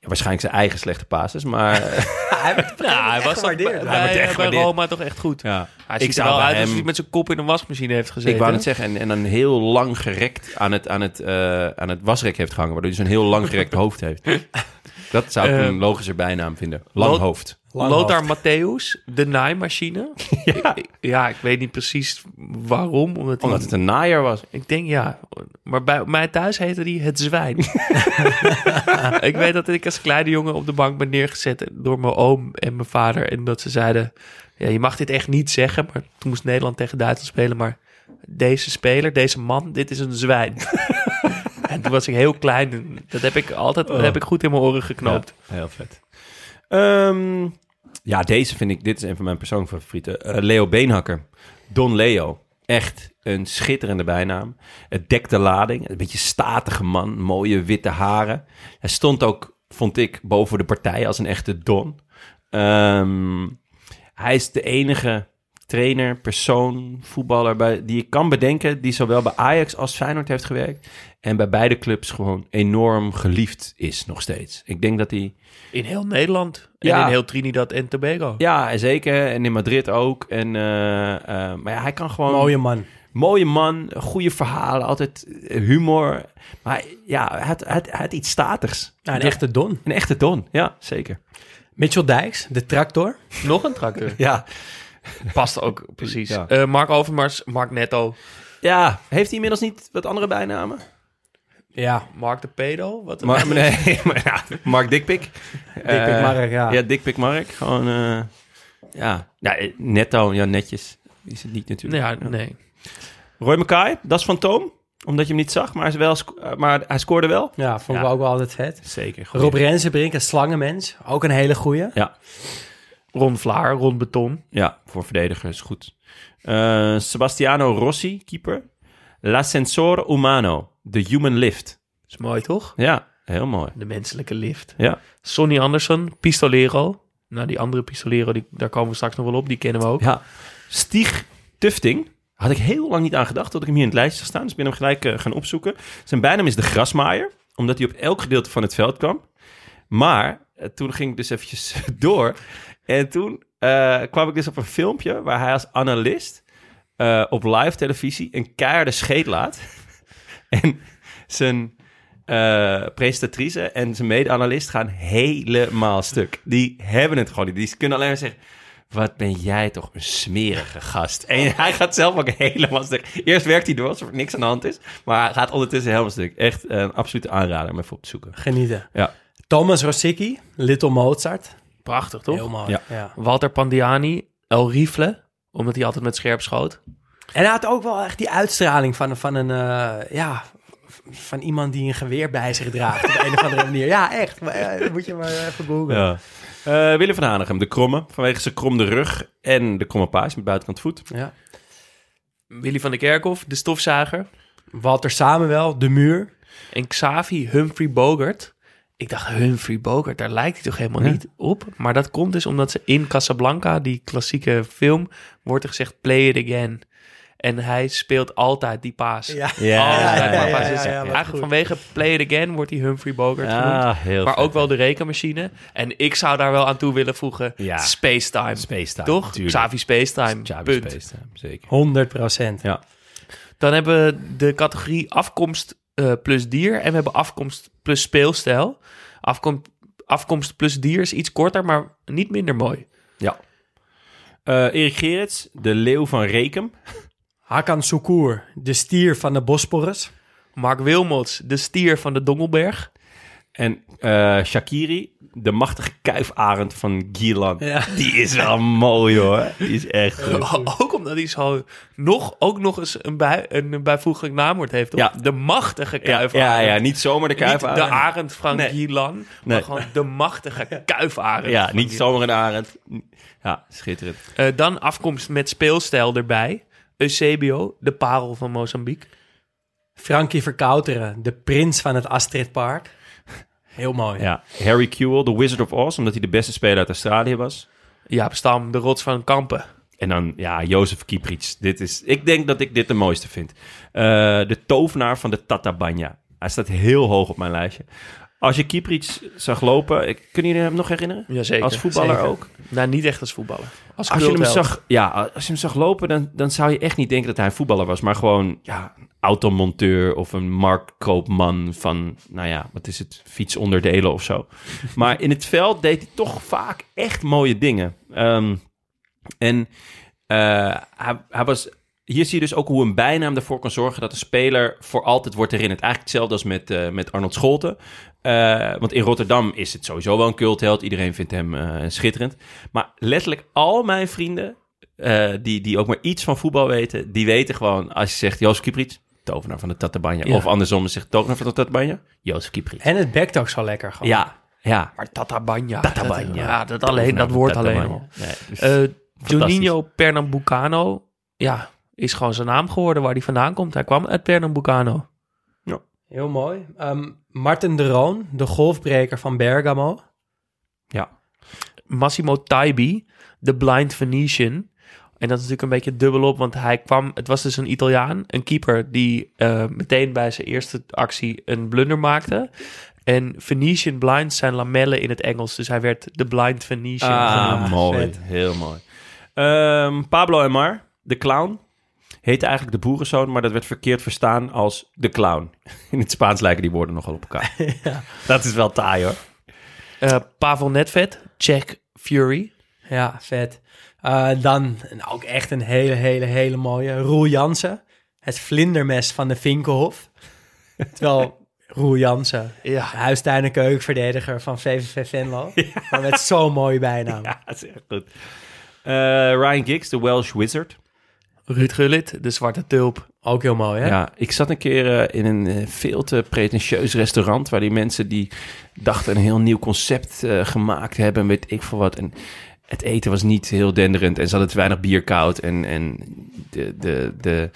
S5: Ja, waarschijnlijk zijn eigen slechte passes,
S3: (laughs)
S5: maar...
S6: hij werd
S3: Ja, hij
S6: echt
S3: was toch bij,
S6: gewaardeerd.
S5: Hij werd
S3: bij-
S5: echt
S3: bij
S5: gewaardeerd.
S3: Roma toch echt goed.
S5: ja,
S3: Hij ziet er wel uit alsof hij met zijn kop in een wasmachine heeft gezeten.
S5: Ik wou net zeggen, en, en dan heel lang gerekt aan het, aan, het, eh, aan het wasrek heeft gehangen, waardoor hij zo'n heel lang gerekt hoofd
S3: (laughs)
S5: heeft. Dat zou ik
S3: Eh,
S5: een logischer bijnaam vinden. Lang
S3: Lot-
S5: hoofd.
S3: Lothar Matthäus, de naaimachine. (laughs) ja. Ik, ja, ik weet niet precies waarom. Omdat, hij-
S5: Omdat het een naaier was.
S3: Ik denk ja. Maar bij mij thuis heette die het (laughs) zwijn. ik weet dat ik als kleine jongen op de bank ben neergezet door mijn oom en mijn vader. En dat ze zeiden, ja, je mag dit echt niet zeggen. Maar toen moest Nederland tegen Duitsland spelen. Maar deze speler, deze man, dit is een (laughs) zwijn. en toen was ik heel klein. en Dat heb ik altijd dat heb ik goed in mijn oren geknoopt.
S5: Ja, heel vet. Ehm, ja, deze vind ik, dit is een van mijn persoonlijke favorieten. Eh, Leo Beenhakker. Don Leo. Echt een schitterende bijnaam. Het dekt de lading. Een beetje statige man. Mooie witte haren. Hij stond ook, vond ik, boven de partij als een echte Don. Ehm, hij is de enige trainer, persoon, voetballer bij, die ik kan bedenken, die zowel bij Ajax als Feyenoord heeft gewerkt en bij beide clubs gewoon enorm geliefd is nog steeds. Ik denk dat hij,
S3: In heel Nederland. En
S5: Ja.
S3: in heel Trinidad en Tobago.
S5: ja en zeker, en in Madrid ook. En, eh, eh, maar ja, hij kan gewoon...
S6: Mooie man.
S5: Mooie man, goede verhalen, altijd eh, humor. Maar ja, hij had, hij had, hij had iets statigs.
S6: Ja, een echte don.
S5: Een echte Don, ja, zeker.
S6: Mitchell Dijks, de tractor.
S3: Nog een tracteur.
S5: Ja,
S3: Past ook, precies.
S5: Ja.
S3: Eh, Mark Overmars, Mark Netto,
S5: ja. heeft hij inmiddels niet wat andere bijnamen?
S6: Ja,
S3: Mark de Pedo. Wat een-
S5: (laughs)
S3: (laughs)
S5: Maar, nee, maar ja, Mark Dikpik. Eh,
S6: Dikpik Mark, ja.
S5: Ja, Dikpik Mark. Gewoon, eh, ja. ja, eh, netto, ja, netjes. Die is het niet natuurlijk.
S3: Ja, nee.
S5: Roy Mackay, dat is fantoom. Omdat je hem niet zag, maar hij, is wel sco- eh, maar hij scoorde wel.
S6: ja vond ik
S5: Ja.
S6: ook wel altijd vet.
S5: Zeker. goed.
S6: Rob Rensenbrink, een slangenmens. Ook een hele goeie.
S5: Ja,
S3: Ron Vlaar, Ron Beton.
S5: ja, voor verdedigers, goed. Eh, Sebastiano Rossi, keeper. L'ascensore umano, the human lift.
S3: Is mooi, toch?
S5: Ja, heel mooi.
S3: De menselijke lift.
S5: Ja,
S3: Sonny Anderson, Pistolero. Nou, die andere Pistolero, die, daar komen we straks nog wel op. Die kennen we ook.
S5: Ja. Stieg Tufting. Had ik heel lang niet aan gedacht dat ik hem hier in het lijstje zag staan. Dus ik ben hem gelijk eh, gaan opzoeken. Zijn bijnaam is de grasmaaier. Omdat hij op elk gedeelte van het veld kwam. Maar eh, toen ging ik dus eventjes (laughs) door. En toen eh, kwam ik dus op een filmpje waar hij als analist eh, op live televisie een keiharde scheet laat. (laughs) en zijn eh, presentatrice en zijn mede-analist gaan helemaal stuk. Die hebben het gewoon niet. Die kunnen alleen maar zeggen... Wat ben jij toch een smerige gast. En (laughs) hij gaat zelf ook helemaal stuk. Eerst werkt hij door alsof er niks aan de hand is. Maar hij gaat ondertussen helemaal stuk. Echt een absolute aanrader om even op te zoeken.
S6: Genieten.
S5: Ja.
S6: Thomas Rosicki, Little Mozart.
S3: Prachtig, toch?
S6: Heel mooi.
S5: Ja.
S6: Ja.
S3: Walter Pandiani, El Rifle. Omdat hij altijd met scherp schoot.
S6: En hij had ook wel echt die uitstraling van, van een... eh, ja, van iemand die een geweer bij zich draagt. op een of andere manier. Ja, echt. Maar, eh, moet je maar even googlen. Ja.
S5: Ja. Eh, Willem van Hanegem, de kromme. Vanwege zijn kromde rug en de kromme paas met buitenkant voet.
S3: Willy van der Kerkhoff, de stofzuiger.
S6: Walter Samuel, De Muur.
S3: En Xavi Humphrey Bogart. Ik dacht, Humphrey Bogart, daar lijkt hij toch helemaal niet op. Maar dat komt dus omdat ze in Casablanca, die klassieke film, wordt er gezegd play it again. En hij speelt altijd die paas.
S6: Ja.
S5: Oh, Ja,
S3: Altijd
S5: ja,
S3: maar
S5: ja,
S3: paas.
S5: ja,
S3: Dus
S6: ja, ja, maar
S3: Eigenlijk
S6: goed.
S3: vanwege play it again wordt hij Humphrey Bogart genoemd.
S5: heel
S3: Maar ook wel de rekenmachine. En ik zou daar wel aan toe willen voegen,
S5: Ja.
S3: Spacetime.
S5: Spacetime,
S3: Toch?
S5: tuurlijk.
S3: Xavi Spacetime. Punt.
S5: zeker.
S6: 100 procent.
S5: Ja.
S3: Dan hebben we de categorie afkomst eh, plus dier. En we hebben afkomst plus speelstijl. Afkom afkomst plus dier is iets korter, maar niet minder mooi.
S5: ja. Eh, Erik Gerrits, de leeuw van Rekem.
S6: Hakan Sukur, de stier van de Bosporus.
S3: Mark Wilmots, de stier van de Dongelberg.
S5: En eh, Shakiri, de machtige kuifarend van Gielan.
S6: Ja.
S5: Die is wel mooi hoor. Die is (laughs) echt
S3: (laughs)
S5: goed.
S3: Ook omdat hij zo nog, ook nog eens een, bij, een bijvoeglijk naamwoord heeft. toch?
S5: Ja.
S3: De machtige
S5: Ja,
S3: kuifarend.
S5: ja, ja, niet zomaar de
S3: Niet
S5: kuifarend.
S3: de arend van
S5: Nee.
S3: Gielan, maar
S5: Nee.
S3: gewoon de machtige kuifarend.
S5: Ja,
S3: van
S5: niet
S3: Gielan.
S5: zomaar een arend. Ja, schitterend.
S3: Eh, dan afkomst met speelstijl erbij. Eusebio, de parel van Mozambique.
S6: Frankie Verkouteren, de prins van het Astrid Park. Heel mooi.
S5: Ja, Harry Kewell, The Wizard of Oz, omdat hij de beste speler uit Australië was.
S3: Jaap Stam, de rots van Kampen.
S5: En dan, ja, Jozef Kieprits. Dit is, ik denk dat ik dit de mooiste vind. Eh, de tovenaar van de Tatabanya. Hij staat heel hoog op mijn lijstje. Als je Kieprits zag lopen, ik, kunnen jullie hem nog herinneren?
S3: Jazeker,
S5: Als voetballer
S3: zeker.
S5: ook.
S3: Nou, niet echt als voetballer. Als,
S5: Als je hem
S3: cultheld.
S5: zag, ja, als je hem zag lopen, dan, dan zou je echt niet denken dat hij een voetballer was. Maar gewoon, ja, een automonteur of een marktkoopman van, nou ja, wat is het, fietsonderdelen of zo. Maar in het veld deed hij toch vaak echt mooie dingen. Ehm, en eh, hij, hij was... Hier zie je dus ook hoe een bijnaam ervoor kan zorgen dat een speler voor altijd wordt herinnerd. Eigenlijk hetzelfde als met, eh, met Arnold Scholten. Eh, want in Rotterdam is het sowieso wel een cultheld. Iedereen vindt hem eh, schitterend. Maar letterlijk al mijn vrienden, eh, die, die ook maar iets van voetbal weten, die weten gewoon als je zegt Joost Kieprits, tovenaar van de Tatabanya.
S6: Ja.
S5: Of andersom, je zegt tovenaar van de Tatabanya, Joost Kieprits.
S6: En het bekt ook zo lekker gewoon.
S5: Ja, ja.
S3: Maar Tatabanya.
S5: Tatabanya.
S3: Dat- ja, dat, alleen, dat woord alleen al.
S5: Nee, dus-
S3: Eh
S5: Fantastisch.
S3: Juninho Pernambucano. Ja, is gewoon zijn naam geworden waar hij vandaan komt. Hij kwam uit Pernambucano.
S6: Heel mooi. Ehm, Martin de Roon, de golfbreker van Bergamo.
S5: ja.
S3: Massimo Taibi, de blind Venetian. En dat is natuurlijk een beetje dubbelop, want hij kwam... Het was dus een Italiaan, een keeper... die eh, meteen bij zijn eerste actie een blunder maakte. En Venetian blinds zijn lamellen in het Engels. Dus hij werd de blind Venetian. genoemd.
S5: Ah, mooi.
S6: vet.
S5: Heel mooi. Ehm, Pablo Emar, de clown, heette eigenlijk de boerenzoon, maar dat werd verkeerd verstaan als de clown. (laughs) In het Spaans lijken die woorden nogal op (laughs) elkaar. Dat is wel taai hoor.
S3: Eh, Pavel Nedved, Czech Fury.
S6: Ja, vet. Eh, dan en ook echt een hele, hele, hele mooie. Roel Jansen. Het vlindermes van de Vinkenhof. Terwijl Roel Jansen,
S3: Ja.
S6: huistuin- en keukenverdediger van VVV Venlo. Maar met zo'n mooie bijnaam.
S5: (laughs) Ja, dat is echt goed. Eh, Ryan Giggs, de Welsh Wizard.
S3: Ruud Gullit, de zwarte tulp.
S6: Ook heel mooi, hè?
S5: Ja, ik zat een keer eh, in een eh, veel te pretentieus restaurant... waar die mensen die dachten een heel nieuw concept eh, gemaakt hebben... weet ik veel wat. En het eten was niet heel denderend en ze hadden te weinig bier koud. En, en de, de, de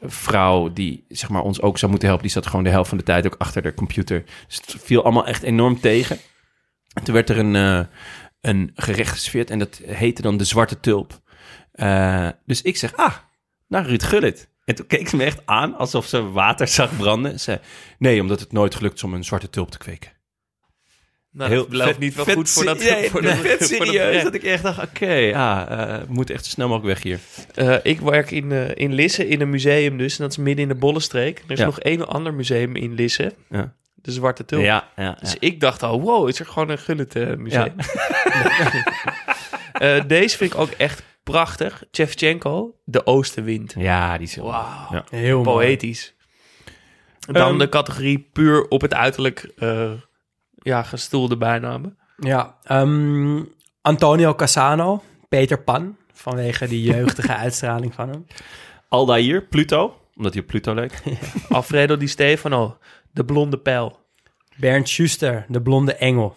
S5: vrouw die zeg maar, ons ook zou moeten helpen... die zat gewoon de helft van de tijd ook achter de computer. Dus het viel allemaal echt enorm tegen. En toen werd er een, eh, een gerecht gesfeerd en dat heette dan de Zwarte Tulp. Eh, dus ik zeg, ah, naar Ruud Gullit. En toen keek ze me echt aan alsof ze water zag branden. Ze, nee, omdat het nooit gelukt is om een zwarte tulp te kweken.
S3: Nou, dat belooft niet wel goed
S5: (laughs)
S3: voor dat...
S5: Nee,
S3: (laughs) voor dat-
S5: nee, vet
S3: voor dat
S5: serieus.
S3: gerecht.
S5: dat ik echt dacht, oké, ja, eh, we moeten echt zo snel mogelijk weg hier.
S3: Eh, ik werk in, eh, in Lisse in een museum dus. En dat is midden in de Bollenstreek. Er is
S5: Ja.
S3: nog één ander museum in Lisse.
S5: Ja.
S3: De Zwarte Tulp.
S5: Ja, ja,
S3: Dus ik dacht al, wow, is er gewoon een Gullit eh, museum. (laughs) Eh, deze vind ik ook echt prachtig. Shevchenko, De Oostenwind.
S5: ja, die is heel
S3: Wauw,
S5: Ja.
S6: Heel mooi.
S3: poëtisch. Dan
S5: Oh, Ehm,
S3: de categorie puur op het uiterlijk eh, ja, gestoelde bijnamen.
S6: Ja. ehm, Antonio Cassano. Peter Pan. Vanwege die jeugdige uitstraling van hem.
S5: Aldair, Pluto, omdat hij op Pluto leek. (laughs)
S3: Alfredo Di Stefano, De Blonde Pijl.
S6: Bernd Schuster. De blonde engel.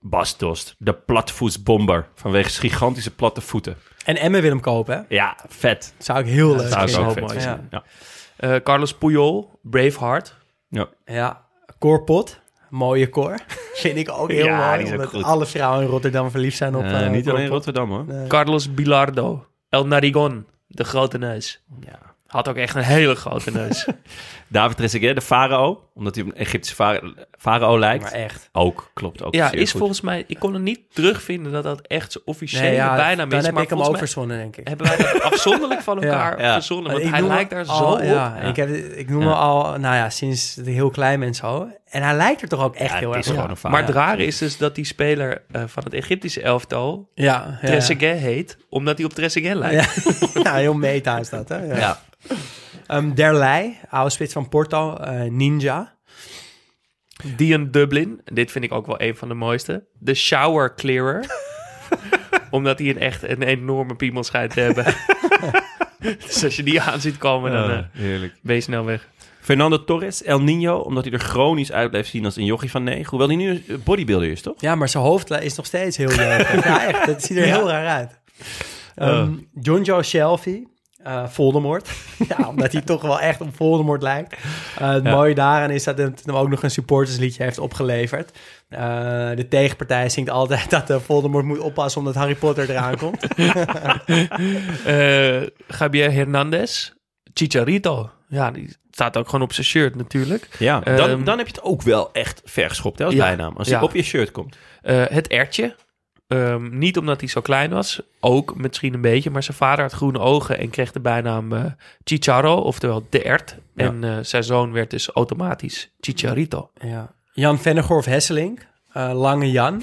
S5: Bastos, de platvoetsbomber, vanwege zijn gigantische platte voeten.
S6: En Emme wil hem kopen, hè?
S5: Ja, vet.
S6: Zou ik heel
S3: zou
S6: leuk
S3: ik
S5: Dat
S6: vinden.
S5: zou
S3: heel
S5: ook vet
S3: mooi
S5: zijn. Ja.
S3: Eh, Carlos Puyol, Braveheart.
S6: Ja, koorpot. Mooie koor. (laughs) Vind ik ook heel
S5: Ja, die
S6: mooi.
S5: is ook
S6: Omdat
S5: goed.
S6: alle vrouwen in Rotterdam verliefd zijn op...
S5: Eh,
S6: eh,
S5: niet alleen in
S6: koorpot.
S5: Rotterdam hoor.
S3: Carlos Bilardo, El Narigon, De Grote Neus.
S5: Ja.
S3: Had ook echt een hele grote
S6: (laughs)
S3: neus.
S5: David Trezeguet, de farao, omdat hij op een Egyptische fara- farao lijkt.
S6: Maar echt.
S5: Ook, klopt ook.
S3: ja,
S5: zeer
S3: is
S5: goed.
S3: volgens mij... Ik kon het niet terugvinden dat dat echt zijn officiële
S6: Nee, ja,
S3: bijnaam
S6: dan
S3: is.
S6: heb
S3: maar
S6: ik hem ook
S3: volgens mij
S6: verzonnen, denk ik.
S3: hebben wij dat
S6: (laughs)
S3: afzonderlijk van
S6: Ja,
S3: elkaar
S5: ja.
S3: verzonnen. Want
S6: Ik
S3: hij
S6: noem
S3: lijkt
S6: hem
S3: daar
S6: al-
S3: zo op.
S6: Ja, Ik, heb, ik noem hem al, nou ja, sinds het heel klein mens zo. En hij lijkt er toch ook echt
S5: Ja,
S6: heel
S5: het
S6: erg
S5: is
S6: op.
S5: gewoon een farao.
S3: Maar het rare is dus dat die speler eh, van het Egyptische elftal
S6: Ja, ja.
S3: Trezeguet heet, omdat hij op Trezeguet lijkt.
S6: Ja, (laughs) nou, heel meta is dat, hè? Ja. Ehm, Derlei, oude spits van Porto, eh, Ninja.
S3: Dion Dublin, dit vind ik ook wel een van de mooiste. De shower clearer. omdat hij een echt een enorme piemel schijnt te hebben. dus als je die aan ziet komen, dan eh,
S5: heerlijk.
S3: ben je snel weg.
S5: Fernando Torres, El Nino, omdat hij er chronisch uit blijft zien als een jochie van negen. Hoewel hij nu een bodybuilder is, toch?
S6: Ja, maar zijn hoofd is nog steeds heel leuk. ja, echt. Dat ziet er heel raar uit. Ehm John Joe Shelby, eh, Voldemort. ja, omdat hij toch wel echt op Voldemort lijkt. Eh, het mooie daaraan is dat het hem ook nog een supportersliedje heeft opgeleverd. Eh, de tegenpartij zingt altijd (laughs) dat eh, Voldemort moet oppassen omdat Harry Potter eraan komt.
S3: Eh, Javier Hernandez, Chicharito. Ja, die staat ook gewoon op zijn shirt natuurlijk.
S5: Ja, dan,
S3: Ehm,
S5: dan heb je het ook wel echt ver geschopt hè, als
S3: Ja,
S5: bijnaam. Als hij
S3: ja.
S5: op je shirt komt.
S3: Eh, het ertje. Ehm, niet omdat hij zo klein was, ook misschien een beetje, maar zijn vader had groene ogen en kreeg de bijnaam eh, Chicharo, oftewel de ert.
S5: Ja.
S3: En eh, zijn zoon werd dus automatisch Chicharito.
S6: ja. Jan Vennegorf Hesselink, eh, Lange
S5: (laughs)
S6: Jan.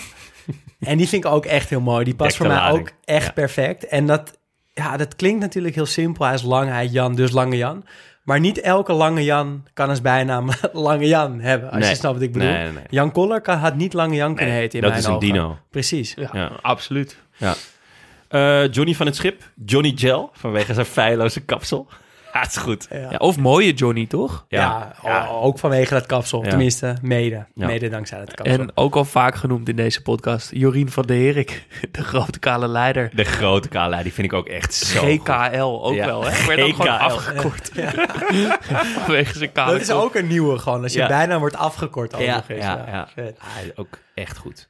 S6: en die vind ik ook echt heel mooi. Die past
S5: Dekte
S6: voor mij
S5: lading.
S6: ook echt
S5: Ja.
S6: perfect. En dat, ja, dat klinkt natuurlijk heel simpel. Hij is lang, hij is Jan, dus Lange Jan. Maar niet elke Lange Jan kan als bijnaam (laughs) Lange Jan hebben. Als
S5: Nee.
S6: je snapt wat ik bedoel.
S5: Nee, nee, nee.
S6: Jan Koller kan, had niet Lange Jan kunnen
S5: Nee,
S6: heten in
S5: dat
S6: mijn
S5: is een
S6: ogen.
S5: dino.
S6: Precies.
S5: Ja.
S3: absoluut.
S5: Eh, Johnny van het Schip, Johnny Gel, vanwege zijn feilloze kapsel. (laughs) Ja, het is goed.
S3: Ja, of mooie Johnny, toch?
S6: Ja, o- ook vanwege dat kapsel.
S5: Ja.
S6: Tenminste, mede.
S5: Ja.
S6: Mede dankzij dat kapsel.
S3: En ook al vaak genoemd in deze podcast, Jorien van de Herik, (laughs) de grote kale leider.
S5: De grote kala, die vind ik ook echt zo goed.
S3: GKL ook
S5: Ja.
S3: wel, hè? Werd ook gewoon
S5: GKL.
S3: afgekort. (laughs) Vanwege zijn kale
S6: dat is
S3: kop.
S6: ook een nieuwe gewoon. Als je
S5: Ja.
S6: bijna wordt afgekort. ook
S5: Oh, Ja,
S6: nog eens.
S5: ja, ja.
S6: vet.
S5: Ah, ook echt goed.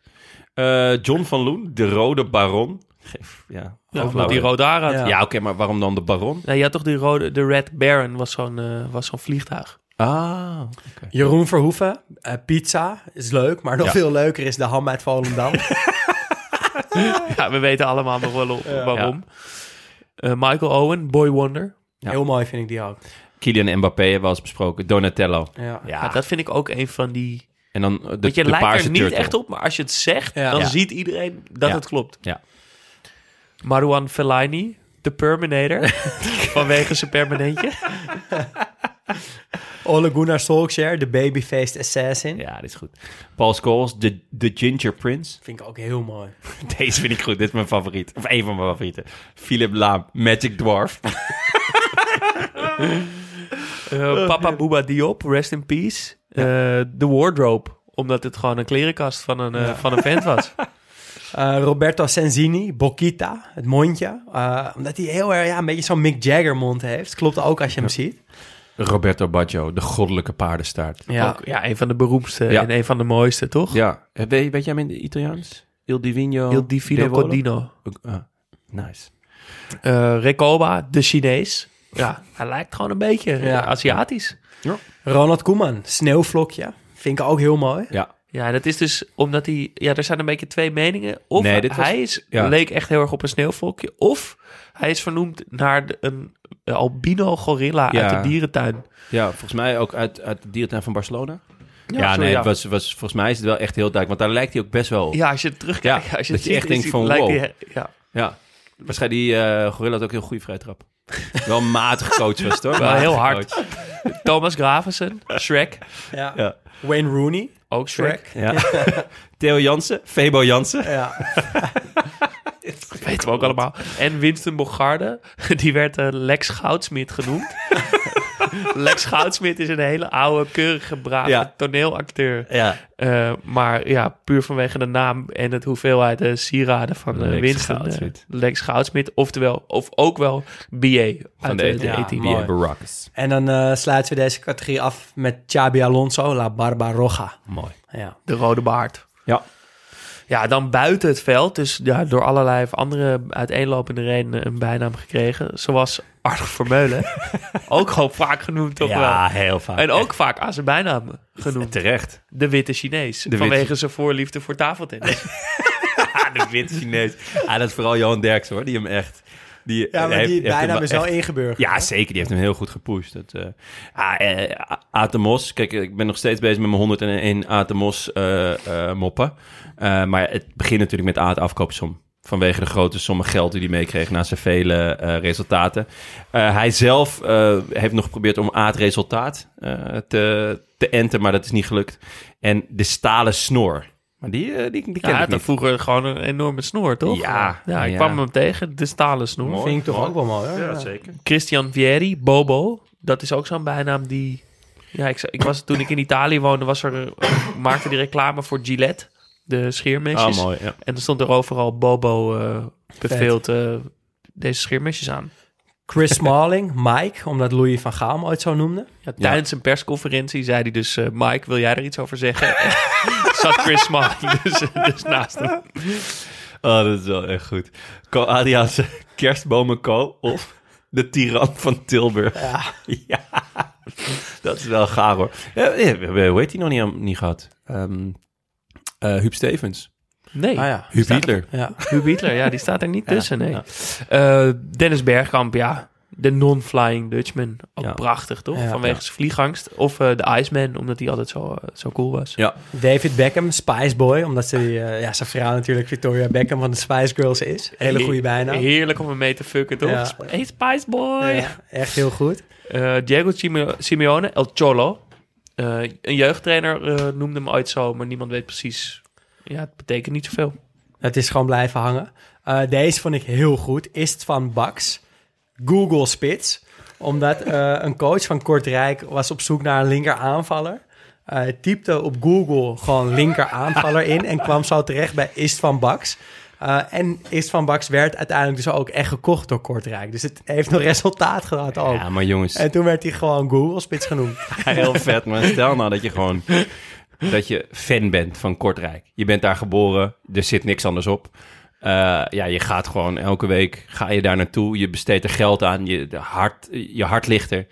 S5: Eh, John van Loen, de rode baron. Geef, ja.
S3: Ja,
S5: Gewoon
S3: want die rode haren had-
S6: Ja.
S5: Ja, oké, maar waarom dan de baron?
S3: Nee, je had toch die rode, de Red Baron was zo'n eh, was zo'n vliegtuig.
S5: Ah,
S6: Jeroen Verhoeven, eh, pizza is leuk, maar nog
S5: Ja.
S6: veel leuker is de ham uit (laughs) Volendam.
S3: Ja, we weten allemaal nog wel op- waarom. Eh, Michael Owen, Boy Wonder.
S5: Ja.
S6: Heel mooi vind ik die ook.
S5: Kylian en Mbappé hebben we al eens besproken. Donatello.
S6: Ja.
S5: Ja,
S3: Ja, dat vind ik ook een van die...
S5: en dan eh, de,
S3: Dat je
S5: de
S3: lijkt
S5: paarse
S3: er niet
S5: turtle.
S3: echt op, maar als je het zegt,
S6: Ja.
S3: dan
S6: Ja.
S3: ziet iedereen dat
S5: Ja.
S3: het klopt.
S5: Ja.
S3: Marwan Fellaini, de Perminator, vanwege zijn permanentje. Eh,
S6: Ole Gunnar Solskjaer, de babyfaced assassin.
S5: Ja, dit is goed. Paul Scholes, de, de Ginger Prince.
S6: Vind ik ook heel mooi.
S5: (laughs) Deze vind ik goed. Dit is mijn favoriet. Of een van mijn favorieten. Philip Laam, Magic Dwarf.
S3: Eh, Papa Booba Diop, rest in peace. Eh, de Wardrobe, omdat het gewoon een klerenkast van een, eh, van een vent was.
S6: Eh, Roberto Senzini, Bokita, het mondje. Eh, omdat hij heel erg, ja, een beetje zo'n Mick Jagger mond heeft. Klopt ook als je hem ziet.
S5: Roberto Baggio, de goddelijke paardenstaart.
S6: Ja.
S3: Ook, ja, een van de beroemdste
S5: Ja.
S3: en een van de mooiste, toch?
S5: Ja. Eh, Weet, weet jij hem in het Italiaans? (laughs) Il Divino.
S3: Heel Divino
S5: Diavolo?
S3: Codino.
S5: Ah, nice.
S3: Eh Recoba, de Chinees. Ja, hij lijkt gewoon een beetje eh,
S6: Ja.
S3: Aziatisch.
S6: Ronald Koeman, sneeuwvlokje. Vind ik ook heel mooi.
S5: Ja.
S3: Ja, dat is dus omdat hij... Ja, er zijn een beetje twee meningen. Of
S5: Nee, dit was-
S3: hij is,
S5: ja.
S3: leek echt heel erg op een sneeuwvolkje. Of hij is vernoemd naar de- een albino gorilla
S5: Ja.
S3: uit de dierentuin.
S5: Ja, volgens mij ook uit, uit de dierentuin van Barcelona. Ja,
S3: zo,
S5: nee,
S3: ja.
S5: het was, was, volgens mij is het wel echt heel duidelijk. Want daar lijkt hij ook best wel op.
S3: Ja, als je het terugkijkt.
S5: Ja,
S3: als je
S5: dat
S3: het
S5: je echt
S3: ziet, is
S5: denkt
S3: die-
S5: van,
S3: lijkt
S5: wow.
S3: die- ja.
S5: Ja. Waarschijnlijk die eh, gorilla had ook een heel goede vrijtrap. (laughs) Wel een matige coach was het hoor.
S3: Wel heel hard.
S5: Matige coach.
S3: Thomas Gravesen, Shrek.
S6: Ja.
S5: Ja.
S6: Wayne Rooney,
S3: Ook Shrek.
S6: Shrek.
S5: Ja. (laughs) Theo Jansen, Febo Jansen.
S6: Ja.
S3: (laughs) Dat weten we ook allemaal. En Winston Bogarde, (laughs) die werd eh, Lex Goudsmit genoemd. (laughs) Lex Goudsmit is een hele oude, keurige, brave
S5: Ja.
S3: toneelacteur.
S5: Ja.
S3: Eh, maar ja, puur vanwege de naam en het hoeveelheid eh, sieraden van eh,
S5: Lex
S3: Winston. eh,
S5: Goudsmit.
S3: Lex Goudsmit, oftewel, of ook wel
S5: Van
S3: BA uit
S5: de
S3: de, de
S5: ETA.
S6: ja,
S5: Die
S3: ETA.
S6: mooi.
S5: Baracus.
S6: En dan eh, sluiten we deze categorie af met Xabi Alonso, La Barbaroja.
S5: Mooi.
S6: Ja.
S3: De rode baard.
S5: Ja.
S3: Ja, dan buiten het veld. Dus ja, door allerlei andere uiteenlopende redenen een bijnaam gekregen. Zoals Arno
S5: (laughs)
S3: Vermeulen. ook gewoon vaak genoemd, toch wel?
S5: heel vaak.
S3: En ook vaak aan zijn bijnaam genoemd.
S5: terecht.
S3: De witte Chinees.
S5: witte-
S3: vanwege zijn voorliefde voor tafeltennis.
S5: Ah, de witte Chinees. Ah, dat is vooral Johan Derks hoor, die hem echt... Die,
S6: Ja, maar
S5: heeft-
S6: die
S5: heeft hem
S6: bijnaam is wel
S5: echt-
S6: ingeburgerd.
S5: Ja, zeker. Die heeft hem heel goed gepusht. Dat, eh ah, eh, A- Atemos. Kijk, ik ben nog steeds bezig met mijn 101 Atemos eh, eh, moppen. Eh, maar het begint natuurlijk met A, het afkoopsom. Vanwege de grote sommen geld die hij meekreeg na zijn vele eh, resultaten. Eh, hij zelf eh, heeft nog geprobeerd om A, het resultaat eh, te, te enten, maar dat is niet gelukt. En de stalen snor. Maar die, eh, die, die ken
S3: Ja, hij
S5: ik
S3: had
S5: niet.
S3: vroeger gewoon een enorme snoer, toch?
S5: Ja,
S3: ja ik
S5: ja.
S3: kwam hem tegen. De stalen snoer.
S5: Mooi.
S6: Vind ik toch ook wel mooi. hoor. Ja.
S5: zeker.
S3: Christian Vieri, Bobo. Dat is ook zo'n bijnaam die... Ja, ik, ik was, toen ik in Italië woonde, was er, eh, maakte die reclame voor Gillette. De
S5: Ah,
S3: scheermesjes.
S5: mooi, ja.
S3: En er stond er overal Bobo eh beveelt eh, deze scheermesjes aan.
S6: Chris Smalling, Mike, omdat Louis van Gaal hem ooit zo noemde.
S3: Ja, tijdens een persconferentie zei hij dus... eh, Mike, wil jij er iets over zeggen? (laughs) En zat Chris Smalling (laughs) dus, dus naast hem.
S5: Oh, dat is wel echt goed. Ko (laughs) Adriaanse kerstbomenko of de tiran van Tilburg. (laughs) Ja. Dat is wel gaar hoor. Ja, eh, we hebben- Hoe heet die nog niet, aan- niet gehad? Ehm eh, Huub Stevens.
S3: Nee,
S6: Ah ja.
S5: Huub Hitler.
S6: Ja.
S3: Hugh Hitler, ja, die staat er niet tussen. Nee. Eh, Dennis Bergkamp, ja. De non-flying Dutchman. Ook
S5: Ja.
S3: prachtig, toch?
S6: Ja.
S3: Vanwege
S5: Ja.
S3: zijn vliegangst. Of eh, de Iceman, omdat hij altijd zo, eh, zo cool was.
S5: Ja.
S6: David Beckham, Spice Boy, omdat ze, eh, ja, zijn vrouw natuurlijk Victoria Beckham van de Spice Girls is. Hele goede bijnaam.
S3: Heerlijk om hem mee te fucken, toch?
S6: Ja.
S3: Hey, Spice Boy!
S6: Ja, echt heel goed.
S3: Eh, Diego Sime- Simeone, El Cholo. Eh, een jeugdtrainer eh, noemde hem ooit zo, maar niemand weet precies. Ja, het betekent niet zoveel.
S6: Het is gewoon blijven hangen. Eh, deze vond ik heel goed. Is het van Bax? Google Spits. Omdat eh, een coach van Kortrijk was op zoek naar een linker aanvaller. Eh, typte op Google gewoon linker aanvaller in en kwam zo terecht bij Ist van Bax. Eh, en Ist van Bax werd uiteindelijk dus ook echt gekocht door Kortrijk. Dus het heeft nog resultaat gehad ook.
S5: Ja, maar jongens,
S6: En toen werd hij gewoon Google Spits genoemd.
S5: heel vet. Maar stel nou dat je gewoon dat je fan bent van Kortrijk. Je bent daar geboren, er zit niks anders op. Eh, ja, je gaat gewoon elke week ga je daar naartoe. Je besteedt er geld aan. Je de hart, je hart ligt er.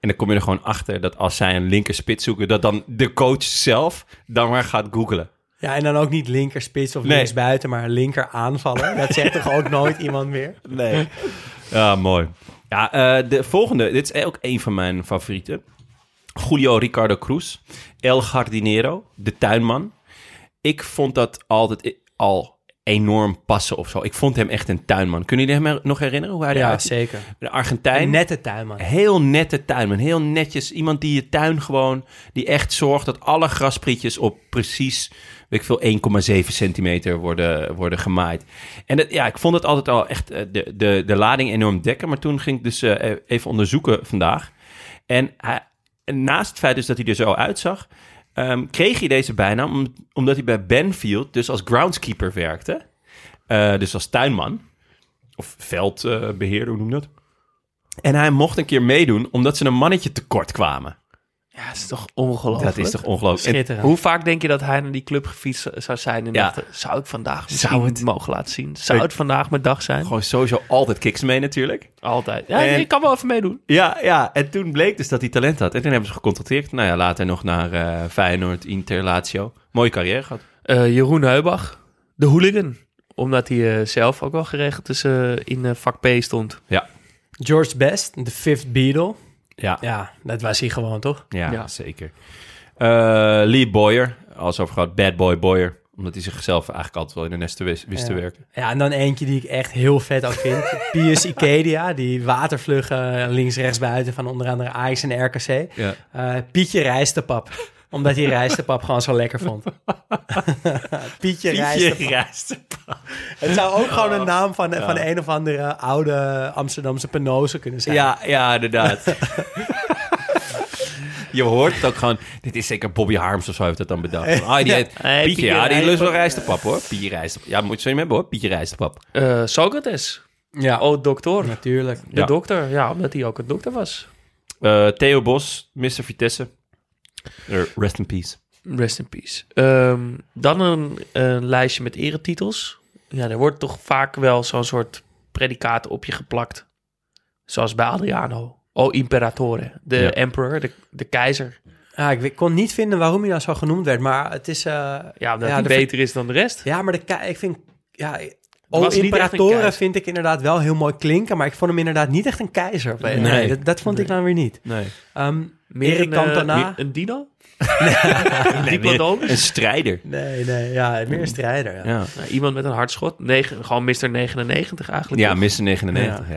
S5: En dan kom je er gewoon achter dat als zij een linker spits zoeken, dat dan de coach zelf dan maar gaat googelen.
S6: Ja, en dan ook niet linker spits of
S5: Nee.
S6: linksbuiten, maar linker aanvallen. Dat zegt toch ook nooit iemand meer?
S5: Nee. (laughs) Ja, mooi. Ja, eh, de volgende. Dit is ook een van mijn favorieten. Julio Ricardo Cruz. El Jardinero, de tuinman. Ik vond dat altijd i- al enorm passen of zo. Ik vond hem echt een tuinman. Kunnen jullie hem her- nog herinneren hoe hij
S6: Ja,
S5: eruit ziet?
S6: zeker.
S5: De Argentijn.
S6: Nette tuinman.
S5: Heel nette tuinman. Heel netjes. Iemand die je tuin gewoon... Die echt zorgt dat alle grasprietjes op precies... Weet ik veel, 1,7 centimeter worden, worden gemaaid. En dat, ja, ik vond het altijd al echt eh, de, de, de lading enorm dekken. Maar toen ging ik dus eh, even onderzoeken vandaag. En hij, en naast het feit dus dat hij er zo uitzag... ehm, kreeg hij deze bijnaam om- omdat hij bij Benfield dus als groundskeeper werkte. Eh, dus als tuinman. Of veldbeheerder, eh, hoe noem je dat? En hij mocht een keer meedoen omdat ze een mannetje tekort kwamen.
S3: Ja, dat is toch ongelooflijk.
S5: Dat is toch ongelooflijk. En
S6: Schitterend.
S3: Hoe vaak denk je dat hij naar die club gefietst z- zou zijn en
S5: Ja.
S3: dacht, zou ik vandaag zou het mogen laten zien? Zou
S5: Ik-
S3: het vandaag mijn dag zijn?
S5: gewoon sowieso altijd kiks mee natuurlijk.
S3: Altijd. Ja,
S5: En-
S3: ik kan wel even meedoen.
S5: Ja, ja. En toen bleek dus dat hij talent had. En toen hebben ze geconstateerd. Nou ja, later nog naar eh Feyenoord, Inter, Lazio. Mooie carrière gehad.
S3: Eh, Jeroen Heubach, de hooligan. Omdat hij eh, zelf ook wel geregeld tussen in eh, vak P stond.
S6: George Best, de fifth Beatle.
S5: Ja, ja,
S6: Ja, dat was hij gewoon, toch?
S3: Ja.
S5: zeker. Eh, Lee Boyer, als over gehad. Bad boy Boyer. Omdat hij zichzelf eigenlijk altijd wel in de nesten wist, wist te
S6: Ja.
S5: werken.
S6: Ja, en dan eentje die ik echt heel vet ook (laughs) vind. Pius Ikedia, die watervlug eh, links-rechts buiten van onder andere Ajax en RKC.
S5: Ja.
S6: Eh, Pietje Rijstepap, omdat hij Rijstepap gewoon zo lekker vond. (laughs) Pietje Oh, Rijstepap. Het zou ook gewoon een naam van, van een of andere oude Amsterdamse penose kunnen zijn.
S5: Ja, ja, (laughs) inderdaad. Je hoort het ook gewoon. Dit is zeker Bobby Harms of zo heeft dat dan bedacht. Ah, die heet
S3: Hey,
S5: Pietje,
S3: Pietje
S5: ja, die lust wel
S3: Rijstepap.
S5: rijstepap hoor. Pietje rijstepap. Ja, moet je zo niet hebben hoor. Pietje rijstepap.
S3: Eh, Socrates,
S6: ja
S3: oh dokter. De
S6: natuurlijk.
S5: Ja.
S3: dokter, ja, omdat hij ook een dokter was.
S5: Eh, Theo Bos, Mr. Vitesse. Eh, Rest in peace.
S3: Rest in peace. Ehm, dan een, een lijstje met eretitels. Ja, er wordt toch vaak wel zo'n soort predicaat op je geplakt. Zoals bij Adriano. O imperatore, de
S5: Ja.
S3: emperor, de, de keizer.
S6: Ah, ik we- kon niet vinden waarom hij nou zo genoemd werd, maar het is... eh,
S3: Ja, omdat
S6: Ja,
S3: hij
S6: de-
S3: beter is dan de rest.
S6: ja, maar de, ke- ik vind... Ja,
S3: was
S6: O
S3: niet echt een
S6: Imperatoren
S3: keizer.
S6: vind ik inderdaad wel heel mooi klinken, maar ik vond hem inderdaad niet echt een keizer. op een of andere
S5: Nee.
S6: manier. Dat, dat vond ik nou weer niet.
S5: Nee.
S6: Ehm
S3: Meer
S6: Erik
S3: een, eh,
S6: Cantona.
S3: meer een
S6: (laughs)
S3: dino? een diplodoom?
S5: Een strijder.
S6: nee, nee, ja, meer een strijder. Ja.
S5: Ja,
S3: Nou, iemand met een hardschot. Negen, gewoon Mr. 99 eigenlijk.
S5: ja
S3: toch?
S5: Mr. 99. Ja.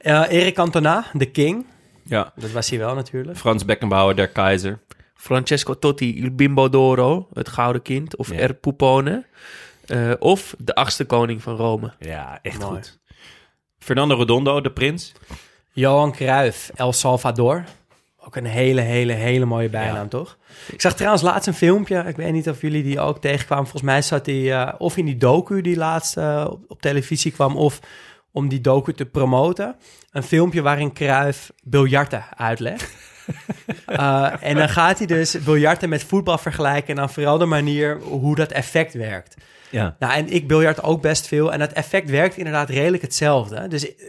S5: Ja.
S6: Eh, Erik Cantona, de king. Dat was hij wel natuurlijk.
S5: Frans Beckenbauer, der Keizer.
S3: Francesco Totti, Il Bimbo d'Oro, het gouden kind. Of
S5: Ja.
S3: R. Pupone. Eh, of de achtste koning van Rome.
S5: Ja, echt goed. Fernando Redondo, de prins.
S6: Johan Cruijff, El Salvador. Ook een hele, hele, hele mooie bijnaam, toch? Ik zag trouwens laatst een filmpje. Ik weet niet of jullie die ook tegenkwamen. Volgens mij zat die eh, of in die docu die laatst eh, op, op televisie kwam... of om die docu te promoten. Een filmpje waarin Cruijff biljarten uitlegt. Eh, en dan gaat hij dus biljarten met voetbal vergelijken... en dan vooral de manier hoe dat effect werkt.
S5: Ja.
S6: Nou, en ik biljart ook best veel. En dat effect werkt inderdaad redelijk hetzelfde. Dus eh,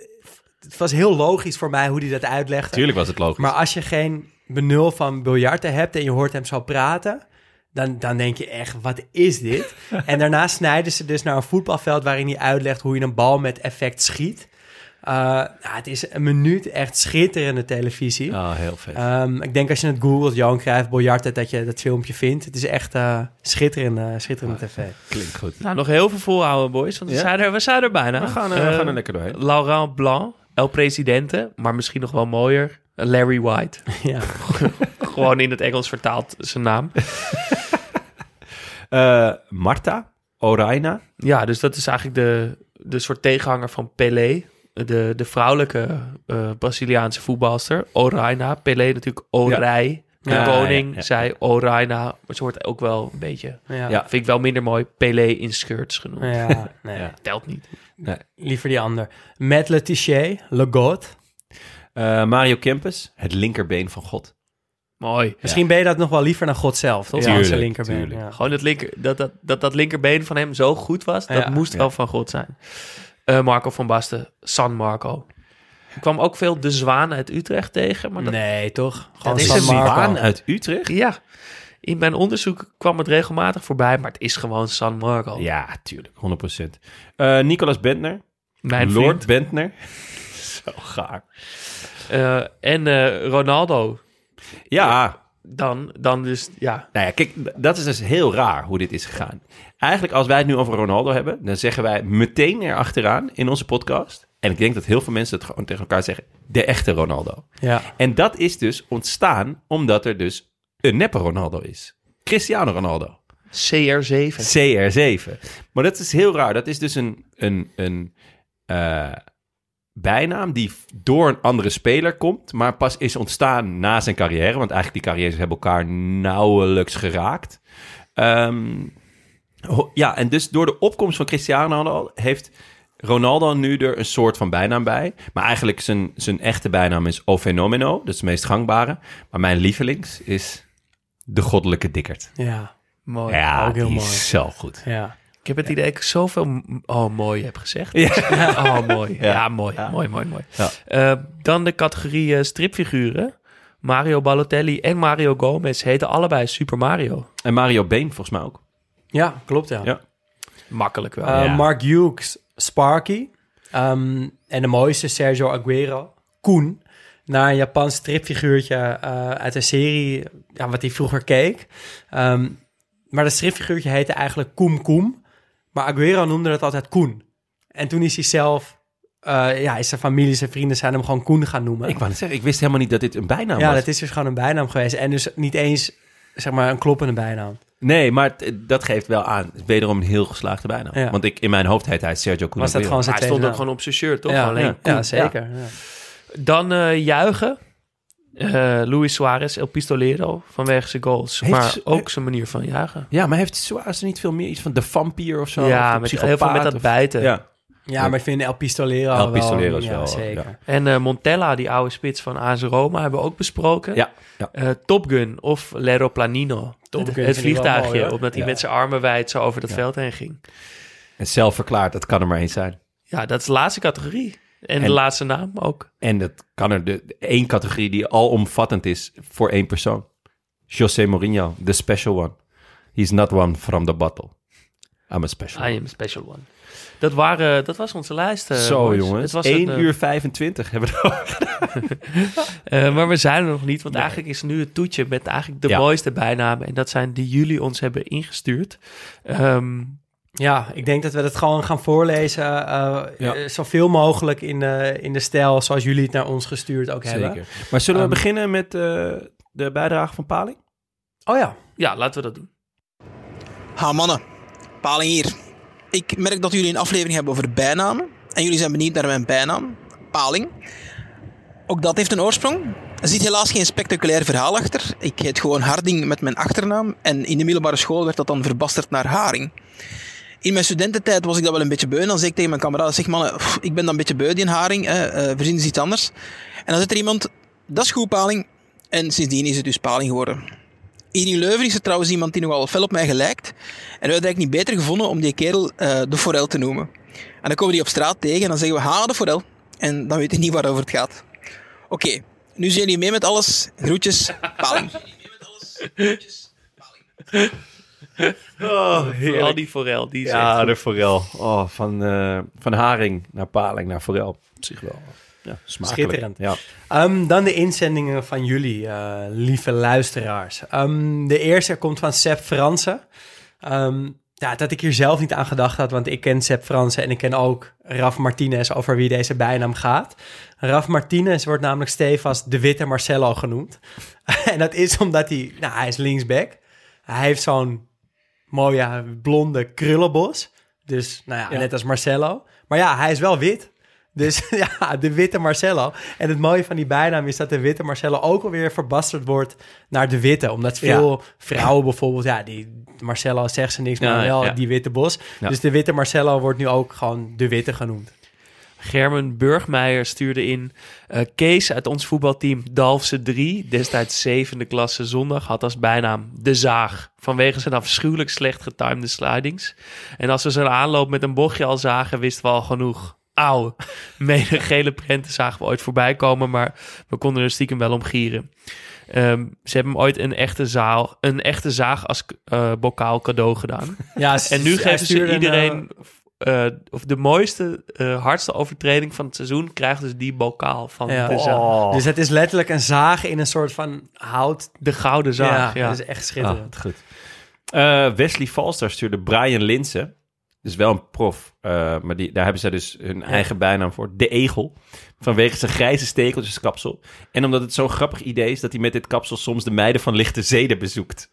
S6: het was heel logisch voor mij hoe hij dat uitlegde.
S5: Tuurlijk was het logisch.
S6: Maar als je geen benul van biljarten hebt en je hoort hem zo praten... Dan, dan denk je echt, wat is
S5: (laughs)
S6: dit? en daarna snijden ze dus naar een voetbalveld... waarin hij uitlegt hoe je een bal met effect schiet. Eh, nou, het is een minuut echt schitterende televisie.
S5: Ah, heel vet.
S6: Ehm, ik denk als je het googelt, Johan Cruijff, biljarten... dat je dat filmpje vindt. Het is echt eh schitterende, schitterende tv.
S5: Klinkt goed.
S3: Nou, nog heel veel volhouden, boys. Want we,
S5: Ja?
S3: zijn er, we zijn er bijna. Ehm,
S5: We gaan, eh, we gaan er lekker doorheen.
S3: Laurent Blanc, El Presidente. Maar misschien nog wel mooier. Larry
S5: (laughs)
S3: White.
S6: ja.
S3: (laughs) Gewoon in het Engels vertaald zijn naam.
S5: Eh, Marta, Oraina.
S3: Ja, dus dat is eigenlijk de, de soort tegenhanger van Pelé. De, de vrouwelijke eh, Braziliaanse voetbalster. Oraina. Pelé natuurlijk Orij. De
S5: Ja,
S3: koning,
S5: ja, ja.
S3: zij Oraina. Maar ze wordt ook wel een beetje...
S6: Ja.
S5: Ja.
S3: Vind ik wel minder mooi. Pelé in skirts
S5: (laughs)
S3: genoemd.
S6: Ja, nee.
S5: Ja.
S3: Telt niet.
S6: Liever die ander. Matt Letiché, Le God.
S5: Eh, Mario Kempis, het linkerbeen van God.
S3: Mooi.
S6: Misschien ben je dat nog wel liever naar God zelf, toch?
S3: Tuurlijk,
S6: Aan zijn linkerbeen.
S5: tuurlijk.
S6: ja.
S3: Gewoon dat, linker, dat, dat, dat, dat linkerbeen van hem zo goed was, dat
S6: Ja.
S3: moest wel van God zijn. Eh, Marco van Basten, San Marco. Er kwam ook veel de zwaan uit Utrecht tegen. Maar dat,
S6: Nee, toch?
S3: Dat
S6: Gewoon
S3: is
S6: San
S3: een
S6: Marco.
S5: Baan uit Utrecht?
S3: Ja, in mijn onderzoek kwam het regelmatig voorbij, maar het is gewoon San Marco.
S5: Ja, tuurlijk, 100%. Eh, Nicolas Bentner.
S3: Mijn
S5: Lord
S3: vriend.
S5: Bentner. (laughs) Zo gaar.
S3: Eh, en eh, Ronaldo.
S5: ja.
S3: Dan, dan dus, ja.
S5: Nou ja, kijk, d- dat is dus heel raar hoe dit is gegaan. Eigenlijk, als wij het nu over Ronaldo hebben, dan zeggen wij meteen erachteraan in onze podcast. En ik denk dat heel veel mensen het gewoon tegen elkaar zeggen: de echte Ronaldo.
S6: Ja.
S5: En dat is dus ontstaan omdat er dus een neppe Ronaldo is: Cristiano Ronaldo.
S3: CR7.
S5: CR7. Maar dat is heel raar. Dat is dus een, een, een eh, bijnaam die f- door een andere speler komt, maar pas is ontstaan na zijn carrière. Want eigenlijk die carrières hebben elkaar nauwelijks geraakt. Ehm, ho- ja, en dus door de opkomst van Cristiano Ronaldo heeft Ronaldo nu er een soort van bijnaam bij. Maar eigenlijk zijn, zijn echte bijnaam is O Fenomeno. Dat is de meest gangbare. Maar mijn lievelings is de goddelijke dikkerd.
S6: Ja,
S3: Mooi.
S5: Ja,
S6: ook heel
S5: die
S6: mooi.
S5: is zo goed.
S6: ja.
S3: Ik heb het idee dat ik zoveel... m- Oh, mooi heb gezegd.
S5: Ja.
S3: (laughs) Oh, mooi. Ja, mooi. Mooi, mooi, mooi.
S5: Ja.
S3: Eh, dan de categorie eh, stripfiguren. Mario Balotelli en Mario Gomez heten allebei Super Mario.
S5: En Mario Been volgens mij ook.
S6: Ja, klopt ja.
S5: Ja.
S3: Makkelijk wel.
S6: Uh,
S5: Ja.
S6: Mark Hughes, Sparky. Ehm, en de mooiste, Sergio Aguero, Koen. Naar een Japans stripfiguurtje eh, uit een serie ja, wat hij vroeger keek. Ehm, maar dat stripfiguurtje heette eigenlijk Koem Koem. Maar Aguero noemde dat altijd Koen. En toen is hij zelf, eh, ja, is zijn familie, zijn vrienden zijn hem gewoon Koen gaan noemen.
S5: Ik wou net zeggen, ik wist helemaal niet dat dit een bijnaam
S6: ja,
S5: was.
S6: dat is dus gewoon een bijnaam geweest. En dus niet eens, zeg maar, een kloppende bijnaam.
S5: Nee, maar t- dat geeft wel aan. Het is Wederom een heel geslaagde bijnaam.
S6: Ja.
S5: Want ik, in mijn hoofd heet hij Sergio Cunha.
S6: Was dat gewoon zijn
S3: hij stond ook
S6: tweede naam?
S3: gewoon op zijn shirt, toch?
S6: ja,
S3: Alleen
S6: ja,
S3: Koen.
S6: ja, zeker. ja.
S3: Dan eh, juichen. Eh, Luis Suarez, El Pistolero, vanwege zijn goals.
S5: Heeft
S3: maar
S5: ze-
S3: ook zijn manier van jagen.
S5: Ja, maar heeft Suarez niet veel meer iets van de vampier of zo? Of
S3: ja,
S5: de
S3: met, heel
S5: psychopaat
S3: veel met dat
S5: of-
S3: bijten.
S5: Ja.
S6: Ja, maar ik vind El Pistolero
S5: El
S6: wel-
S5: Pistolero is
S6: ja,
S5: wel,
S6: Zeker.
S5: ja.
S3: En eh, Montella, die oude spits van AS Roma, hebben we ook besproken.
S5: Ja, ja.
S3: Eh, Top Gun of L'Aeroplanino.
S6: Top Gun
S3: het
S6: vind ik wel
S3: vliegtuigje,
S6: mooi, hoor.
S3: omdat hij
S5: Ja.
S3: met zijn armen wijd zo over dat veld heen ging.
S5: En zelf verklaard, dat kan er maar eens zijn.
S3: Ja, dat is de laatste categorie. En, de
S5: En-
S3: laatste naam ook.
S5: En dat kan er de, de één categorie die alomvattend is voor één persoon. José Mourinho, the special one. He's not one from the bottle. I'm a
S3: I
S5: special one.
S3: am a special one. Dat, waren, dat was onze lijst. eh,
S5: Zo
S3: boys.
S5: jongens,
S3: Het was
S5: 1
S3: een, eh,
S5: uur 25 hebben we erover.
S3: Eh, maar we zijn er nog niet, want eigenlijk is nu het toetje met eigenlijk de
S5: Ja.
S3: mooiste bijnamen. En dat zijn die jullie ons hebben ingestuurd. Ehm,
S6: Ja, ik denk dat we dat gewoon gaan voorlezen. eh,
S5: Ja.
S6: eh, Zoveel mogelijk in, eh, in de stijl zoals jullie het naar ons gestuurd ook hebben.
S5: Maar zullen we
S6: Ehm,
S5: beginnen met eh, de bijdrage van Paling?
S6: Oh ja.
S3: ja, laten we dat doen.
S7: Ha mannen, Paling hier. Ik merk dat jullie een aflevering hebben over bijnamen. En jullie zijn benieuwd naar mijn bijnaam, Paling. Ook dat heeft een oorsprong. Er zit helaas geen spectaculair verhaal achter. Ik heet gewoon Harding met mijn achternaam. En in de middelbare school werd dat dan verbasterd naar Haring. In mijn studententijd was ik dat wel een beetje beu. En dan zei ik tegen mijn kameraden, zeg mannen, pff, ik ben dan een beetje beu die Haring. Hè. Eh, verzin eens iets anders. En dan zit er iemand, dat is goed Paling. En sindsdien is het dus Paling geworden. Hier in Leuven is er trouwens iemand die nogal fel op mij gelijkt. En we hadden eigenlijk niet beter gevonden om die kerel eh, de forel te noemen. En dan komen we die op straat tegen en dan zeggen we, ha, de forel. En dan weet hij niet waarover het gaat. Oké, nu zijn jullie mee met alles. Groetjes, paling.
S3: Al die forel, die is echt
S5: Ja,
S3: goed.
S5: de forel. Oh, van, eh, van haring naar paling naar forel. Op zich wel. Ja, smakelijk.
S6: Schitterend.
S5: Ja.
S6: Ehm, dan de inzendingen van jullie, eh, lieve luisteraars. Ehm, de eerste komt van Seb Fransen. Ehm, ja, dat ik hier zelf niet aan gedacht had, want ik ken Seb Fransen en ik ken ook Raf Martinez, over wie deze bijnaam gaat. Raf Martinez wordt namelijk stevast de witte Marcelo genoemd. (laughs) en dat is omdat hij, nou, hij is linksback. Hij heeft zo'n mooie blonde krullenbos. Dus, nou ja, net als Marcelo. Maar ja, hij is wel wit. Dus (laughs) ja, de witte Marcelo. En het mooie van die bijnaam is dat de witte Marcelo ook alweer verbasterd wordt naar de witte. Omdat veel vrouwen bijvoorbeeld, ja, die Marcelo zegt ze niks, maar
S5: Ja,
S6: wel
S5: ja.
S6: die witte bos.
S5: Ja.
S6: Dus de witte Marcelo wordt nu ook gewoon de witte genoemd.
S3: Germen Burgmeijer stuurde in. eh, Kees uit ons voetbalteam Dalfse 3, destijds zevende klasse zondag, had als bijnaam De Zaag. Vanwege zijn afschuwelijk slecht getimede slidings. En als we zijn aanloop met een bochtje al zagen, wisten we al genoeg. Auw, (laughs) mede gele prenten zagen we ooit voorbij komen, maar we konden er stiekem wel om gieren. Ehm, ze hebben hem ooit een echte, zaal, een echte zaag als eh, bokaal cadeau gedaan.
S6: (laughs) Ja,
S3: En nu
S6: Dus hij
S3: geven
S6: stuurde
S3: ze
S6: een,
S3: iedereen. eh, of de mooiste, eh, hardste overtreding van het seizoen krijgt dus die bokaal van
S6: Ja.
S3: de, zaag.
S5: Oh.
S6: eh, Dus het is letterlijk een zaag in een soort van hout.
S3: de gouden zaag. Ja,
S6: dat is echt
S5: Ah,
S6: schitterend.
S5: goed. Eh, Wesley Falster stuurde Brian Linsen. Dus wel een prof. eh, maar die, daar hebben zij dus hun eigen bijnaam voor. De Egel. Vanwege zijn grijze stekeltjes kapsel. En omdat het zo'n grappig idee is dat hij met dit kapsel soms de meiden van lichte zeden bezoekt.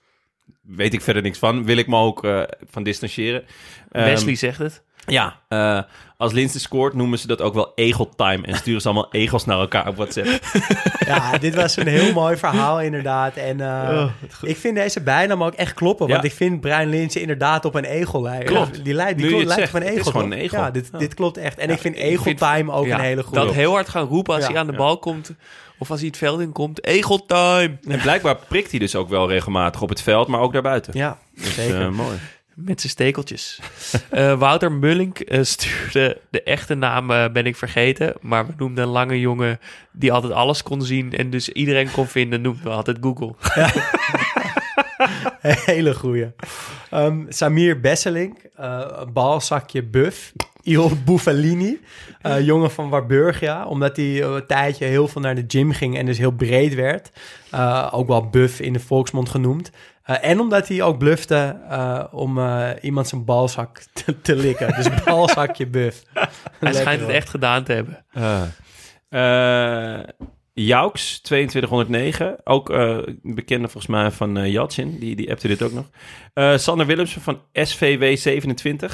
S5: Weet ik verder niks van. Wil ik me ook eh, van distancieren. Ehm,
S3: Wesley zegt het.
S5: ja, eh, als Linsen scoort noemen ze dat ook wel egeltime. En sturen ze allemaal egels naar elkaar op WhatsApp. Ah.
S6: Ja, dit was een
S5: (laughs)
S6: heel mooi verhaal inderdaad. En eh, ik vind deze bijnaam ook echt kloppen. Want
S5: Oh, Ja.
S6: ik vind Brian Linsen inderdaad op een egel lijken.
S5: Klopt.
S6: Die, lijkt,
S5: Nu
S6: die
S5: je
S6: klopt,
S5: het
S6: lijkt
S5: zegt,
S6: op een
S5: het is
S6: egel.
S5: gewoon
S6: toch?
S5: een egel.
S6: Ja, dit, dit klopt echt. En ik vind
S3: ik
S6: egel
S3: vind-
S6: time ook
S3: Ja,
S6: een hele
S3: Dat
S6: goede.
S3: heel hard gaan roepen als
S6: Ja.
S3: hij aan de bal komt. Of als hij het veld in komt. Egeltime!
S5: En blijkbaar prikt hij dus ook wel regelmatig op het veld, maar ook daarbuiten.
S6: Ja,
S5: Dus, eh,
S6: zeker.
S5: mooi.
S3: Met zijn
S6: (laughs)
S3: stekeltjes. Eh, Wouter Mullink eh, stuurde de echte naam, eh, ben ik vergeten. Maar we noemden een lange jongen die altijd alles kon zien. En dus iedereen kon vinden, noemden we altijd Google.
S6: (laughs) Hele goeie. Ehm, Samir Besselink, eh, balzakje Buff. Il Buffalini, eh, jongen van Warburgia. Omdat hij eh, een tijdje heel veel naar de gym ging en dus heel breed werd. Eh, ook wel Buff in de volksmond genoemd. Eh, en omdat hij ook blufte eh, om eh, iemand zijn balzak te, te likken. Dus balzakje Buff.
S3: (laughs) Hij
S6: Lekker,
S3: schijnt het
S6: hoor.
S3: echt gedaan te hebben.
S5: Eh Jouks, 2209. Ook eh, een bekende volgens mij van eh Yatsin. Die, die appte dit ook nog. Eh, Sander Willemsen van SVW27.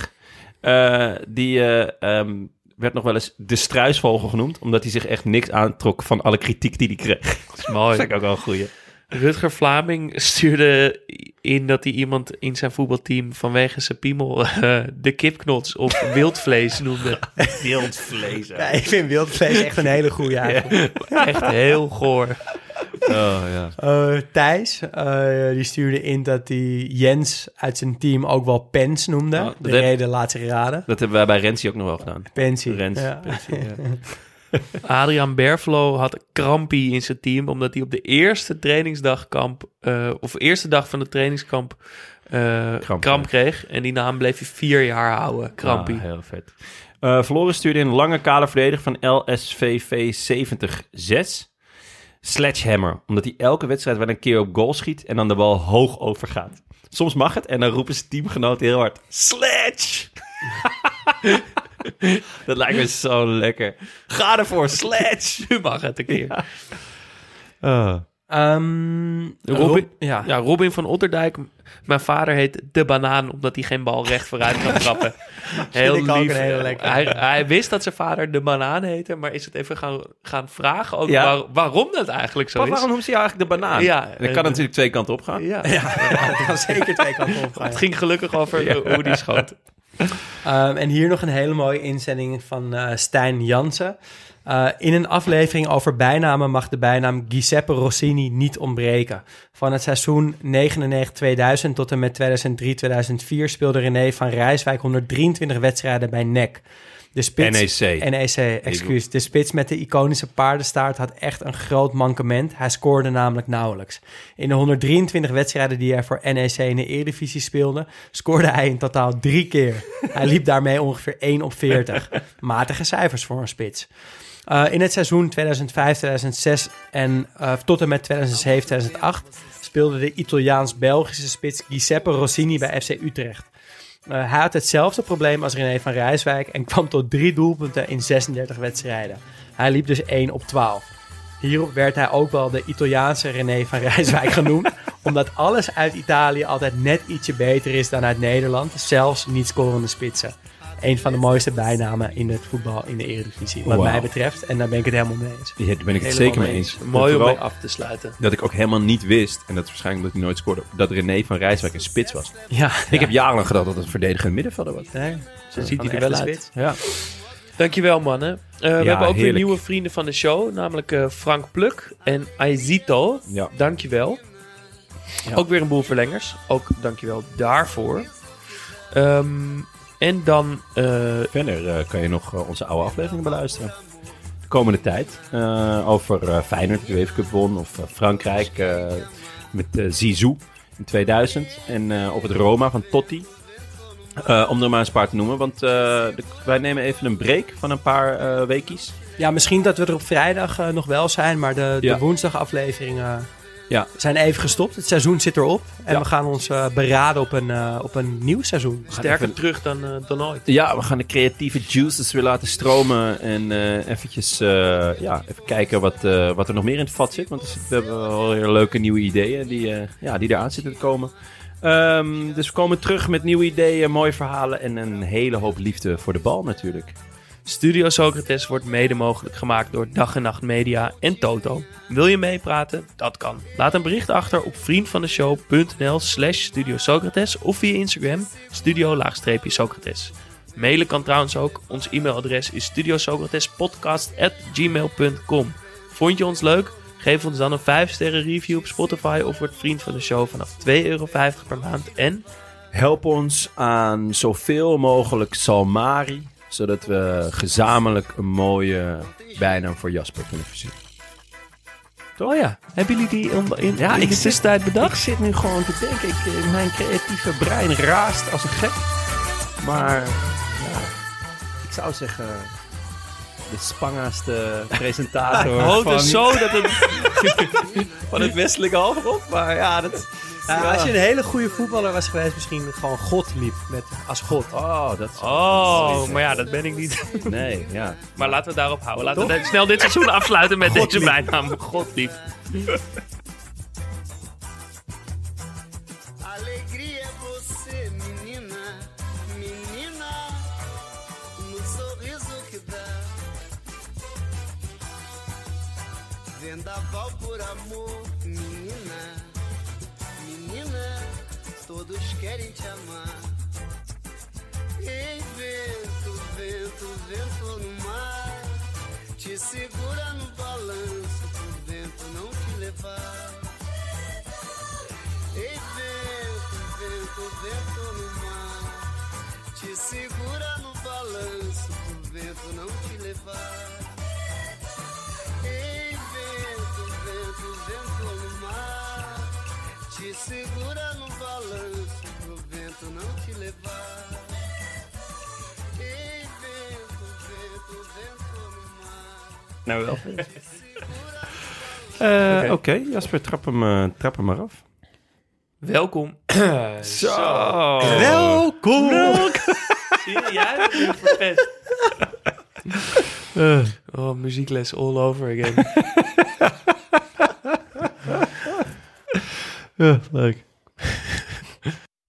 S5: Eh, die eh, ehm, werd nog wel eens de struisvogel genoemd. Omdat hij zich echt niks aantrok van alle kritiek die hij kreeg.
S3: Dat is mooi.
S5: (laughs) Dat vind ik ook wel een goeie.
S3: Rutger Vlaming stuurde in dat hij iemand in zijn voetbalteam vanwege zijn piemel eh, de kipknots of wildvlees noemde.
S5: (laughs) Wildvlees.
S6: Ja, ik vind wildvlees echt een hele
S3: (laughs)
S6: goeie eigenlijk.
S3: Echt heel goor.
S5: Oh, ja.
S6: Eh, Thijs, eh, die stuurde in dat hij Jens uit zijn team ook wel Pens noemde.
S5: Oh, dat
S6: de
S5: heb-
S6: reden laat zich raden.
S5: Dat hebben wij bij Renzi ook nog wel gedaan.
S6: Pensie.
S5: Rens.
S6: Ja.
S5: (laughs) Renzi, ja.
S3: Adriaan Berflo had krampi in zijn team omdat hij op de eerste trainingsdagkamp, eh, of eerste dag van de trainingskamp, eh,
S5: Kramp
S3: kramp, kreeg. En die naam bleef hij vier jaar houden. Krampi.
S5: Ah, heel vet. Eh Floris stuurde in lange kale verdediger van LSVV 706. Sledgehammer, omdat hij elke wedstrijd wel een keer op goal schiet en dan de bal hoog overgaat. Soms mag het en dan roepen zijn teamgenoten heel hard: Sledge! (laughs) Dat lijkt me zo lekker. Ga ervoor, sledge!
S3: (laughs) Nu mag het een keer. Ja.
S6: Ehm,
S3: Robin,
S6: Rob- ja.
S3: Robin van Otterdijk. Mijn vader heet De Banaan, omdat hij geen bal recht vooruit kan trappen. Heel
S6: ik ook
S3: lief.
S6: een hele lekkere.
S3: hij, hij wist dat zijn vader De Banaan heette, maar is het even gaan, gaan vragen ook
S5: Ja.
S3: waar- waarom dat eigenlijk zo
S5: Maar
S3: is.
S5: waarom noemt ze jou eigenlijk de banaan?
S3: Ja,
S5: dat kan
S3: eh,
S5: natuurlijk twee kanten op gaan.
S3: Ja.
S6: (laughs) dat kan zeker twee kanten
S5: (laughs)
S6: op gaan.
S3: (laughs) Het ging gelukkig over hoe die schoot.
S6: Ehm, en hier nog een hele mooie inzending van eh, Stijn Jansen. Eh, in een aflevering over bijnamen mag de bijnaam Giuseppe Rossini niet ontbreken. Van het seizoen 99-2000 tot en met 2003-2004 speelde René van Rijswijk 123 wedstrijden bij NEC. De spits, E
S5: NEC.
S6: NEC, excuus. De spits met de iconische paardenstaart had echt een groot mankement. Hij scoorde namelijk nauwelijks. In de 123 wedstrijden die hij voor NEC in de Eredivisie speelde, scoorde hij in totaal drie keer. Hij liep daarmee ongeveer 1 op 40. Matige cijfers voor een spits. Uh, in het seizoen 2005, 2006 en eh, tot en met 2007, 2008 speelde de Italiaans-Belgische spits Giuseppe Rossini bij FC Utrecht. Eh, hij had hetzelfde probleem als René van Rijswijk en kwam tot drie doelpunten in 36 wedstrijden. Hij liep dus 1 op 12. Hierop werd hij ook wel de Italiaanse René van
S5: (laughs)
S6: Rijswijk genoemd, omdat alles uit Italië altijd net ietsje beter is dan uit Nederland, zelfs niet scorende spitsen. Een van de mooiste bijnamen in het voetbal in de Eredivisie, wat
S5: Wauw.
S6: mij betreft. En daar ben ik het helemaal mee eens.
S5: Ja, daar ben ik het
S6: Helemaal
S5: zeker mee
S6: mee
S5: eens.
S3: Mooi om
S5: Vooral-
S3: mee af te sluiten.
S5: dat ik ook helemaal niet wist, en dat is waarschijnlijk omdat hij nooit scoorde, dat René van Rijswijk een spits was.
S6: Ja,
S5: Ik heb jarenlang gedacht dat het een verdedigende middenvelder was.
S6: Nee,
S3: Zo ziet hij
S6: een
S3: er wel
S6: echte
S3: uit.
S6: spits.
S5: Ja.
S3: Dankjewel mannen. Eh, we
S5: Ja,
S3: hebben ook weer
S5: heerlijk.
S3: nieuwe vrienden van de show, namelijk eh, Frank Pluk en Aizito.
S5: Ja.
S3: Dankjewel. Ook weer een boel verlengers. Ook dankjewel daarvoor. Ehm, en dan eh,
S5: Verder eh, kan je nog eh, onze oude afleveringen beluisteren. De komende tijd. eh, over eh, Feyenoord, die de Cup won. Of eh, Frankrijk eh, met eh, Zizou in 2000. En eh op het Roma van Totti. Eh, om er maar eens een paar te noemen. Want eh, de- wij nemen even een break van een paar eh weekjes.
S6: Ja, misschien dat we er op vrijdag eh, nog wel zijn, maar de,
S5: Ja.
S6: de woensdagafleveringen
S5: Ja.
S6: zijn even gestopt. Het seizoen zit erop en
S5: Ja.
S6: we gaan ons eh, beraden op een, eh, op een nieuw seizoen.
S3: sterker terug dan, eh, dan ooit.
S5: Ja, we gaan de creatieve juices weer laten stromen. En eh, eventjes eh, ja, even kijken wat, eh, wat er nog meer in het vat zit. Want er zit- we hebben wel weer leuke nieuwe ideeën die, eh, ja, die eraan zitten te komen. Ehm, dus we komen terug met nieuwe ideeën, mooie verhalen en een hele hoop liefde voor de bal natuurlijk.
S3: Studio Socrates wordt mede mogelijk gemaakt door Dag en Nacht Media en Toto. Wil je meepraten? Dat kan. Laat een bericht achter op vriendvandeshow.nl slash Studio Socrates of via Instagram studio-socrates. Mailen kan trouwens ook. Ons e-mailadres is studiosocratespodcast.gmail.com Vond je ons leuk? Geef ons dan een 5 sterren review op Spotify of word vriend van de show vanaf 2,50 euro per maand. En
S5: Help ons aan zoveel mogelijk Salmari, zodat we gezamenlijk een mooie bijnaam voor Jasper kunnen verzinnen.
S3: Oh ja, hebben jullie die in, in,
S5: Ja,
S3: in
S5: ik
S3: de
S5: zit-
S3: tussentijd bedacht?
S5: Ik zit nu gewoon te denken, ik, eh, mijn creatieve brein raast als een gek. Maar ja, ik zou zeggen, de (laughs) spangaste presentator
S3: Oh,
S5: van,
S3: dus zo dat het...
S5: van het westelijke halfrond. Maar ja, dat,
S6: Ja, Als je een hele goede voetballer was geweest, misschien gewoon God liep met, als God.
S5: oh, dat oh,
S3: Oh, maar ja, dat ben ik niet. (laughs)
S5: Nee, ja.
S3: Maar laten we het daarop houden. Laten we dit- snel dit seizoen afsluiten met deze bijnaam. Godlief.
S2: Alegria é você, menina, menina, no sorriso que dá. Vendaval por amor, menina, menina, todos querem te amar. Ei, vento, vento, vento no mar, te segura no balanço, pro vento não te levar. Ei, vento, vento, vento no mar, te segura no balanço, pro vento não te levar. Ei, vento, vento, vento no mar, te segura no balanço, pro vento não te levar. Ei, vento, vento, vento no mar.
S5: Nou wel. Eh, Oké, Jasper, trap hem, eh, trap hem maar af.
S3: Welkom. (clears throat) Zo.
S6: Welkom!
S3: Zie je, Jij hebt het (laughs) verpest. Oh, muziekles all over again.
S5: leuk.